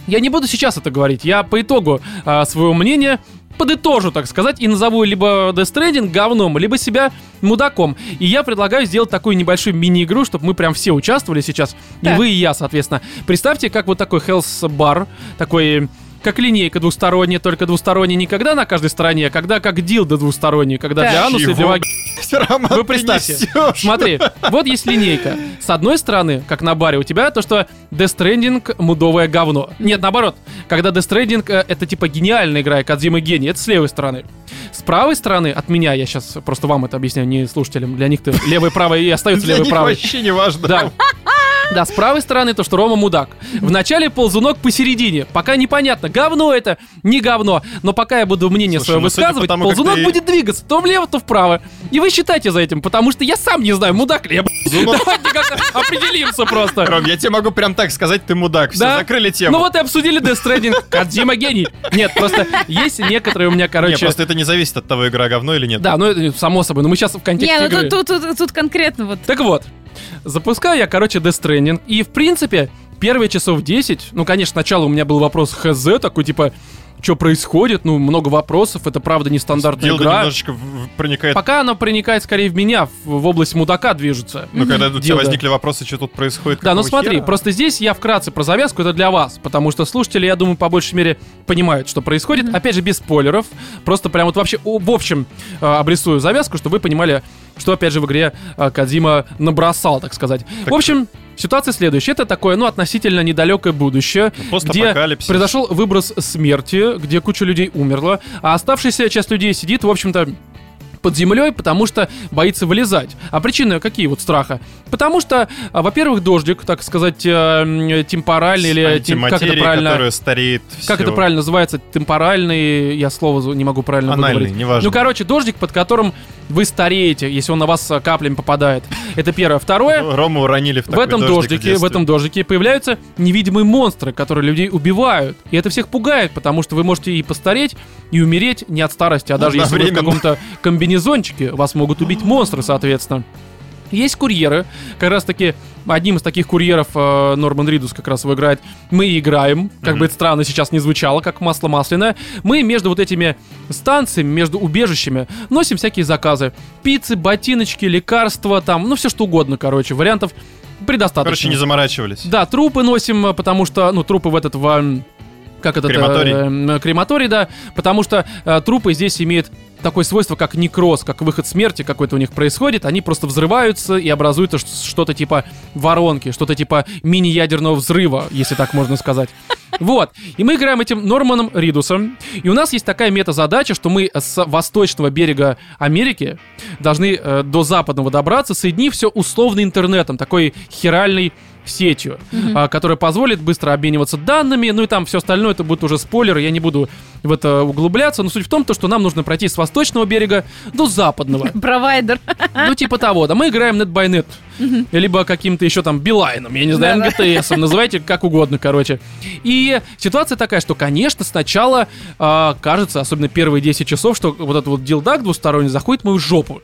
S1: Я не буду сейчас это говорить, я по итогу а, своего мнения подытожу, так сказать, и назову либо Death Stranding говном, либо себя мудаком. И я предлагаю сделать такую небольшую мини-игру, чтобы мы прям все участвовали сейчас, и
S3: Так.
S1: вы, и я, соответственно. Представьте, как вот такой Hell's Bar, такой как линейка двусторонняя, только двусторонняя никогда на каждой стороне, а когда как дилда двусторонний, когда
S3: Так.
S1: для ануса и для
S2: Чего?
S1: ваги.
S2: Роман,
S1: Вы
S2: ты
S1: представьте.
S2: несёшь.
S1: Смотри, вот есть линейка. С одной стороны, как на баре у тебя, то, что Death Stranding — мудовое говно. Нет, наоборот. Когда Death Stranding э, это типа гениальная игра, и Кадзима гений, это с левой стороны. С правой стороны, от меня, я сейчас просто вам это объясняю, не слушателям, для них ты левый, правый и остается
S2: Для
S1: левый,
S2: них
S1: правый.
S2: вообще не важно.
S1: Да. Да, с правой стороны то, что Рома мудак. Вначале ползунок посередине. Пока непонятно, говно это, не говно. Но пока я буду мнение
S2: Слушай,
S1: свое
S2: ну, судя по
S1: высказывать,
S2: тому, как
S1: ползунок
S2: ты-
S1: будет двигаться то влево, то вправо. И вы считайте за этим, потому что я сам не знаю, мудак ли я, блядь.
S2: Зунок.
S1: Давайте как-то определимся просто.
S2: Ром, я тебе могу прям так сказать, ты мудак. Все,
S1: Да?
S2: закрыли
S1: Ну
S2: тему.
S1: вот и обсудили Death Stranding. Кодзима гений. Нет, просто есть некоторые у меня,
S2: Не,
S1: короче...
S2: просто это не зависит от того, игра говно или нет.
S1: Да, ну это само собой, но мы сейчас в контексте
S3: Не, ну
S1: игры.
S3: тут, тут, тут- тут конкретно вот.
S1: Так вот, запускаю я, короче, Death Stranding, и, в принципе, первые часов 10, ну, конечно, сначала у меня был вопрос ХЗ, такой, типа, что происходит, ну, много вопросов, это, правда, нестандартная
S2: Дилда
S1: игра.
S2: немножечко в- в- проникает.
S1: Пока она проникает скорее в меня, в, в область мудака движется.
S2: Ну, когда у тебя
S1: Дилда.
S2: возникли вопросы, что тут происходит.
S1: Да, ну
S2: какого
S1: смотри,
S2: хера?
S1: просто здесь я вкратце про завязку, это для вас, потому что слушатели, я думаю, по большей мере понимают, что происходит. Опять же, без спойлеров, просто прям вот вообще о- в общем э, обрисую завязку, чтобы вы понимали, что опять же в игре э, Кадзима набросал, так сказать. в общем, ситуация следующая. Это такое, ну, относительно недалекое будущее, где
S2: постапокалипсис.
S1: произошел выброс смерти, где куча людей умерла, а оставшаяся часть людей сидит, в общем-то, под землей, потому что боится вылезать. А причины какие вот страха? Потому что, а, во-первых, дождик, так сказать, э, м, темпоральный или э, тем- как это
S2: Антиматерия,
S1: правильно?
S2: которая стареет
S1: Как это
S2: всё.
S1: правильно называется? Темпоральный, я слово за- не могу правильно
S2: Анальный,
S1: выговорить.
S2: неважно.
S1: Ну, короче, дождик, под которым вы стареете, если он на вас э, каплями попадает. Это первое. Второе,
S2: Рому уронили в
S1: в
S2: такой
S1: этом
S2: дождик
S1: дождике, в
S2: детстве.
S1: этом дождике появляются невидимые монстры, которые людей убивают. И это всех пугает, потому что вы можете и постареть, и умереть не от старости, а даже если вы в
S2: Одновременно.
S1: каком-то комбинезончике, вас могут убить монстры, соответственно. Есть курьеры, как раз таки одним из таких курьеров э, Норман Ридус как раз его играет. Мы играем, как бы это странно сейчас не звучало, как масло масляное. Мы между вот этими станциями, между убежищами носим всякие заказы: пиццы, ботиночки, лекарства, там, ну все что угодно, короче, вариантов предостаточно.
S2: Короче, не заморачивались.
S1: Да, трупы носим, э, потому что, ну, трупы в этот в эм, как этот э,
S2: Крематорий.
S1: э, крематорий, да, потому что э, трупы здесь имеют такое свойство, как некроз, как выход смерти какой-то у них происходит, они просто взрываются и образуется ш- что-то типа воронки, что-то типа мини-ядерного взрыва, если так можно сказать. Вот. И мы играем этим Норманом Ридусом. И у нас есть такая мета-задача, что мы с восточного берега Америки должны э, до западного добраться, соединив все условно интернетом, такой херальной сетью, а, которая позволит быстро обмениваться данными, ну и там все остальное, это будет уже спойлер, я не буду в это углубляться, но суть в том, то, что нам нужно пройти с восточного берега до западного.
S3: Провайдер.
S1: Ну, типа того, да, мы играем Net by Net. Либо каким-то еще там Билайном, я не знаю, МГТС, называйте как угодно, короче. И ситуация такая, что, конечно, сначала а, кажется, особенно первые 10 часов, что вот этот вот дилдак двусторонний заходит в мою жопу.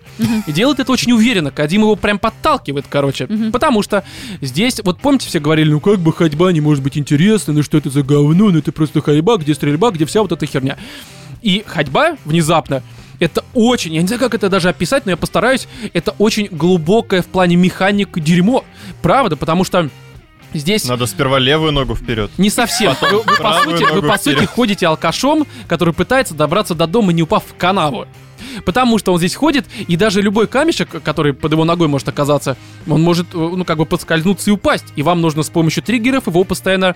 S1: И делает это очень уверенно, Кадим его прям подталкивает, короче. Потому что здесь, вот помните, все говорили, ну как бы ходьба не может быть интересной, ну что это за говно, ну это просто ходьба, где стрельба, где вся вот эта херня. И ходьба внезапно это очень, я не знаю, как это даже описать, но я постараюсь. Это очень глубокое в плане механик дерьмо. Правда, потому что здесь...
S2: Надо сперва левую ногу вперед.
S1: Не совсем. Вы, вы по
S2: правую
S1: сути, вы,
S2: ногу
S1: по сути,
S2: вперед.
S1: ходите алкашом, который пытается добраться до дома, не упав в канаву. Потому что он здесь ходит, и даже любой камешек, который под его ногой может оказаться, он может, э, ну, как бы подскользнуться и упасть. И вам нужно с помощью триггеров его постоянно,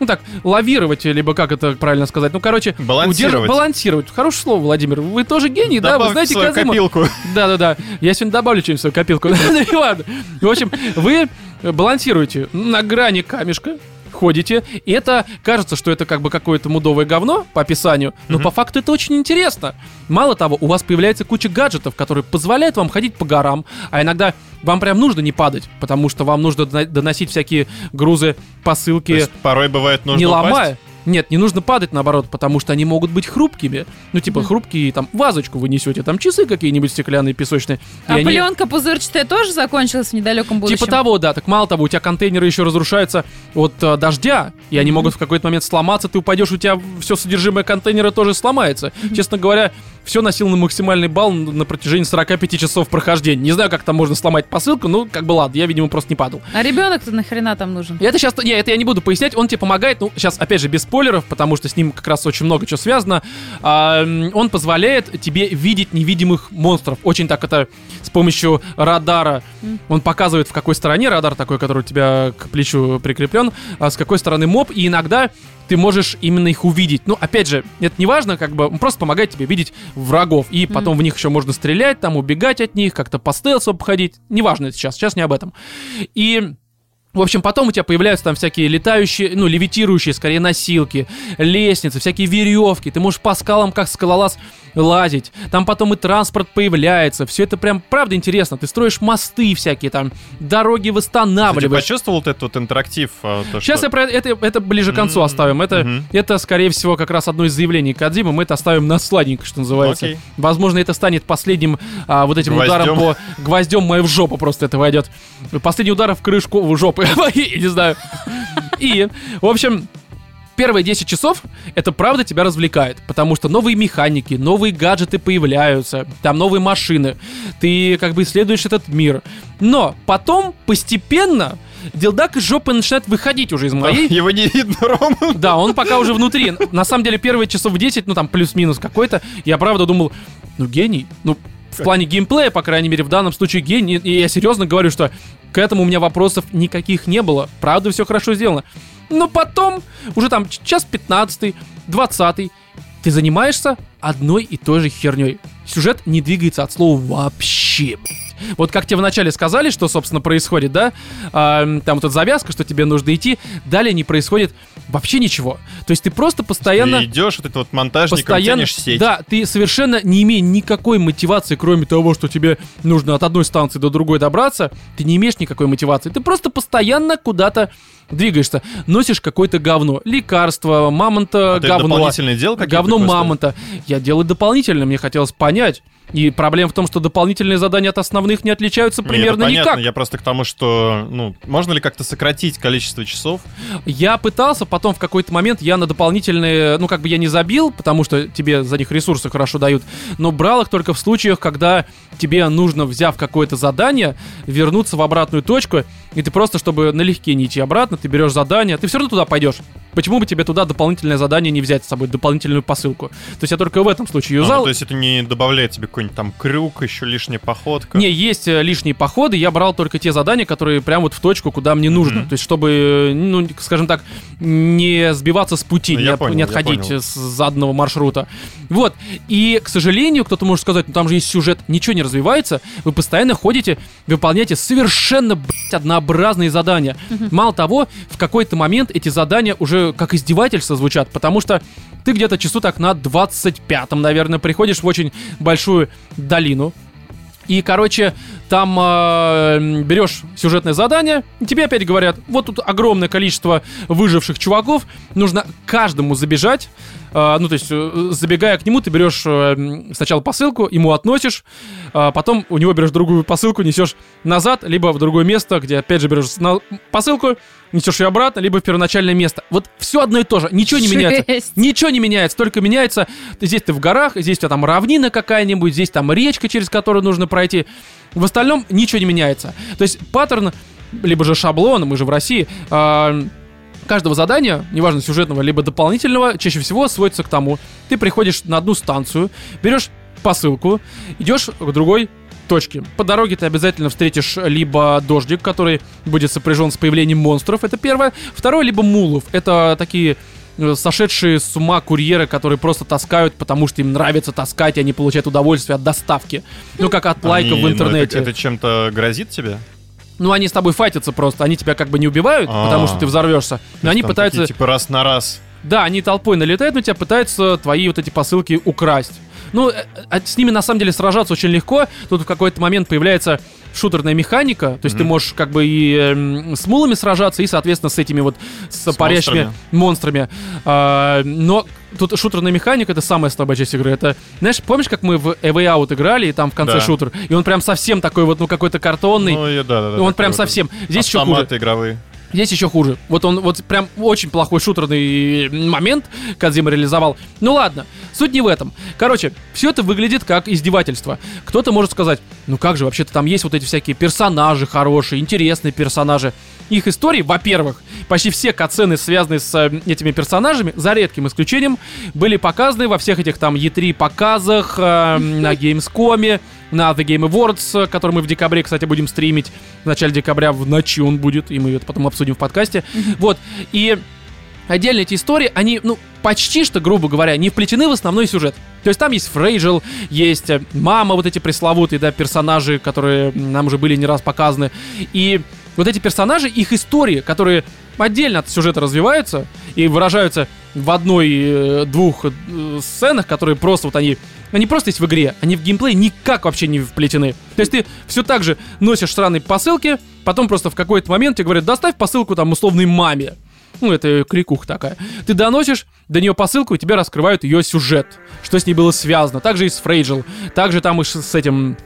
S1: ну так, лавировать, либо как это правильно сказать. Ну, короче,
S2: Балансировать.
S1: удерж- балансировать. Хорошее слово, Владимир. Вы тоже гений, да? Вы
S2: Добавь
S1: знаете,
S2: в свою
S1: Казима?
S2: копилку.
S1: Да-да-да. Я сегодня добавлю что-нибудь в свою копилку. Ну и ладно. В общем, вы балансируете на грани камешка, ходите, и это кажется, что это как бы какое-то мудовое говно по описанию, но по факту это очень интересно. Мало того, у вас появляется куча гаджетов, которые позволяют вам ходить по горам, а иногда вам прям нужно не падать, потому что вам нужно дона- доносить всякие грузы,
S2: То
S1: посылки,
S2: есть порой бывает нужно
S1: не
S2: упасть.
S1: ломая. Нет, не нужно падать наоборот, потому что они могут быть хрупкими. Ну, типа, хрупкие, там, вазочку вы несете, там, часы какие-нибудь стеклянные, песочные. и
S3: А
S1: они-
S3: пленка пузырчатая тоже закончилась в недалеком будущем?
S1: Типа того, да. Так мало того, у тебя контейнеры еще разрушаются от э, дождя, и они могут в какой-то момент сломаться, ты упадешь, у тебя все содержимое контейнера тоже сломается. Честно говоря, все носил на максимальный балл на протяжении 45 часов прохождения. Не знаю, как там можно сломать посылку, ну, как бы ладно, я, видимо, просто не падал.
S3: А ребенок-то нахрена там нужен?
S1: И Это сейчас, не, это я не буду пояснять, он тебе помогает, ну, сейчас, опять же, без спойлеров, потому что с ним как раз очень много чего связано. А, м, он позволяет тебе видеть невидимых монстров. Очень так это с помощью радара. Он показывает, в какой стороне радар такой, который у тебя к плечу прикреплен, а с какой стороны моб, и иногда ты можешь именно их увидеть. Ну, опять же, это не важно, как бы, он просто помогает тебе видеть врагов, и потом в них еще можно стрелять, там, убегать от них, как-то по стелсу обходить. Неважно это сейчас, сейчас не об этом. И... В общем, потом у тебя появляются там всякие летающие, ну, левитирующие, скорее, носилки, лестницы, всякие веревки. Ты можешь по скалам, как скалолаз, лазить. Там потом и транспорт появляется. Все это прям, правда, интересно. Ты строишь мосты всякие там, дороги
S2: Кстати,
S1: восстанавливаешь.
S2: почувствовал вот этот вот интерактив? а, то,
S1: Сейчас
S2: что-
S1: я про это, это ближе к концу
S2: М,
S1: оставим. Это,
S2: мгм.
S1: это, скорее всего, как раз одно из заявлений Кадзимы. Мы это оставим на сладенько, что называется.
S2: Окей.
S1: Возможно, это станет последним а, вот этим
S2: Гвоздем.
S1: ударом по гвоздем моей в жопу просто это войдет. Последний удар в крышку в жопу. Я не знаю. И, в общем, первые 10 часов это правда тебя развлекает, потому что новые механики, новые гаджеты появляются, там новые машины, ты как бы исследуешь этот мир. Но потом постепенно Делдак из жопы начинает выходить уже из моей.
S2: Его не видно, Рома.
S1: Ну Да, он пока уже внутри. На самом деле, первые часов 10, ну там плюс-минус какой-то, я правда думал, ну гений, ну в плане геймплея, по крайней мере, в данном случае гений. И я серьезно говорю, что к этому у меня вопросов никаких не было. Правда, все хорошо сделано. Но потом, уже там ч- час 15, 20, ты занимаешься одной и той же херней. Сюжет не двигается от слова вообще. Вот как тебе вначале сказали, что, собственно, происходит, да? А, м, там вот эта завязка, что тебе нужно идти. Далее не происходит вообще ничего. То есть ты просто постоянно
S2: Ты идешь, вот этот вот монтажником
S1: постоянно,
S2: тянешь сеть.
S1: да, ты совершенно не имея никакой мотивации, кроме того, что тебе нужно от одной станции до другой добраться, ты не имеешь никакой мотивации, ты просто постоянно куда-то двигаешься, носишь какое-то говно, лекарство, мамонта,
S2: А ты
S1: говно,
S2: дополнительные дел какие-то
S1: говно
S2: квесты?
S1: мамонта. Я делаю дополнительно, мне хотелось понять. И проблема в том, что дополнительные задания от основных не отличаются
S2: Не,
S1: примерно
S2: Ну, это понятно,
S1: ну никак.
S2: Я просто к тому, что, ну, можно ли как-то сократить количество часов?
S1: Я пытался, потом в какой-то момент я на дополнительные, ну как бы я не забил, потому что тебе за них ресурсы хорошо дают, но брал их только в случаях, когда тебе нужно, взяв какое-то задание, вернуться в обратную точку, и ты просто, чтобы налегке не идти обратно, ты берешь задание, ты все равно туда пойдешь. Почему бы тебе туда дополнительное задание не взять с собой, дополнительную посылку? То есть я только в этом случае
S2: А, ну,
S1: юзал.
S2: то есть это не добавляет тебе какой-нибудь там крюк, еще лишняя походка?
S1: Не, есть э, лишние походы, я брал только те задания, которые прям вот в точку, куда мне нужно. То есть, чтобы, э, ну, скажем так, не сбиваться с пути,
S2: Ну,
S1: не,
S2: я
S1: оп-
S2: понял,
S1: не
S2: я
S1: отходить
S2: понял.
S1: э, с заданного маршрута. Вот. И, к сожалению, кто-то может сказать, ну там же есть сюжет, ничего не развивается, вы постоянно ходите, выполняете совершенно, блядь, однообразные задания. Мало того, в какой-то момент эти задания уже как издевательство звучат, потому что ты где-то часу так на 25-м, наверное, приходишь в очень большую долину, и, короче, там э, м, берешь сюжетное задание, и тебе опять говорят, вот тут огромное количество выживших чуваков, нужно каждому забежать. Э, ну, то есть, э, забегая к нему, ты берешь э, м, сначала посылку, ему относишь, а потом у него берешь другую посылку, несешь назад, либо в другое место, где опять же берешь на- посылку, несешь ее обратно, либо в первоначальное место. Вот все одно и то же, ничего не меняется.
S3: Жесть.
S1: Ничего не меняется, только меняется. ты- Здесь ты в горах, здесь у тебя там равнина какая-нибудь, здесь там речка, через которую нужно пройти. В остальном ничего не меняется. То есть паттерн, либо же шаблон, мы же в России, а, каждого задания, неважно сюжетного либо дополнительного, чаще всего сводится к тому, ты приходишь на одну станцию, берешь посылку, идешь к другой точке. По дороге ты обязательно встретишь либо дождик, который будет сопряжен с появлением монстров, это первое. Второе, либо мулов. Это такие э, сошедшие с ума курьеры, которые просто таскают, потому что им нравится таскать, и они получают удовольствие от доставки. Ну, как от лайков
S2: Они, ну,
S1: в
S2: это-
S1: интернете.
S2: это чем-то грозит тебе?
S1: Ну, они с тобой файтятся просто, они тебя как бы не убивают,
S2: А.
S1: потому что ты взорвешься. Но Ну, они
S2: Там
S1: пытаются...
S2: такие, типа раз на раз.
S1: Да, они толпой налетают на тебя, пытаются твои вот эти посылки украсть. Ну, э, э, с ними на самом деле сражаться очень легко. Тут в какой-то момент появляется шутерная механика. То есть ты
S2: Мгм.
S1: можешь как бы и эм, с мулами сражаться, и, соответственно, с этими вот с,
S2: С
S1: парящими монстрами. А, но тут шутерная механика это самая слабая часть игры. Это, знаешь, помнишь, как мы в A Way Out играли, и там в конце
S2: Да.
S1: шутер, и он прям совсем такой вот, ну, какой-то картонный.
S2: Ну, А и да, да, да,
S1: он
S2: такой
S1: прям
S2: вот
S1: совсем. Здесь еще хуже.
S2: автоматы игровые.
S1: Здесь еще хуже. Вот он, вот прям очень плохой шутерный момент Кадзима реализовал. Ну ладно, суть не в этом. Короче, все это выглядит как издевательство. Кто-то может сказать, ну как же, вообще-то там есть вот эти всякие персонажи хорошие, интересные персонажи. Их истории, во-первых, почти все катсцены, связанные с э, этими персонажами, за редким исключением, были показаны во всех этих там E3 показах, э, на Gamescom, на The Game Awards, э, который мы в декабре, кстати, будем стримить. В начале декабря в ночи он будет, и мы это потом обсудим в подкасте. Вот. И отдельно эти истории, они, ну, почти что, грубо говоря, не вплетены в основной сюжет. То есть там есть Фрейджел, есть э, мама, вот эти пресловутые, да, персонажи, которые нам уже были не раз показаны. И вот эти персонажи, их истории, которые отдельно от сюжета развиваются и выражаются в одной-двух э, сценах, которые просто вот они... Они просто есть в игре, они в геймплей никак вообще не вплетены. То есть ты все так же носишь странные посылки, потом просто в какой-то момент тебе говорят, доставь посылку там условной маме. Ну, это крикух такая. Ты доносишь до нее посылку, и тебе раскрывают ее сюжет. Что с ней было связано. Также и с Фрейджел. Также там и ш- с этим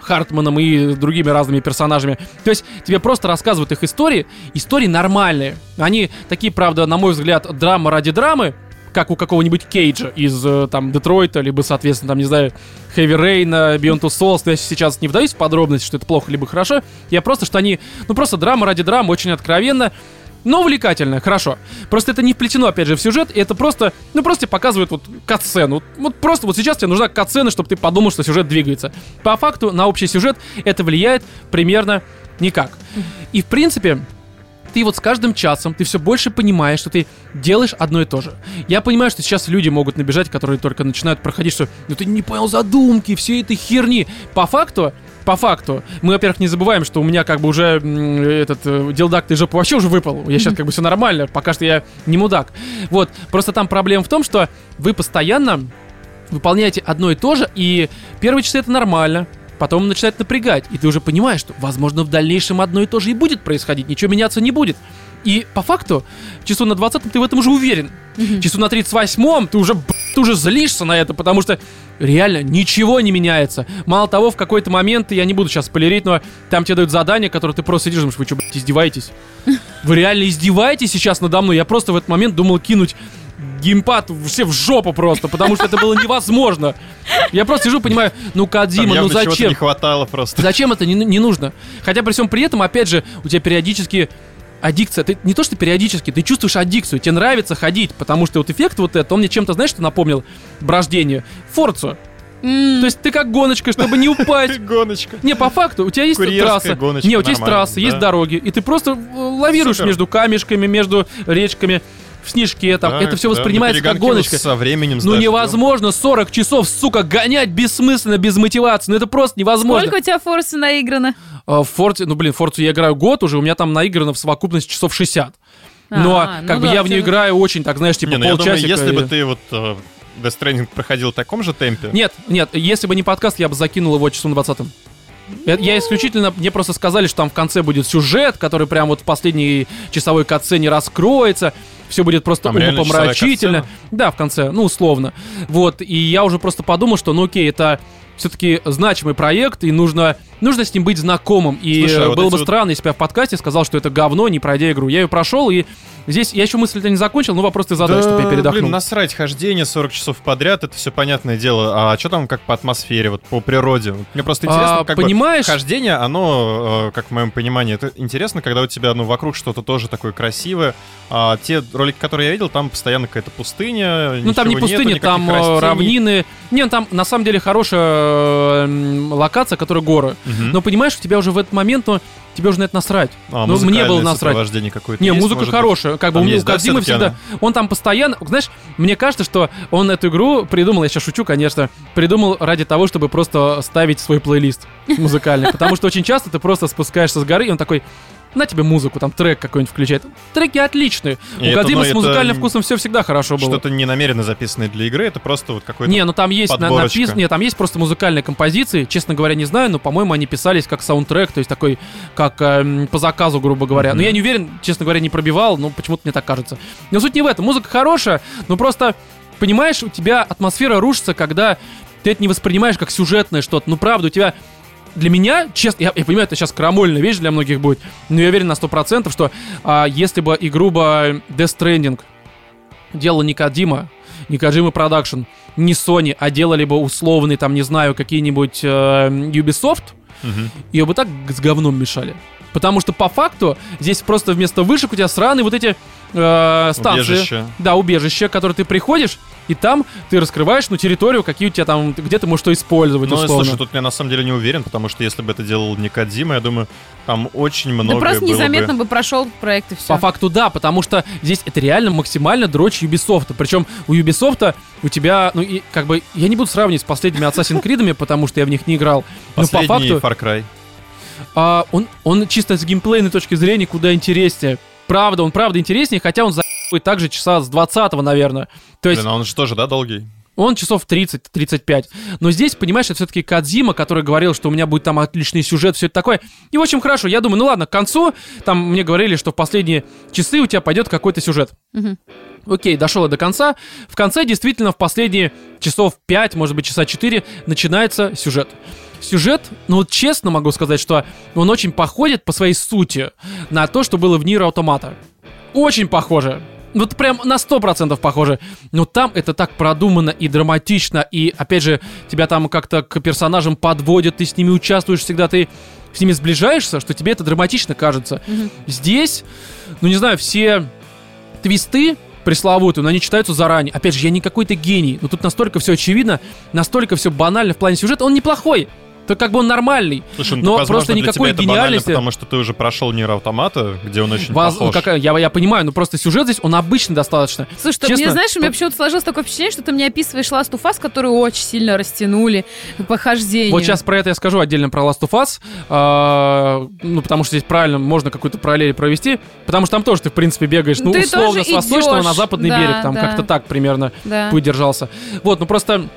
S1: Хартманом и другими разными персонажами. То есть тебе просто рассказывают их истории. Истории нормальные. Они такие, правда, на мой взгляд, драма ради драмы, как у какого-нибудь Кейджа из э, там Детройта, либо, соответственно, там, не знаю, Хэви Рейна, Beyond Two Souls. Но Я сейчас не вдаюсь в подробности, что это плохо либо хорошо. Я просто, что они, ну просто драма ради драмы, очень откровенно. Но увлекательно, хорошо. Просто это не вплетено, опять же, в сюжет, и это просто, ну, просто тебе показывают вот катсцену. Вот, вот просто вот сейчас тебе нужна катсцена, чтобы ты подумал, что сюжет двигается. По факту на общий сюжет это влияет примерно никак. И, в принципе, ты вот с каждым часом, ты все больше понимаешь, что ты делаешь одно и то же. Я понимаю, что сейчас люди могут набежать, которые только начинают проходить, что ну ты не понял задумки, все этой херни. По факту, по факту, мы, во-первых, не забываем, что у меня как бы уже м, этот э, делдак ты жопу вообще уже выпал. Я сейчас как бы все нормально, пока что я не мудак. Вот, просто там проблема в том, что вы постоянно выполняете одно и то же, и первые часы это нормально. Потом начинает напрягать, и ты уже понимаешь, что, возможно, в дальнейшем одно и то же и будет происходить, ничего меняться не будет. И по факту, часу на 20 ты в этом уже уверен. Часу на 38-м ты уже, б***, ты уже злишься на это, потому что реально ничего не меняется. Мало того, в какой-то момент, я не буду сейчас спойлерить, но там тебе дают задание, которое ты просто сидишь и думаешь, вы что, блядь, издеваетесь? Вы реально издеваетесь сейчас надо мной? Я просто в этот момент думал кинуть геймпад в- все в жопу просто, потому что это было невозможно. Я просто сижу, понимаю, ну,
S2: Там
S1: Кадима, ну
S2: явно чего-то
S1: зачем?
S2: не хватало просто.
S1: Зачем это не, не нужно? Хотя при всем при этом, опять же, у тебя периодически аддикция. Ты не то, что периодически, ты чувствуешь аддикцию. Тебе нравится ходить, потому что вот эффект вот этот, он мне чем-то, знаешь, что напомнил? Брождение. Форцу.
S3: М,
S1: То есть ты как гоночка, чтобы не упасть.
S2: Гоночка.
S1: Не, по факту, у тебя есть
S2: Курьерская
S1: трасса.
S2: гоночка,
S1: не, у тебя есть
S2: нормально,
S1: трасса,
S2: да.
S1: есть дороги, и ты просто э, лавируешь
S2: Супер.
S1: между камешками, между речками, в снежке там.
S2: Да,
S1: это все
S2: да,
S1: воспринимается
S2: на
S1: как
S2: перегонке
S1: гоночка.
S2: Со временем
S1: Ну
S2: сдашь,
S1: невозможно 40 часов, сука, гонять бессмысленно, без мотивации. Ну это просто невозможно.
S3: Сколько у тебя форса наиграно?
S1: А, В Форте, ну блин, в Форте я играю год уже, у меня там наиграно в совокупности часов 60. Но
S3: А, ну
S1: как бы
S3: да,
S1: я в нее
S3: ты-
S1: играю очень, так знаешь, типа
S2: Не, ну я думаю,
S1: полчасика. и-
S2: если бы ты вот э, Death Stranding проходил в таком же темпе,
S1: Нет, нет, если бы не подкаст, я бы закинул его часу на 20 Я исключительно, мне просто сказали, что там в конце будет сюжет, который прям вот в последней часовой не раскроется, все будет просто
S2: Там реально
S1: умопомрачительно.
S2: часовая
S1: Да, в конце, ну, условно. Вот, и я уже просто подумал, что, ну, окей, это все-таки значимый проект, и нужно, нужно с ним быть знакомым. И
S2: Слушай, а
S1: э,
S2: вот
S1: было
S2: эти
S1: бы
S2: вот-
S1: странно, если бы я в подкасте сказал, что это говно, не пройдя игру. Я ее прошел, и здесь я еще мысль-то не закончил, но вопрос ты задашь, чтобы я передохнул.
S2: блин, насрать, хождение 40 часов подряд, это все понятное дело. А что там как по атмосфере, вот по природе? Вот Мне просто интересно,
S1: А,
S2: как бы
S1: понимаешь?
S2: хождение, оно, э, как в моем понимании, это интересно, когда у тебя, ну, вокруг что-то тоже такое красивое. А те ролики, которые я видел, там постоянно какая-то пустыня,
S1: Ну там не
S2: ничего нету,
S1: пустыни,
S2: никаких
S1: там э,
S2: растений.
S1: равнины. Не, ну, там на самом деле хорошая э, м, локация, которая горы.
S2: Мгм.
S1: Но понимаешь, у тебя уже в этот момент, ну, тебе уже на это насрать.
S2: А,
S1: ну, мне было
S2: музыкальное
S1: насрать.
S2: сопровождение какое-то
S1: Не,
S2: есть,
S1: музыка
S2: может быть?
S1: хорошая. Как бы
S2: Там
S1: у меня
S2: есть, да,
S1: Кодзимы
S2: всё-таки
S1: всегда.
S2: она?
S1: Он там постоянно. Знаешь, мне кажется, что он эту игру придумал, я сейчас шучу, конечно, придумал ради того, чтобы просто ставить свой плейлист музыкальный. Потому что очень часто ты просто спускаешься с горы, и он такой. На тебе музыку, там трек какой-нибудь включает. Треки отличные.
S2: И
S1: у
S2: это,
S1: Кодзимы
S2: ну,
S1: с
S2: это
S1: музыкальным
S2: м,
S1: вкусом все всегда хорошо было.
S2: Что-то не намеренно записанное для игры, это просто вот какой-то...
S1: Не, ну там есть на-
S2: подборочка.
S1: напис- не, там есть просто музыкальные композиции. Честно говоря, не знаю, но, по-моему, они писались как саундтрек, то есть такой, как эм, по заказу, грубо говоря. Но я не уверен, честно говоря, не пробивал, но почему-то мне так кажется. Но суть не в этом. Музыка хорошая, но просто, понимаешь, у тебя атмосфера рушится, когда ты это не воспринимаешь как сюжетное что-то. Ну, правда, у тебя для меня, честно, я, я понимаю, это сейчас крамольная вещь для многих будет, но я уверен на 100%, что а, если бы игру бы Death Stranding делала не Кадима, не Каджима Продакшн, не Sony, а делали бы условный, там, не знаю, какие-нибудь э, Ubisoft,
S2: Мгм.
S1: ее бы так г- с говном мешали. Потому что по факту здесь просто вместо вышек у тебя сраные вот эти э, станции.
S2: Убежище.
S1: Да, убежище, в которое ты приходишь, и там ты раскрываешь, ну, территорию, какие у тебя там, где ты можешь что использовать,
S2: Ну,
S1: условно.
S2: слушай, тут я на самом деле не уверен, потому что если бы это делал не Кодзима, я думаю, там очень много.
S3: Да Ну, просто незаметно бы прошел проект и все.
S1: По факту да, потому что здесь это реально максимально дрочь Ubisoft. Причем у Ubisoft у тебя, ну и как бы, я не буду сравнивать с последними Assassin's Creed, потому что я в них не играл. Но Ну, по
S2: Последний
S1: факту...
S2: Far Cry.
S1: а, он, он чисто с геймплейной точки зрения куда интереснее. Правда, он правда интереснее, хотя он за***ывает также часа с 20 наверное. То есть
S2: Блин, а он же тоже, да, долгий?
S1: он часов 30-35. Но здесь, понимаешь, это все-таки Кадзима, который говорил, что у меня будет там отличный сюжет, все это такое. И, в общем, хорошо, я думаю, ну ладно, к концу, там мне говорили, что в последние часы у тебя пойдет какой-то сюжет.
S3: Мгм.
S1: Окей, дошел я до конца. В конце, действительно, в последние часов 5, может быть, часа 4 начинается сюжет. Сюжет, ну вот честно могу сказать, что он очень походит по своей сути на то, что было в Нир Автомата. Очень похоже. Вот прям на 100% похоже. Но там это так продумано и драматично. И, опять же, тебя там как-то к персонажам подводят, ты с ними участвуешь всегда, ты с ними сближаешься, что тебе это драматично кажется.
S3: Мгм.
S1: Здесь, ну не знаю, все твисты пресловутые, но они читаются заранее. Опять же, я не какой-то гений, но тут настолько все очевидно, настолько все банально в плане сюжета. Он неплохой, то как бы он нормальный.
S2: Слушай, ну,
S1: Но
S2: возможно,
S1: просто
S2: для
S1: никакой
S2: тебя это банально,
S1: гениальности-
S2: потому что ты уже прошел Нир Автомата, где он очень
S1: Воз-
S2: похож.
S1: какая- я, я понимаю, но просто сюжет здесь, он обычный достаточно.
S3: Слушай, ты
S1: Честно,
S3: мне, знаешь, у меня
S1: вот-
S3: почему-то сложилось такое впечатление, что ты мне описываешь Last of Us, который очень сильно растянули похождение.
S1: Вот сейчас про это я скажу отдельно про Last of Us. А, ну, потому что здесь правильно можно какую-то параллель провести. Потому что там тоже ты, в принципе, бегаешь, ну,
S3: Ты
S1: условно,
S3: тоже
S1: с восточного
S3: идёшь.
S1: на западный
S3: Да,
S1: берег. Там
S3: да.
S1: как-то так примерно
S3: Да.
S1: путь держался. Вот, ну просто.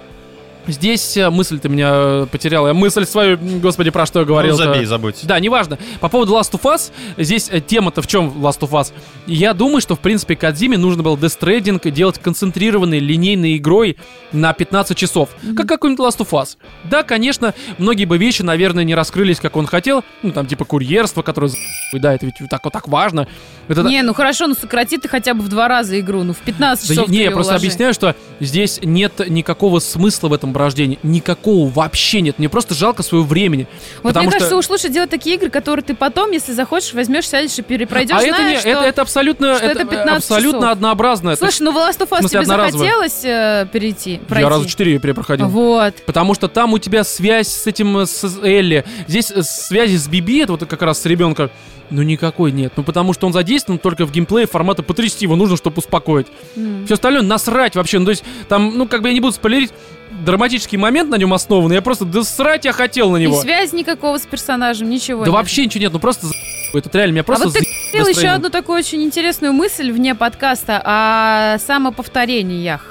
S1: Здесь э, мысль ты меня э, потеряла. Я мысль свою, м, господи, про что я говорил.
S2: Ну, забей, забудь.
S1: Да, неважно. По поводу Last of Us, здесь э, тема-то в чем Last of Us? Я думаю, что, в принципе, Кадзиме нужно было Death Stranding делать концентрированной линейной игрой на 15 часов, как какой-нибудь Last of Us. Да, конечно, многие бы вещи, наверное, не раскрылись, как он хотел. Ну, там, типа, курьерство, которое... за***ь, Да, это ведь так, вот так важно. Это-
S3: Не, ну хорошо, ну сократи ты хотя бы в два раза игру, ну в 15
S1: Да
S3: часов
S1: не,
S3: ты
S1: я
S3: её
S1: просто
S3: уложи.
S1: объясняю, что здесь нет никакого смысла в этом рождении. Никакого вообще нет. Мне просто жалко своего времени.
S3: Вот
S1: потому
S3: мне
S1: что-
S3: кажется, уж лучше делать такие игры, которые ты потом, если захочешь, возьмешь, сядешь и перепройдешь,
S1: а
S3: знаешь,
S1: это не,
S3: что...
S1: это, это абсолютно,
S3: что это
S1: это, э,
S3: 15
S1: абсолютно
S3: часов.
S1: однообразно. Это
S3: Слушай, ну в Last of Us
S1: в смысле,
S3: тебе
S1: одноразовое.
S3: захотелось э, перейти, пройти?
S1: Я раза четыре ее перепроходил.
S3: А Вот.
S1: Потому что там у тебя связь с этим, э, с Элли. Здесь э, связи с Биби, это вот как раз с ребенком, ну никакой нет. Ну потому что он задействован только в геймплее формата потрясти его нужно, чтобы успокоить.
S3: М.
S1: Все остальное насрать вообще. Ну то есть там, ну как бы я не буду спойлерить, драматический момент на нем основан. Я просто, да срать я хотел на
S3: И
S1: него.
S3: связи никакого с персонажем, ничего
S1: Да
S3: нет.
S1: вообще ничего нет, ну просто за... это реально меня просто
S3: а вот ты
S1: за-
S3: говорил еще
S1: настроение.
S3: одну такую очень интересную мысль вне подкаста о самоповторениях.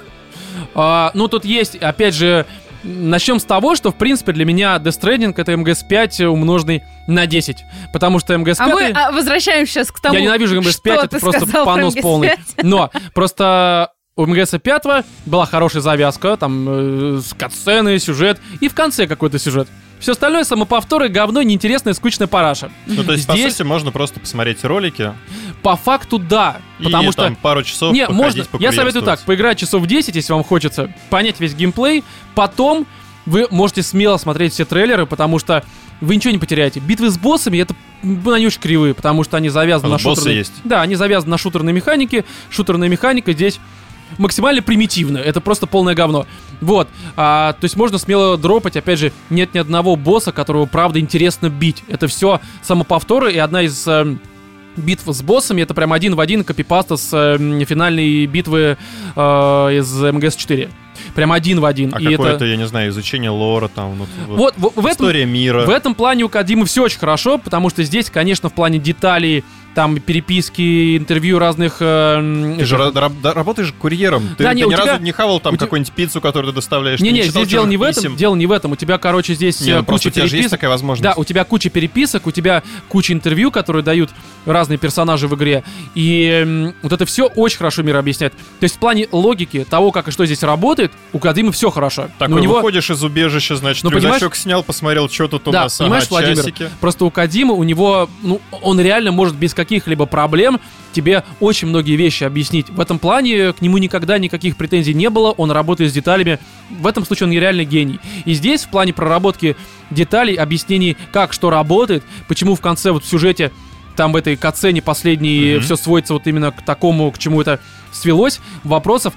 S1: А, ну, тут есть, опять же, начнем с того, что, в принципе, для меня Death Stranding это МГС-5 умноженный на 10. Потому что МГС-5...
S3: А мы а, возвращаемся сейчас к тому,
S1: Я ненавижу МГС-5,
S3: что
S1: это
S3: ты
S1: просто
S3: сказал про
S1: понос
S3: МГС-5.
S1: полный. Но просто у МГСа 5 была хорошая завязка, там э, с- катсцены, сюжет, и в конце какой-то сюжет. Все остальное самоповторы, говно, неинтересная, скучная параша.
S2: Ну, то есть, по
S1: Здесь-
S2: сути, можно просто посмотреть ролики,
S1: По факту, да. Потому
S2: и
S1: что
S2: там пару часов
S1: Не,
S2: походить,
S1: можно. Я советую так,
S2: покурьерствовать.
S1: поиграть часов 10, если вам хочется понять весь геймплей. Потом вы можете смело смотреть все трейлеры, потому что вы ничего не потеряете. Битвы с боссами, это м, они очень кривые, потому что они завязаны
S2: А
S1: на
S2: вот боссы
S1: шутерной...
S2: есть.
S1: Да, они завязаны на шутерной механике. Шутерная механика здесь максимально примитивно. Это просто полное говно. Вот. А, то есть можно смело дропать. Опять же, нет ни одного босса, которого правда интересно бить. Это все самоповторы и одна из эм, битв с боссами. Это прям один в один копипаста с эм, финальной битвы э, из МГС-4. Прям один в один.
S2: А
S1: и
S2: какое-то,
S1: это...
S2: я не знаю, изучение лора там, ну, вот,
S1: Вот, в, в этом
S2: история мира.
S1: в этом плане у Кадимы все очень хорошо, потому что здесь, конечно, в плане деталей, там переписки, интервью разных... эм,
S2: Ты же ра- раб- да, работаешь курьером. Ты,
S1: Да,
S2: ты
S1: не,
S2: ни
S1: у тебя-
S2: разу не хавал там
S1: у те-
S2: какую-нибудь пиццу, которую ты доставляешь. ты
S1: Не-не,
S2: читал
S1: здесь дело не в
S2: чужих
S1: этом,
S2: писем?
S1: дело не в этом. У тебя, короче, здесь
S2: Не,
S1: э,
S2: ну,
S1: куча
S2: просто у тебя же есть
S1: переписок.
S2: такая возможность.
S1: Да, у тебя куча переписок, у тебя куча интервью, которые дают разные персонажи в игре. И м, вот это все очень хорошо мир объясняет. То есть в плане логики того, как и что здесь работает, у Кадимы все хорошо.
S2: Такой
S1: Но у него...
S2: выходишь из убежища, значит,
S1: Ну, понимаешь-
S2: рюкзачок снял, посмотрел, что тут у
S1: да,
S2: нас,
S1: понимаешь,
S2: ага,
S1: Владимир,
S2: часики.
S1: просто у Кадимы, у него, ну, он реально может без каких-либо проблем тебе очень многие вещи объяснить. В этом плане к нему никогда никаких претензий не было, он работает с деталями. В этом случае он реально гений. И здесь в плане проработки деталей, объяснений, как что работает, почему в конце вот в сюжете там в этой катсцене последней
S2: Мгм.
S1: все сводится вот именно к такому, к чему это свелось, вопросов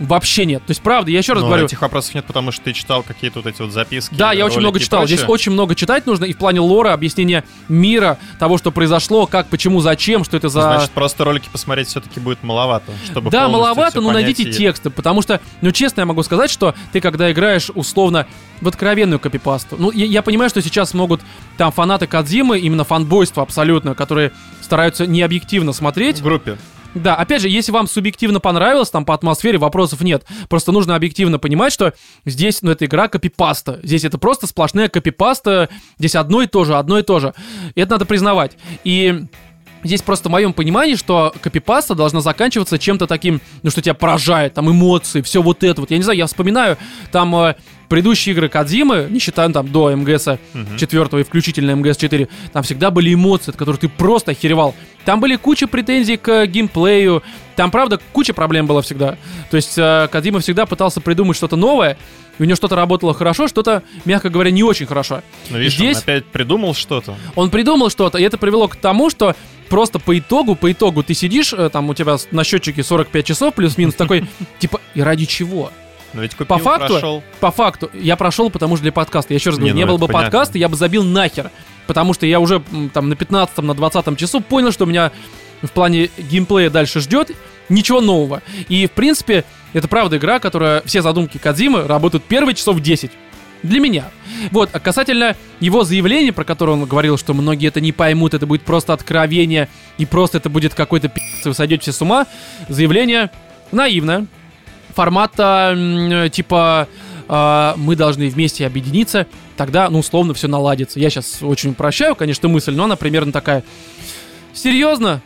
S1: Вообще нет. То есть, правда, я еще раз
S2: Ну,
S1: говорю,
S2: Этих вопросов нет, потому что ты читал какие-то вот эти вот записки.
S1: да, я очень
S2: ролики
S1: много
S2: и
S1: читал. Здесь
S2: прочее.
S1: очень много читать нужно и в плане лора, объяснения мира, того, что произошло, как, почему, зачем, что это за...
S2: Ну, Значит, просто ролики посмотреть все-таки будет маловато. Чтобы
S1: да,
S2: полностью
S1: маловато,
S2: всё
S1: но
S2: понять
S1: найдите
S2: и-
S1: тексты, потому что, ну, честно, я могу сказать, что ты, когда играешь условно в откровенную копипасту, ну, я, я понимаю, что сейчас могут там фанаты Кадзимы, именно фанбойство абсолютно, которые стараются необъективно смотреть.
S2: В группе.
S1: Да, опять же, если вам субъективно понравилось, там по атмосфере вопросов нет. Просто нужно объективно понимать, что здесь, ну, это игра копипаста. Здесь это просто сплошная копипаста. Здесь одно и то же, одно и то же. И это надо признавать. И Здесь просто в моем понимании, что копипаста должна заканчиваться чем-то таким, ну, что тебя поражает, там эмоции, все вот это вот. Я не знаю, я вспоминаю, там э, предыдущие игры Кадзимы, не считая ну, там до МГСа
S2: Мгм.
S1: 4 и включительно МГС-4, там всегда были эмоции, от которых ты просто охеревал. Там были куча претензий к э, геймплею, там, правда, куча проблем было всегда. То есть э, Кадзима всегда пытался придумать что-то новое, и у него что-то работало хорошо, что-то, мягко говоря, не очень хорошо.
S2: Ну, видишь,
S1: Здесь-
S2: он опять придумал что-то.
S1: Он придумал что-то, и это привело к тому, что просто по итогу, по итогу ты сидишь, э, там у тебя с- на счетчике 45 часов плюс-минус такой, типа, и ради чего?
S2: Но ведь купил,
S1: По факту,
S2: прошел.
S1: по факту, я прошел, потому что для подкаста. Я еще раз
S2: Не,
S1: говорю, не,
S2: ну
S1: было бы
S2: это понятно.
S1: подкаста, я бы забил нахер. Потому что я уже м, там на 15 на 20 часу понял, что меня в плане геймплея дальше ждет ничего нового. И, в принципе, это правда игра, которая все задумки Кадзимы работают первые часов 10. Для меня. Вот, а касательно его заявления, про которое он говорил, что многие это не поймут, это будет просто откровение, и просто это будет какой-то пи***ц, и вы сойдете с ума, заявление наивное, формата м, типа а, мы должны вместе объединиться, тогда, ну, условно, все наладится. Я сейчас очень упрощаю, конечно, мысль, но она примерно такая. Серьезно?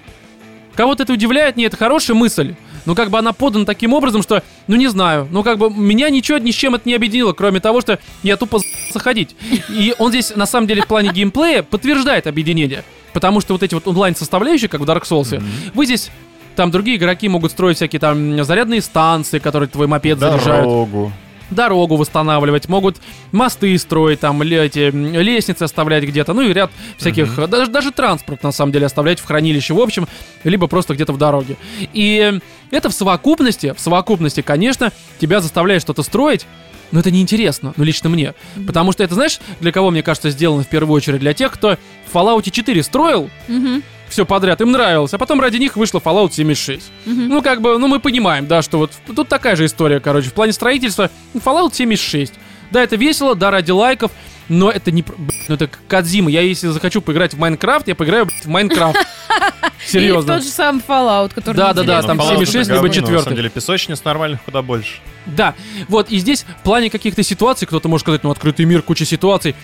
S1: Кого-то это удивляет? Нет, это хорошая мысль. Но как бы она подана таким образом, что, ну не знаю, ну как бы меня ничего ни с чем это не объединило, кроме того, что я тупо заходить. И он здесь, на самом деле, в плане геймплея подтверждает объединение. Потому что вот эти вот онлайн-составляющие, как в Dark Souls, вы здесь, там другие игроки могут строить всякие там м, зарядные станции, которые твой мопед заряжают
S2: Дорогу.
S1: дорогу восстанавливать, могут мосты строить, там ле- эти м, лестницы оставлять где-то, ну и ряд всяких, э, даже, даже транспорт на самом деле оставлять в хранилище, в общем, либо просто где-то в дороге. И это в совокупности, в совокупности, конечно, тебя заставляет что-то строить, но это неинтересно, ну лично мне. Потому что это, знаешь, для кого, мне кажется, сделано в первую очередь? Для тех, кто в Fallout 4 строил,
S3: Мгм,
S1: все подряд, им нравилось, а потом ради них вышло Fallout 76.
S3: мгм.
S1: Ну, как бы, ну мы понимаем, да, что вот тут такая же история, короче, в плане строительства ну, Fallout 76. Да, это весело, да, ради лайков, но это не... пр- блин, ну это Кадзима. Я если захочу поиграть в Майнкрафт, я поиграю блядь, в Майнкрафт.
S3: Или в
S1: Серьезно.
S3: тот же сам Fallout, который
S1: Да, да,
S3: неинтересный.
S1: там
S2: Fallout
S1: 76,
S2: это
S1: либо
S2: ну, говно, На
S1: четвёртый.
S2: самом деле, песочниц нормальных куда больше.
S1: Да, вот, и здесь в плане каких-то ситуаций, кто-то может сказать, ну, открытый мир, куча ситуаций.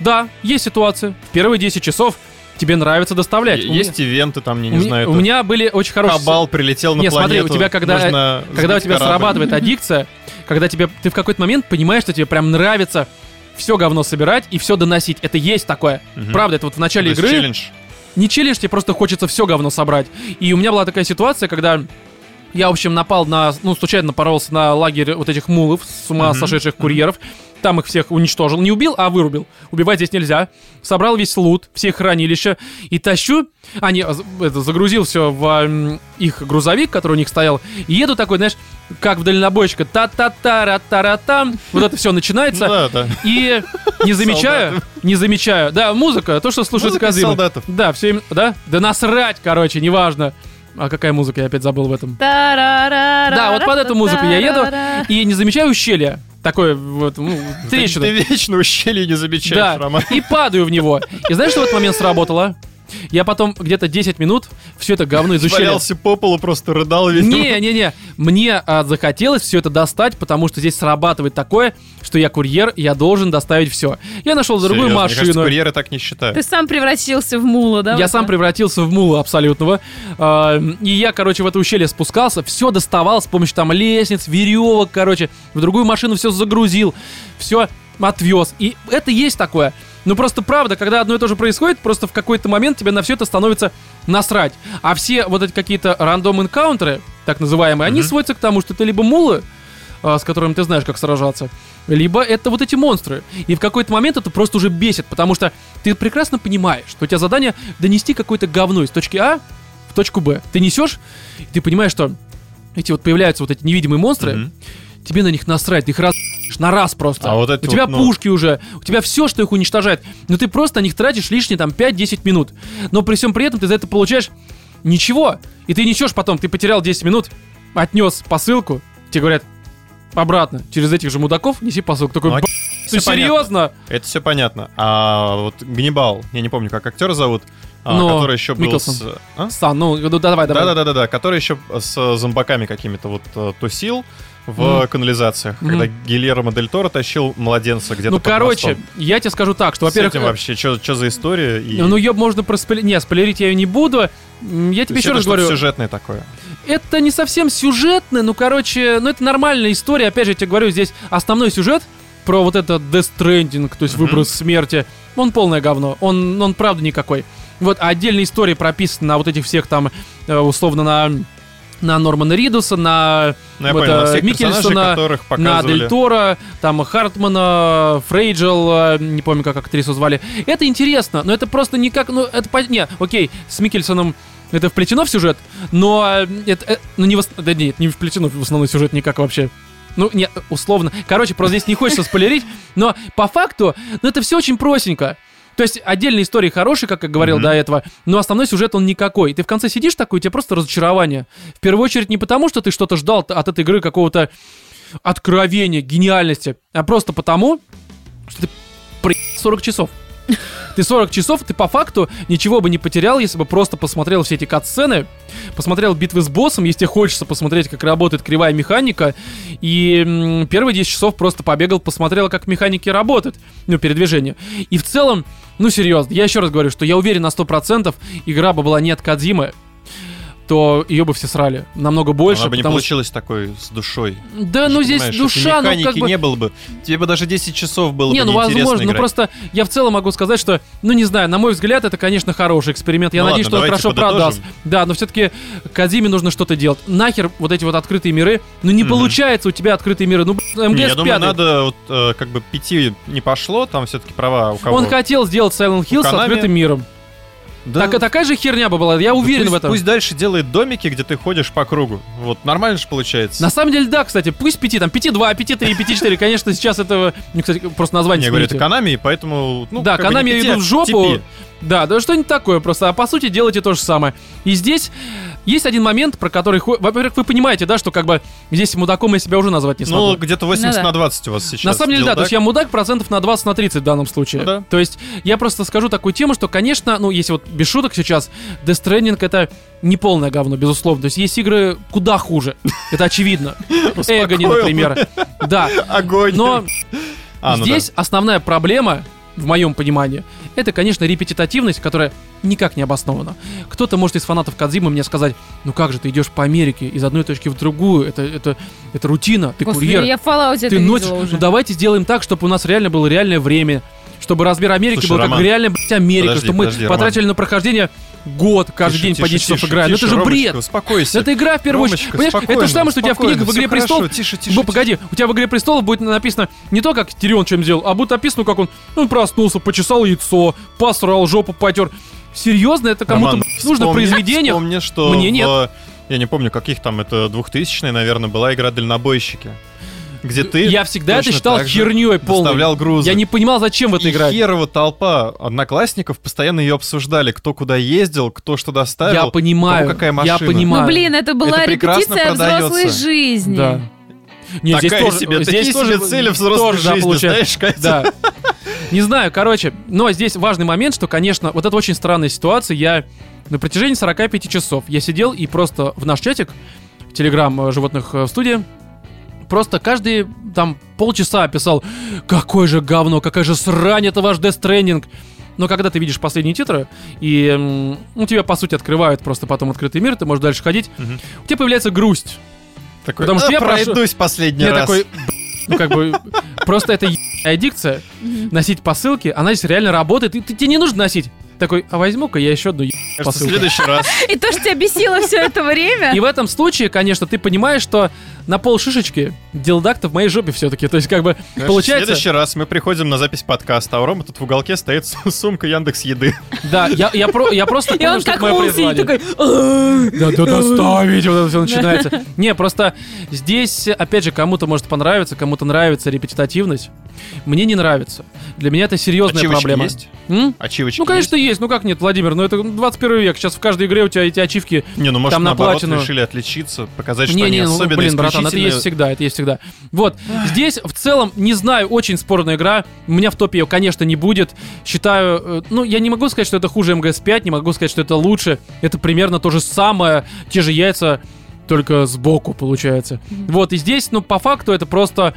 S1: Да, есть ситуации. В первые 10 часов тебе нравится доставлять.
S2: Е-
S1: У
S2: Есть ивенты там, я
S1: меня-
S2: не
S1: у
S2: знаю.
S1: меня- У
S2: тут
S1: меня были очень хорошие...
S2: Хабал прилетел на
S1: Не, смотри,
S2: планету.
S1: у тебя когда- э,
S2: нужно
S1: Когда у
S2: сбить
S1: тебя
S2: корабль.
S1: срабатывает аддикция, когда тебе ты в какой-то момент понимаешь, что тебе прям нравится все говно собирать и все доносить. Это есть такое.
S2: Мгм.
S1: Правда, это вот в
S2: То
S1: начале
S2: есть
S1: игры
S2: челлендж.
S1: не челлендж, тебе просто хочется все говно собрать. И у меня была такая ситуация, когда я, в общем, напал на, ну, случайно напоролся на лагерь вот этих мулов, с ума
S2: Мгм.
S1: сошедших курьеров. Там их всех уничтожил. Не убил, а вырубил. Убивать здесь нельзя. Собрал весь лут, все их хранилища. И тащу... А, не, з- это, загрузил все в м, их грузовик, который у них стоял. И еду такой, знаешь, как в дальнобойщика. Та-та-та-ра-та-ра-там. Вот это все
S2: Ну
S1: начинается.
S2: да, да.
S1: И не замечаю, не замечаю. Да, музыка, то, что слушает
S2: Музыка
S1: Казима.
S2: солдатов.
S1: Да, все им, да? Да насрать, короче, неважно. А какая музыка, я опять забыл в этом.
S3: Тарарара,
S1: Да, вот под эту музыку я еду.
S3: тарарара.
S1: И не замечаю ущелья. Такое вот, ну, трещина.
S2: Ты, ты вечно ущелье не замечаешь,
S1: Да,
S2: Роман.
S1: и падаю в него. И знаешь, что в этот момент сработало? Я потом где-то 10 минут все это говно из ущелья...
S2: Валялся по полу, просто рыдал весь.
S1: Не-не-не, мне а, захотелось все это достать, потому что здесь срабатывает такое, что я курьер, я должен доставить все. Я нашел другую
S2: Серьезно, мне
S1: машину.
S2: кажется, курьеры так не считают.
S3: Ты сам превратился в мула, да?
S1: я
S3: вот
S1: сам
S3: так?
S1: превратился в мула абсолютного. А, И я, короче, в это ущелье спускался, все доставал с помощью там лестниц, веревок, короче. В другую машину все загрузил, все отвез. И это есть такое. Ну просто правда, когда одно и то же происходит, просто в какой-то момент тебе на все это становится насрать. А все вот эти какие-то рандом-энкаунтеры, так называемые, они
S2: Мгм.
S1: сводятся к тому, что ты либо мулы, а, с которым ты знаешь, как сражаться. Либо это вот эти монстры. И в какой-то момент это просто уже бесит, потому что ты прекрасно понимаешь, что у тебя задание донести какое-то говно из точки А в точку Б. Ты несешь, и ты понимаешь, что эти вот появляются вот эти невидимые монстры,
S2: Мгм.
S1: тебе на них насрать, ты их раз на раз просто.
S2: А вот эти
S1: у тебя
S2: вот, ну-
S1: пушки уже, у тебя все, что их уничтожает. Но ты просто на них тратишь лишние там 5-10 минут. Но при всем при этом ты за это получаешь ничего. И ты несешь потом, ты потерял 10 минут, отнес посылку, тебе говорят, обратно, через этих же мудаков неси посылку. Такой,
S2: Ну, а
S1: «Б***ь, ты
S2: всё понятно.
S1: серьезно?
S2: Это все понятно. А вот Гнибал, я не помню, как актера зовут, а,
S1: Но
S2: который еще был
S1: Миккелсон.
S2: с... а?
S1: Сан, ну, ну давай, давай.
S2: Да-да-да-да, который еще с зомбаками какими-то вот э, тусил в
S1: Мгм.
S2: канализациях, когда Гильермо Дель Торо тащил младенца где-то
S1: Ну,
S2: под
S1: короче,
S2: мостом.
S1: я тебе скажу так, что,
S2: С
S1: во-первых,
S2: этим
S1: э,
S2: вообще, что за история? И...
S1: ну ее можно проспойлерить. Не, спойлерить я ее не буду. М, Я
S2: То
S1: тебе
S2: есть
S1: еще
S2: это
S1: раз
S2: что-то
S1: говорю,
S2: сюжетное такое.
S1: это не совсем сюжетно, ну, короче, ну, это нормальная история. Опять же, я тебе говорю, здесь основной сюжет про вот этот Death Stranding, то есть
S2: Мгм.
S1: выброс смерти, он полное говно, он, он правда никакой. Вот, а отдельные истории прописаны на вот этих всех там, э, условно, на на Нормана Ридуса, на,
S2: Ну, я
S1: вот,
S2: понял, на
S1: э,
S2: всех персонажей,
S1: Миккельсона,
S2: которых
S1: на
S2: показывали.
S1: Дель Торо, там Хартмана, Фрейджел, э, не помню, как актрису звали. Это интересно, но это просто никак, ну, это по... Не, окей, с Микельсоном это вплетено в сюжет, но э, это, э, ну, не, в ос- да нет, не вплетено в основной сюжет никак вообще. Ну, нет, условно. Короче, просто здесь не хочется спойлерить, но по факту, ну, это все очень простенько. То есть отдельные истории хорошие, как я говорил
S2: Мгм.
S1: до этого, но основной сюжет он никакой. Ты в конце сидишь такой, у тебя просто разочарование. В первую очередь не потому, что ты что-то ждал т- от этой игры какого-то откровения, гениальности, а просто потому, что ты при 40 часов. Ты 40 часов, ты по факту ничего бы не потерял, если бы просто посмотрел все эти кат-сцены, посмотрел битвы с боссом, если тебе хочется посмотреть, как работает кривая механика, и м, первые 10 часов просто побегал, посмотрел, как механики работают, ну, передвижение. И в целом, ну, серьезно, я еще раз говорю, что я уверен на 100%, игра бы была не от Кадзимы, то ее бы все срали намного больше.
S2: Она бы не
S1: потому что-
S2: получилась такой с душой.
S1: Да,
S2: Ты
S1: ну
S2: же
S1: здесь
S2: понимаешь,
S1: душа,
S2: если
S1: ну как
S2: механики
S1: бы...
S2: не было бы. Тебе бы даже 10 часов было
S1: не,
S2: бы
S1: ну
S2: неинтересно
S1: возможно, ну
S2: играть.
S1: просто я в целом могу сказать, что, ну не знаю, на мой взгляд, это, конечно, хороший эксперимент. Я
S2: Ну
S1: надеюсь,
S2: ладно,
S1: что
S2: давайте
S1: он хорошо продастся.
S2: подытожим.
S1: Да, но все-таки Кадзиме нужно что-то делать. Нахер вот эти вот открытые миры. Ну не
S2: Мгм.
S1: получается у тебя открытые миры. Ну, блин,
S2: Не,
S1: МГС
S2: я думаю,
S1: пятый.
S2: надо вот э, как бы пяти не пошло, там все-таки права у кого.
S1: Он хотел сделать Silent Hill с
S2: Konami.
S1: открытым миром.
S2: Да,
S1: Так- а такая же херня бы была, я
S2: да
S1: уверен
S2: пусть,
S1: в этом.
S2: Пусть дальше делает домики, где ты ходишь по кругу. Вот нормально же получается.
S1: На самом деле, да, кстати, пусть 5, там 5-2, 5-3, 5-4, конечно, сейчас этого, ну, кстати, просто название
S2: Я говорю, это
S1: смените.
S2: Канами, и поэтому... Ну,
S1: да,
S2: как бы не
S1: канами я
S2: пяти,
S1: иду в
S2: а
S1: жопу.
S2: типи.
S1: Да, да что-нибудь такое просто. А по сути делайте то же самое. И здесь есть один момент, про который... хо- Во-первых, вы понимаете, да, что как бы здесь мудаком я себя уже назвать не смогу.
S2: Ну, где-то 80
S3: Ну да.
S2: на 20 у вас сейчас.
S1: На самом деле, да,
S2: дилдак.
S1: то есть я мудак процентов на 20 на 30 в данном случае.
S2: Ну да.
S1: То есть я просто скажу такую тему, что, конечно, ну, если вот без шуток сейчас, Death Stranding это не полное говно, безусловно. То есть есть игры куда хуже. Это очевидно. Эгони,
S2: Успокоил.
S1: например. Да.
S2: Огонь.
S1: Но
S2: А, ну да.
S1: Здесь основная проблема, в моем понимании, это, конечно, репетитативность, которая никак не обоснована. Кто-то может из фанатов Кадзимы мне сказать, ну как же ты идешь по Америке из одной точки в другую, это, это, это рутина, ты
S3: Господи,
S1: курьер,
S3: я в Fallout это
S1: ты носишь,
S3: видела уже.
S1: ну давайте сделаем так, чтобы у нас реально было реальное время, чтобы размер Америки
S2: Слушай,
S1: был как
S2: Роман,
S1: реальная, блядь, Америка,
S2: подожди,
S1: чтобы мы
S2: подожди, Роман.
S1: потратили на прохождение год каждый
S2: Тише,
S1: день по
S2: тише,
S1: 10 часов
S2: тише,
S1: играя. Ну
S2: тише,
S1: это же
S2: Ромочка,
S1: бред!
S2: Успокойся.
S1: Это игра в первую очередь.
S2: Ромочка,
S1: Понимаешь, это то же
S2: спокойно,
S1: самое, что у тебя в
S2: спокойно,
S1: книгах в
S2: всё
S1: «Игре престолов»
S2: хорошо, Тише, тише.
S1: Ну,
S2: тише.
S1: погоди, у тебя в «Игре престолов» будет написано не то, как Тирион чем сделал, а будет написано, как он, он проснулся, почесал яйцо, посрал, жопу потер. Серьезно, это кому-то
S2: Роман,
S1: блядь, нужно
S2: вспомни-
S1: произведение?
S2: Вспомни, что
S1: Мне
S2: в-
S1: нет.
S2: Я не помню, каких там, это 2000 наверное, была игра «Дальнобойщики». Где ты
S1: Я всегда это
S2: точно
S1: считал
S2: так же
S1: херней полной.
S2: доставлял грузы.
S1: Я не понимал, зачем в это
S2: И
S1: играть.
S2: херова толпа одноклассников постоянно ее обсуждали, кто куда ездил, кто что доставил.
S1: Я понимаю,
S2: кому какая
S1: я
S2: машина.
S1: понимаю.
S3: Ну, блин, это была
S2: Это прекрасно
S3: репетиция взрослой
S2: продается.
S3: жизни.
S1: Да. Не,
S2: Такая
S1: здесь тоже,
S2: себе,
S1: здесь
S2: такие
S1: тоже,
S2: себе цели взрослой
S1: тоже, да,
S2: жизни,
S1: получается.
S2: знаешь, Катя?
S1: Да. Не знаю, короче, но здесь важный момент, что, конечно, вот это очень странная ситуация. Я на протяжении 45 часов я сидел и просто в наш чатик, телеграм э, животных э, в студии, просто каждые там полчаса писал, какое же говно, какая же срань, это ваш Death Stranding. Но когда ты видишь последние титры, и м, ну, тебя, по сути, открывают просто потом открытый мир, ты можешь дальше ходить,
S2: Мгм.
S1: у тебя появляется грусть.
S2: Такой,
S1: Потому что
S2: «А,
S1: я прошу-
S2: пройдусь последний
S1: Я
S2: раз.
S1: такой, «Б***ь». ну как бы, просто это ебаная дикция. Носить посылки, она здесь реально работает, и ты- тебе не нужно носить. Такой, а возьму-ка я еще одну ебаную
S2: Кажется, в
S1: посылку.
S2: следующий раз.
S3: И то, что тебя бесило все это время.
S1: И в этом случае, конечно, ты понимаешь, что на пол шишечки дилдакта в моей жопе все-таки. То есть, как бы,
S2: Знаешь, В
S1: получается...
S2: следующий раз мы приходим на запись подкаста, а у Рома тут в уголке стоит с- сумка Яндекс Еды.
S1: Да, я, я, про, я просто
S3: И
S1: понял,
S3: он
S1: что это
S3: как
S1: мое
S3: мул сидит
S1: призвание.
S3: такой...
S1: Да,
S3: «Ах».
S1: да, доставить, вот это все начинается. Не, просто здесь, опять же, кому-то может понравиться, кому-то нравится репетитативность. Мне не нравится. Для меня это серьезная
S2: Ачивочки
S1: проблема.
S2: есть?
S1: М?
S2: Ачивочки
S1: Ну, конечно, есть. Ну, как нет, Владимир, ну это 21 век. Сейчас в каждой игре у тебя эти ачивки
S2: есть? Не, ну может
S1: там на
S2: наоборот
S1: платину.
S2: решили отличиться, показать, что
S1: не,
S2: они
S1: не, ну,
S2: особенно
S1: блин, братан, это
S2: исключительные.
S1: есть всегда, это есть всегда. Вот, здесь в целом, не знаю, очень спорная игра. У меня в топе ее, конечно, не будет. Считаю, э, ну, я не могу сказать, что это хуже МГС-5, не могу сказать, что это лучше. Это примерно то же самое, те же яйца, только сбоку, получается. Вот, и здесь, ну, по факту это просто...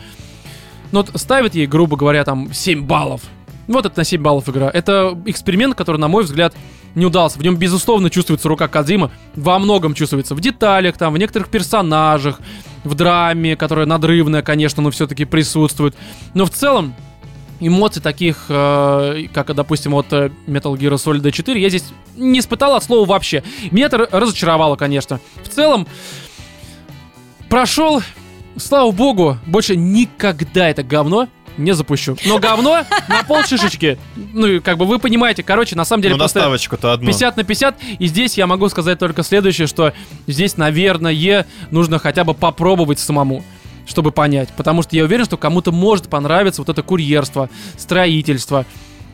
S1: Ну, вот ставят ей, грубо говоря, там 7 баллов. Вот это на 7 баллов игра. Это эксперимент, который, на мой взгляд, не удался. В нем, безусловно, чувствуется рука Кадзима. Во многом чувствуется. В деталях, там, в некоторых персонажах, в драме, которая надрывная, конечно, но все-таки присутствует. Но в целом, эмоций таких, э, как, допустим, от э, Metal Gear Solid 4, я здесь не испытал от слова вообще. Меня это р- разочаровало, конечно. В целом, прошел, слава богу, больше никогда это говно не запущу. Но говно на пол шишечки. Ну, и как бы вы понимаете, короче, на самом деле
S2: Ну
S1: просто...
S2: доставочку-то одну.
S1: 50 на 50. И здесь я могу сказать только следующее, что здесь, наверное, нужно хотя бы попробовать самому чтобы понять. Потому что я уверен, что кому-то может понравиться вот это курьерство, строительство.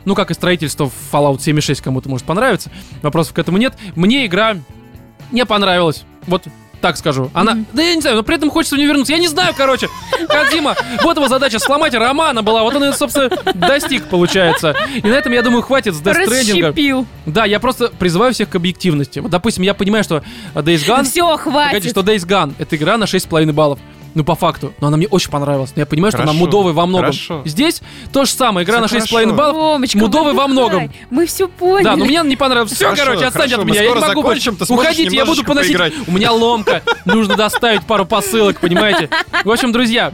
S1: Ну, как и строительство в Fallout 76 кому-то может понравиться. Вопросов к этому нет. Мне игра не понравилась. Вот так скажу. Она... Да я не знаю, но при этом хочется в нее вернуться. Я не знаю, короче. Кадима, вот его задача сломать романа была. Вот он ее, собственно, достиг, получается. И на этом, я думаю, хватит с Death Stranding.
S3: Расщепил.
S1: Да, я просто призываю всех к объективности. Вот, допустим, я понимаю, что э, Days Gone...
S3: Все,
S1: Погоди,
S3: хватит.
S1: что Days Gone — это игра на 6,5 баллов. Ну, по факту. Но она мне очень понравилась. Но я понимаю, что она
S2: Хорошо,
S1: мудовая во многом.
S2: хорошо.
S1: Здесь то же самое. Игра
S2: Всё
S1: на 6,5
S2: хорошо.
S1: баллов.
S3: Ромочка,
S1: Мудовый во
S3: отдыхай.
S1: многом.
S3: ну Мы все поняли.
S1: Да, ну но мне она не понравилась. Все,
S2: Хорошо,
S1: короче, отстаньте
S2: хорошо,
S1: от
S2: мы
S1: меня. Я не
S2: скоро
S1: могу больше.
S2: закончим, ты сможешь
S1: Уходите, я буду
S2: немножечко
S1: поносить.
S2: поиграть.
S1: У меня ломка. Нужно доставить пару посылок, понимаете? В общем, друзья,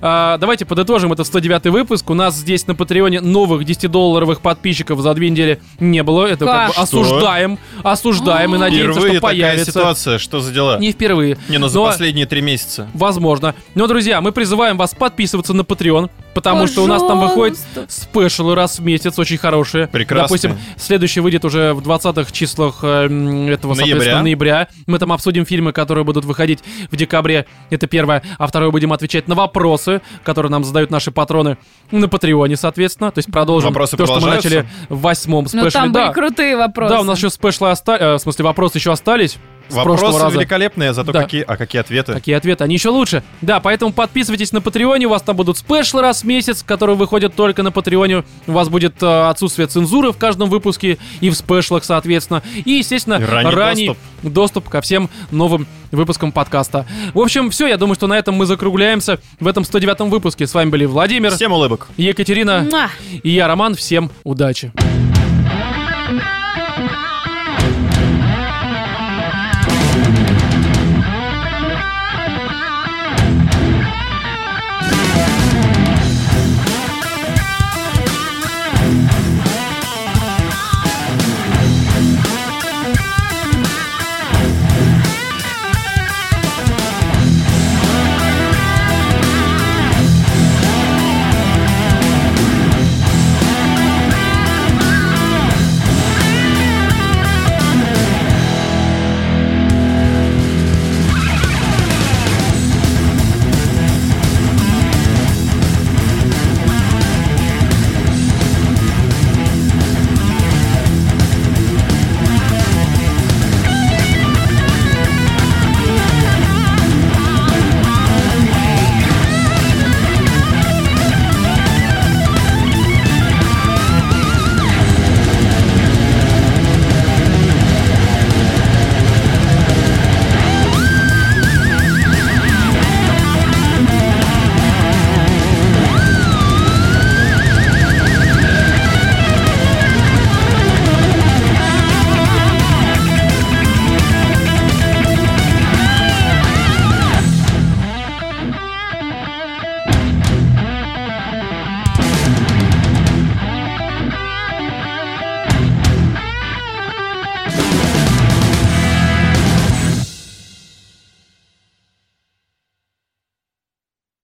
S1: а, давайте подытожим этот 109 выпуск. У нас здесь на Патреоне новых 10-долларовых подписчиков за две недели не было. Это как бы
S3: Как?
S1: осуждаем. Осуждаем и надеемся,
S2: Впервые
S1: что
S2: такая
S1: появится.
S2: ситуация, что за дела?
S1: Не впервые.
S2: Не, ну за
S1: Но-
S2: последние три месяца.
S1: Возможно. Но, друзья, мы призываем вас подписываться на Patreon, потому что у нас там выходит
S3: Пожалуйста.
S1: спешалы раз в месяц, очень хорошие.
S2: Прекрасные.
S1: Допустим, следующий выйдет уже в 20-х числах эм, этого,
S2: Ноября.
S1: соответственно, ноября. Мы там обсудим фильмы, которые будут выходить в декабре. Это первое. А второе, будем отвечать на вопросы, которые нам задают наши патроны на Патреоне, соответственно. То есть продолжим
S2: Вопросы
S1: то, что мы
S2: продолжаются?
S1: начали в восьмом спешле.
S3: Ну там
S1: да.
S3: были крутые вопросы.
S1: да, у нас еще спешлы остались, в смысле, вопросы еще остались. с прошлого
S2: Вопросы
S1: раза.
S2: великолепные, зато
S1: Да.
S2: какие, а какие ответы?
S1: Такие ответы, они еще лучше. Да, поэтому подписывайтесь на Патреоне, у вас там будут спешлы раз в месяц, которые выходят только на Патреоне. У вас будет э, отсутствие цензуры в каждом выпуске и в спешлах, соответственно. И, естественно,
S2: И ранний
S1: доступ. ко всем новым выпускам подкаста. В общем, все, я думаю, что на этом мы закругляемся в этом 109-м выпуске. С вами были Владимир,
S2: Всем улыбок.
S1: Екатерина
S3: Муа.
S1: и я, Роман. Всем удачи.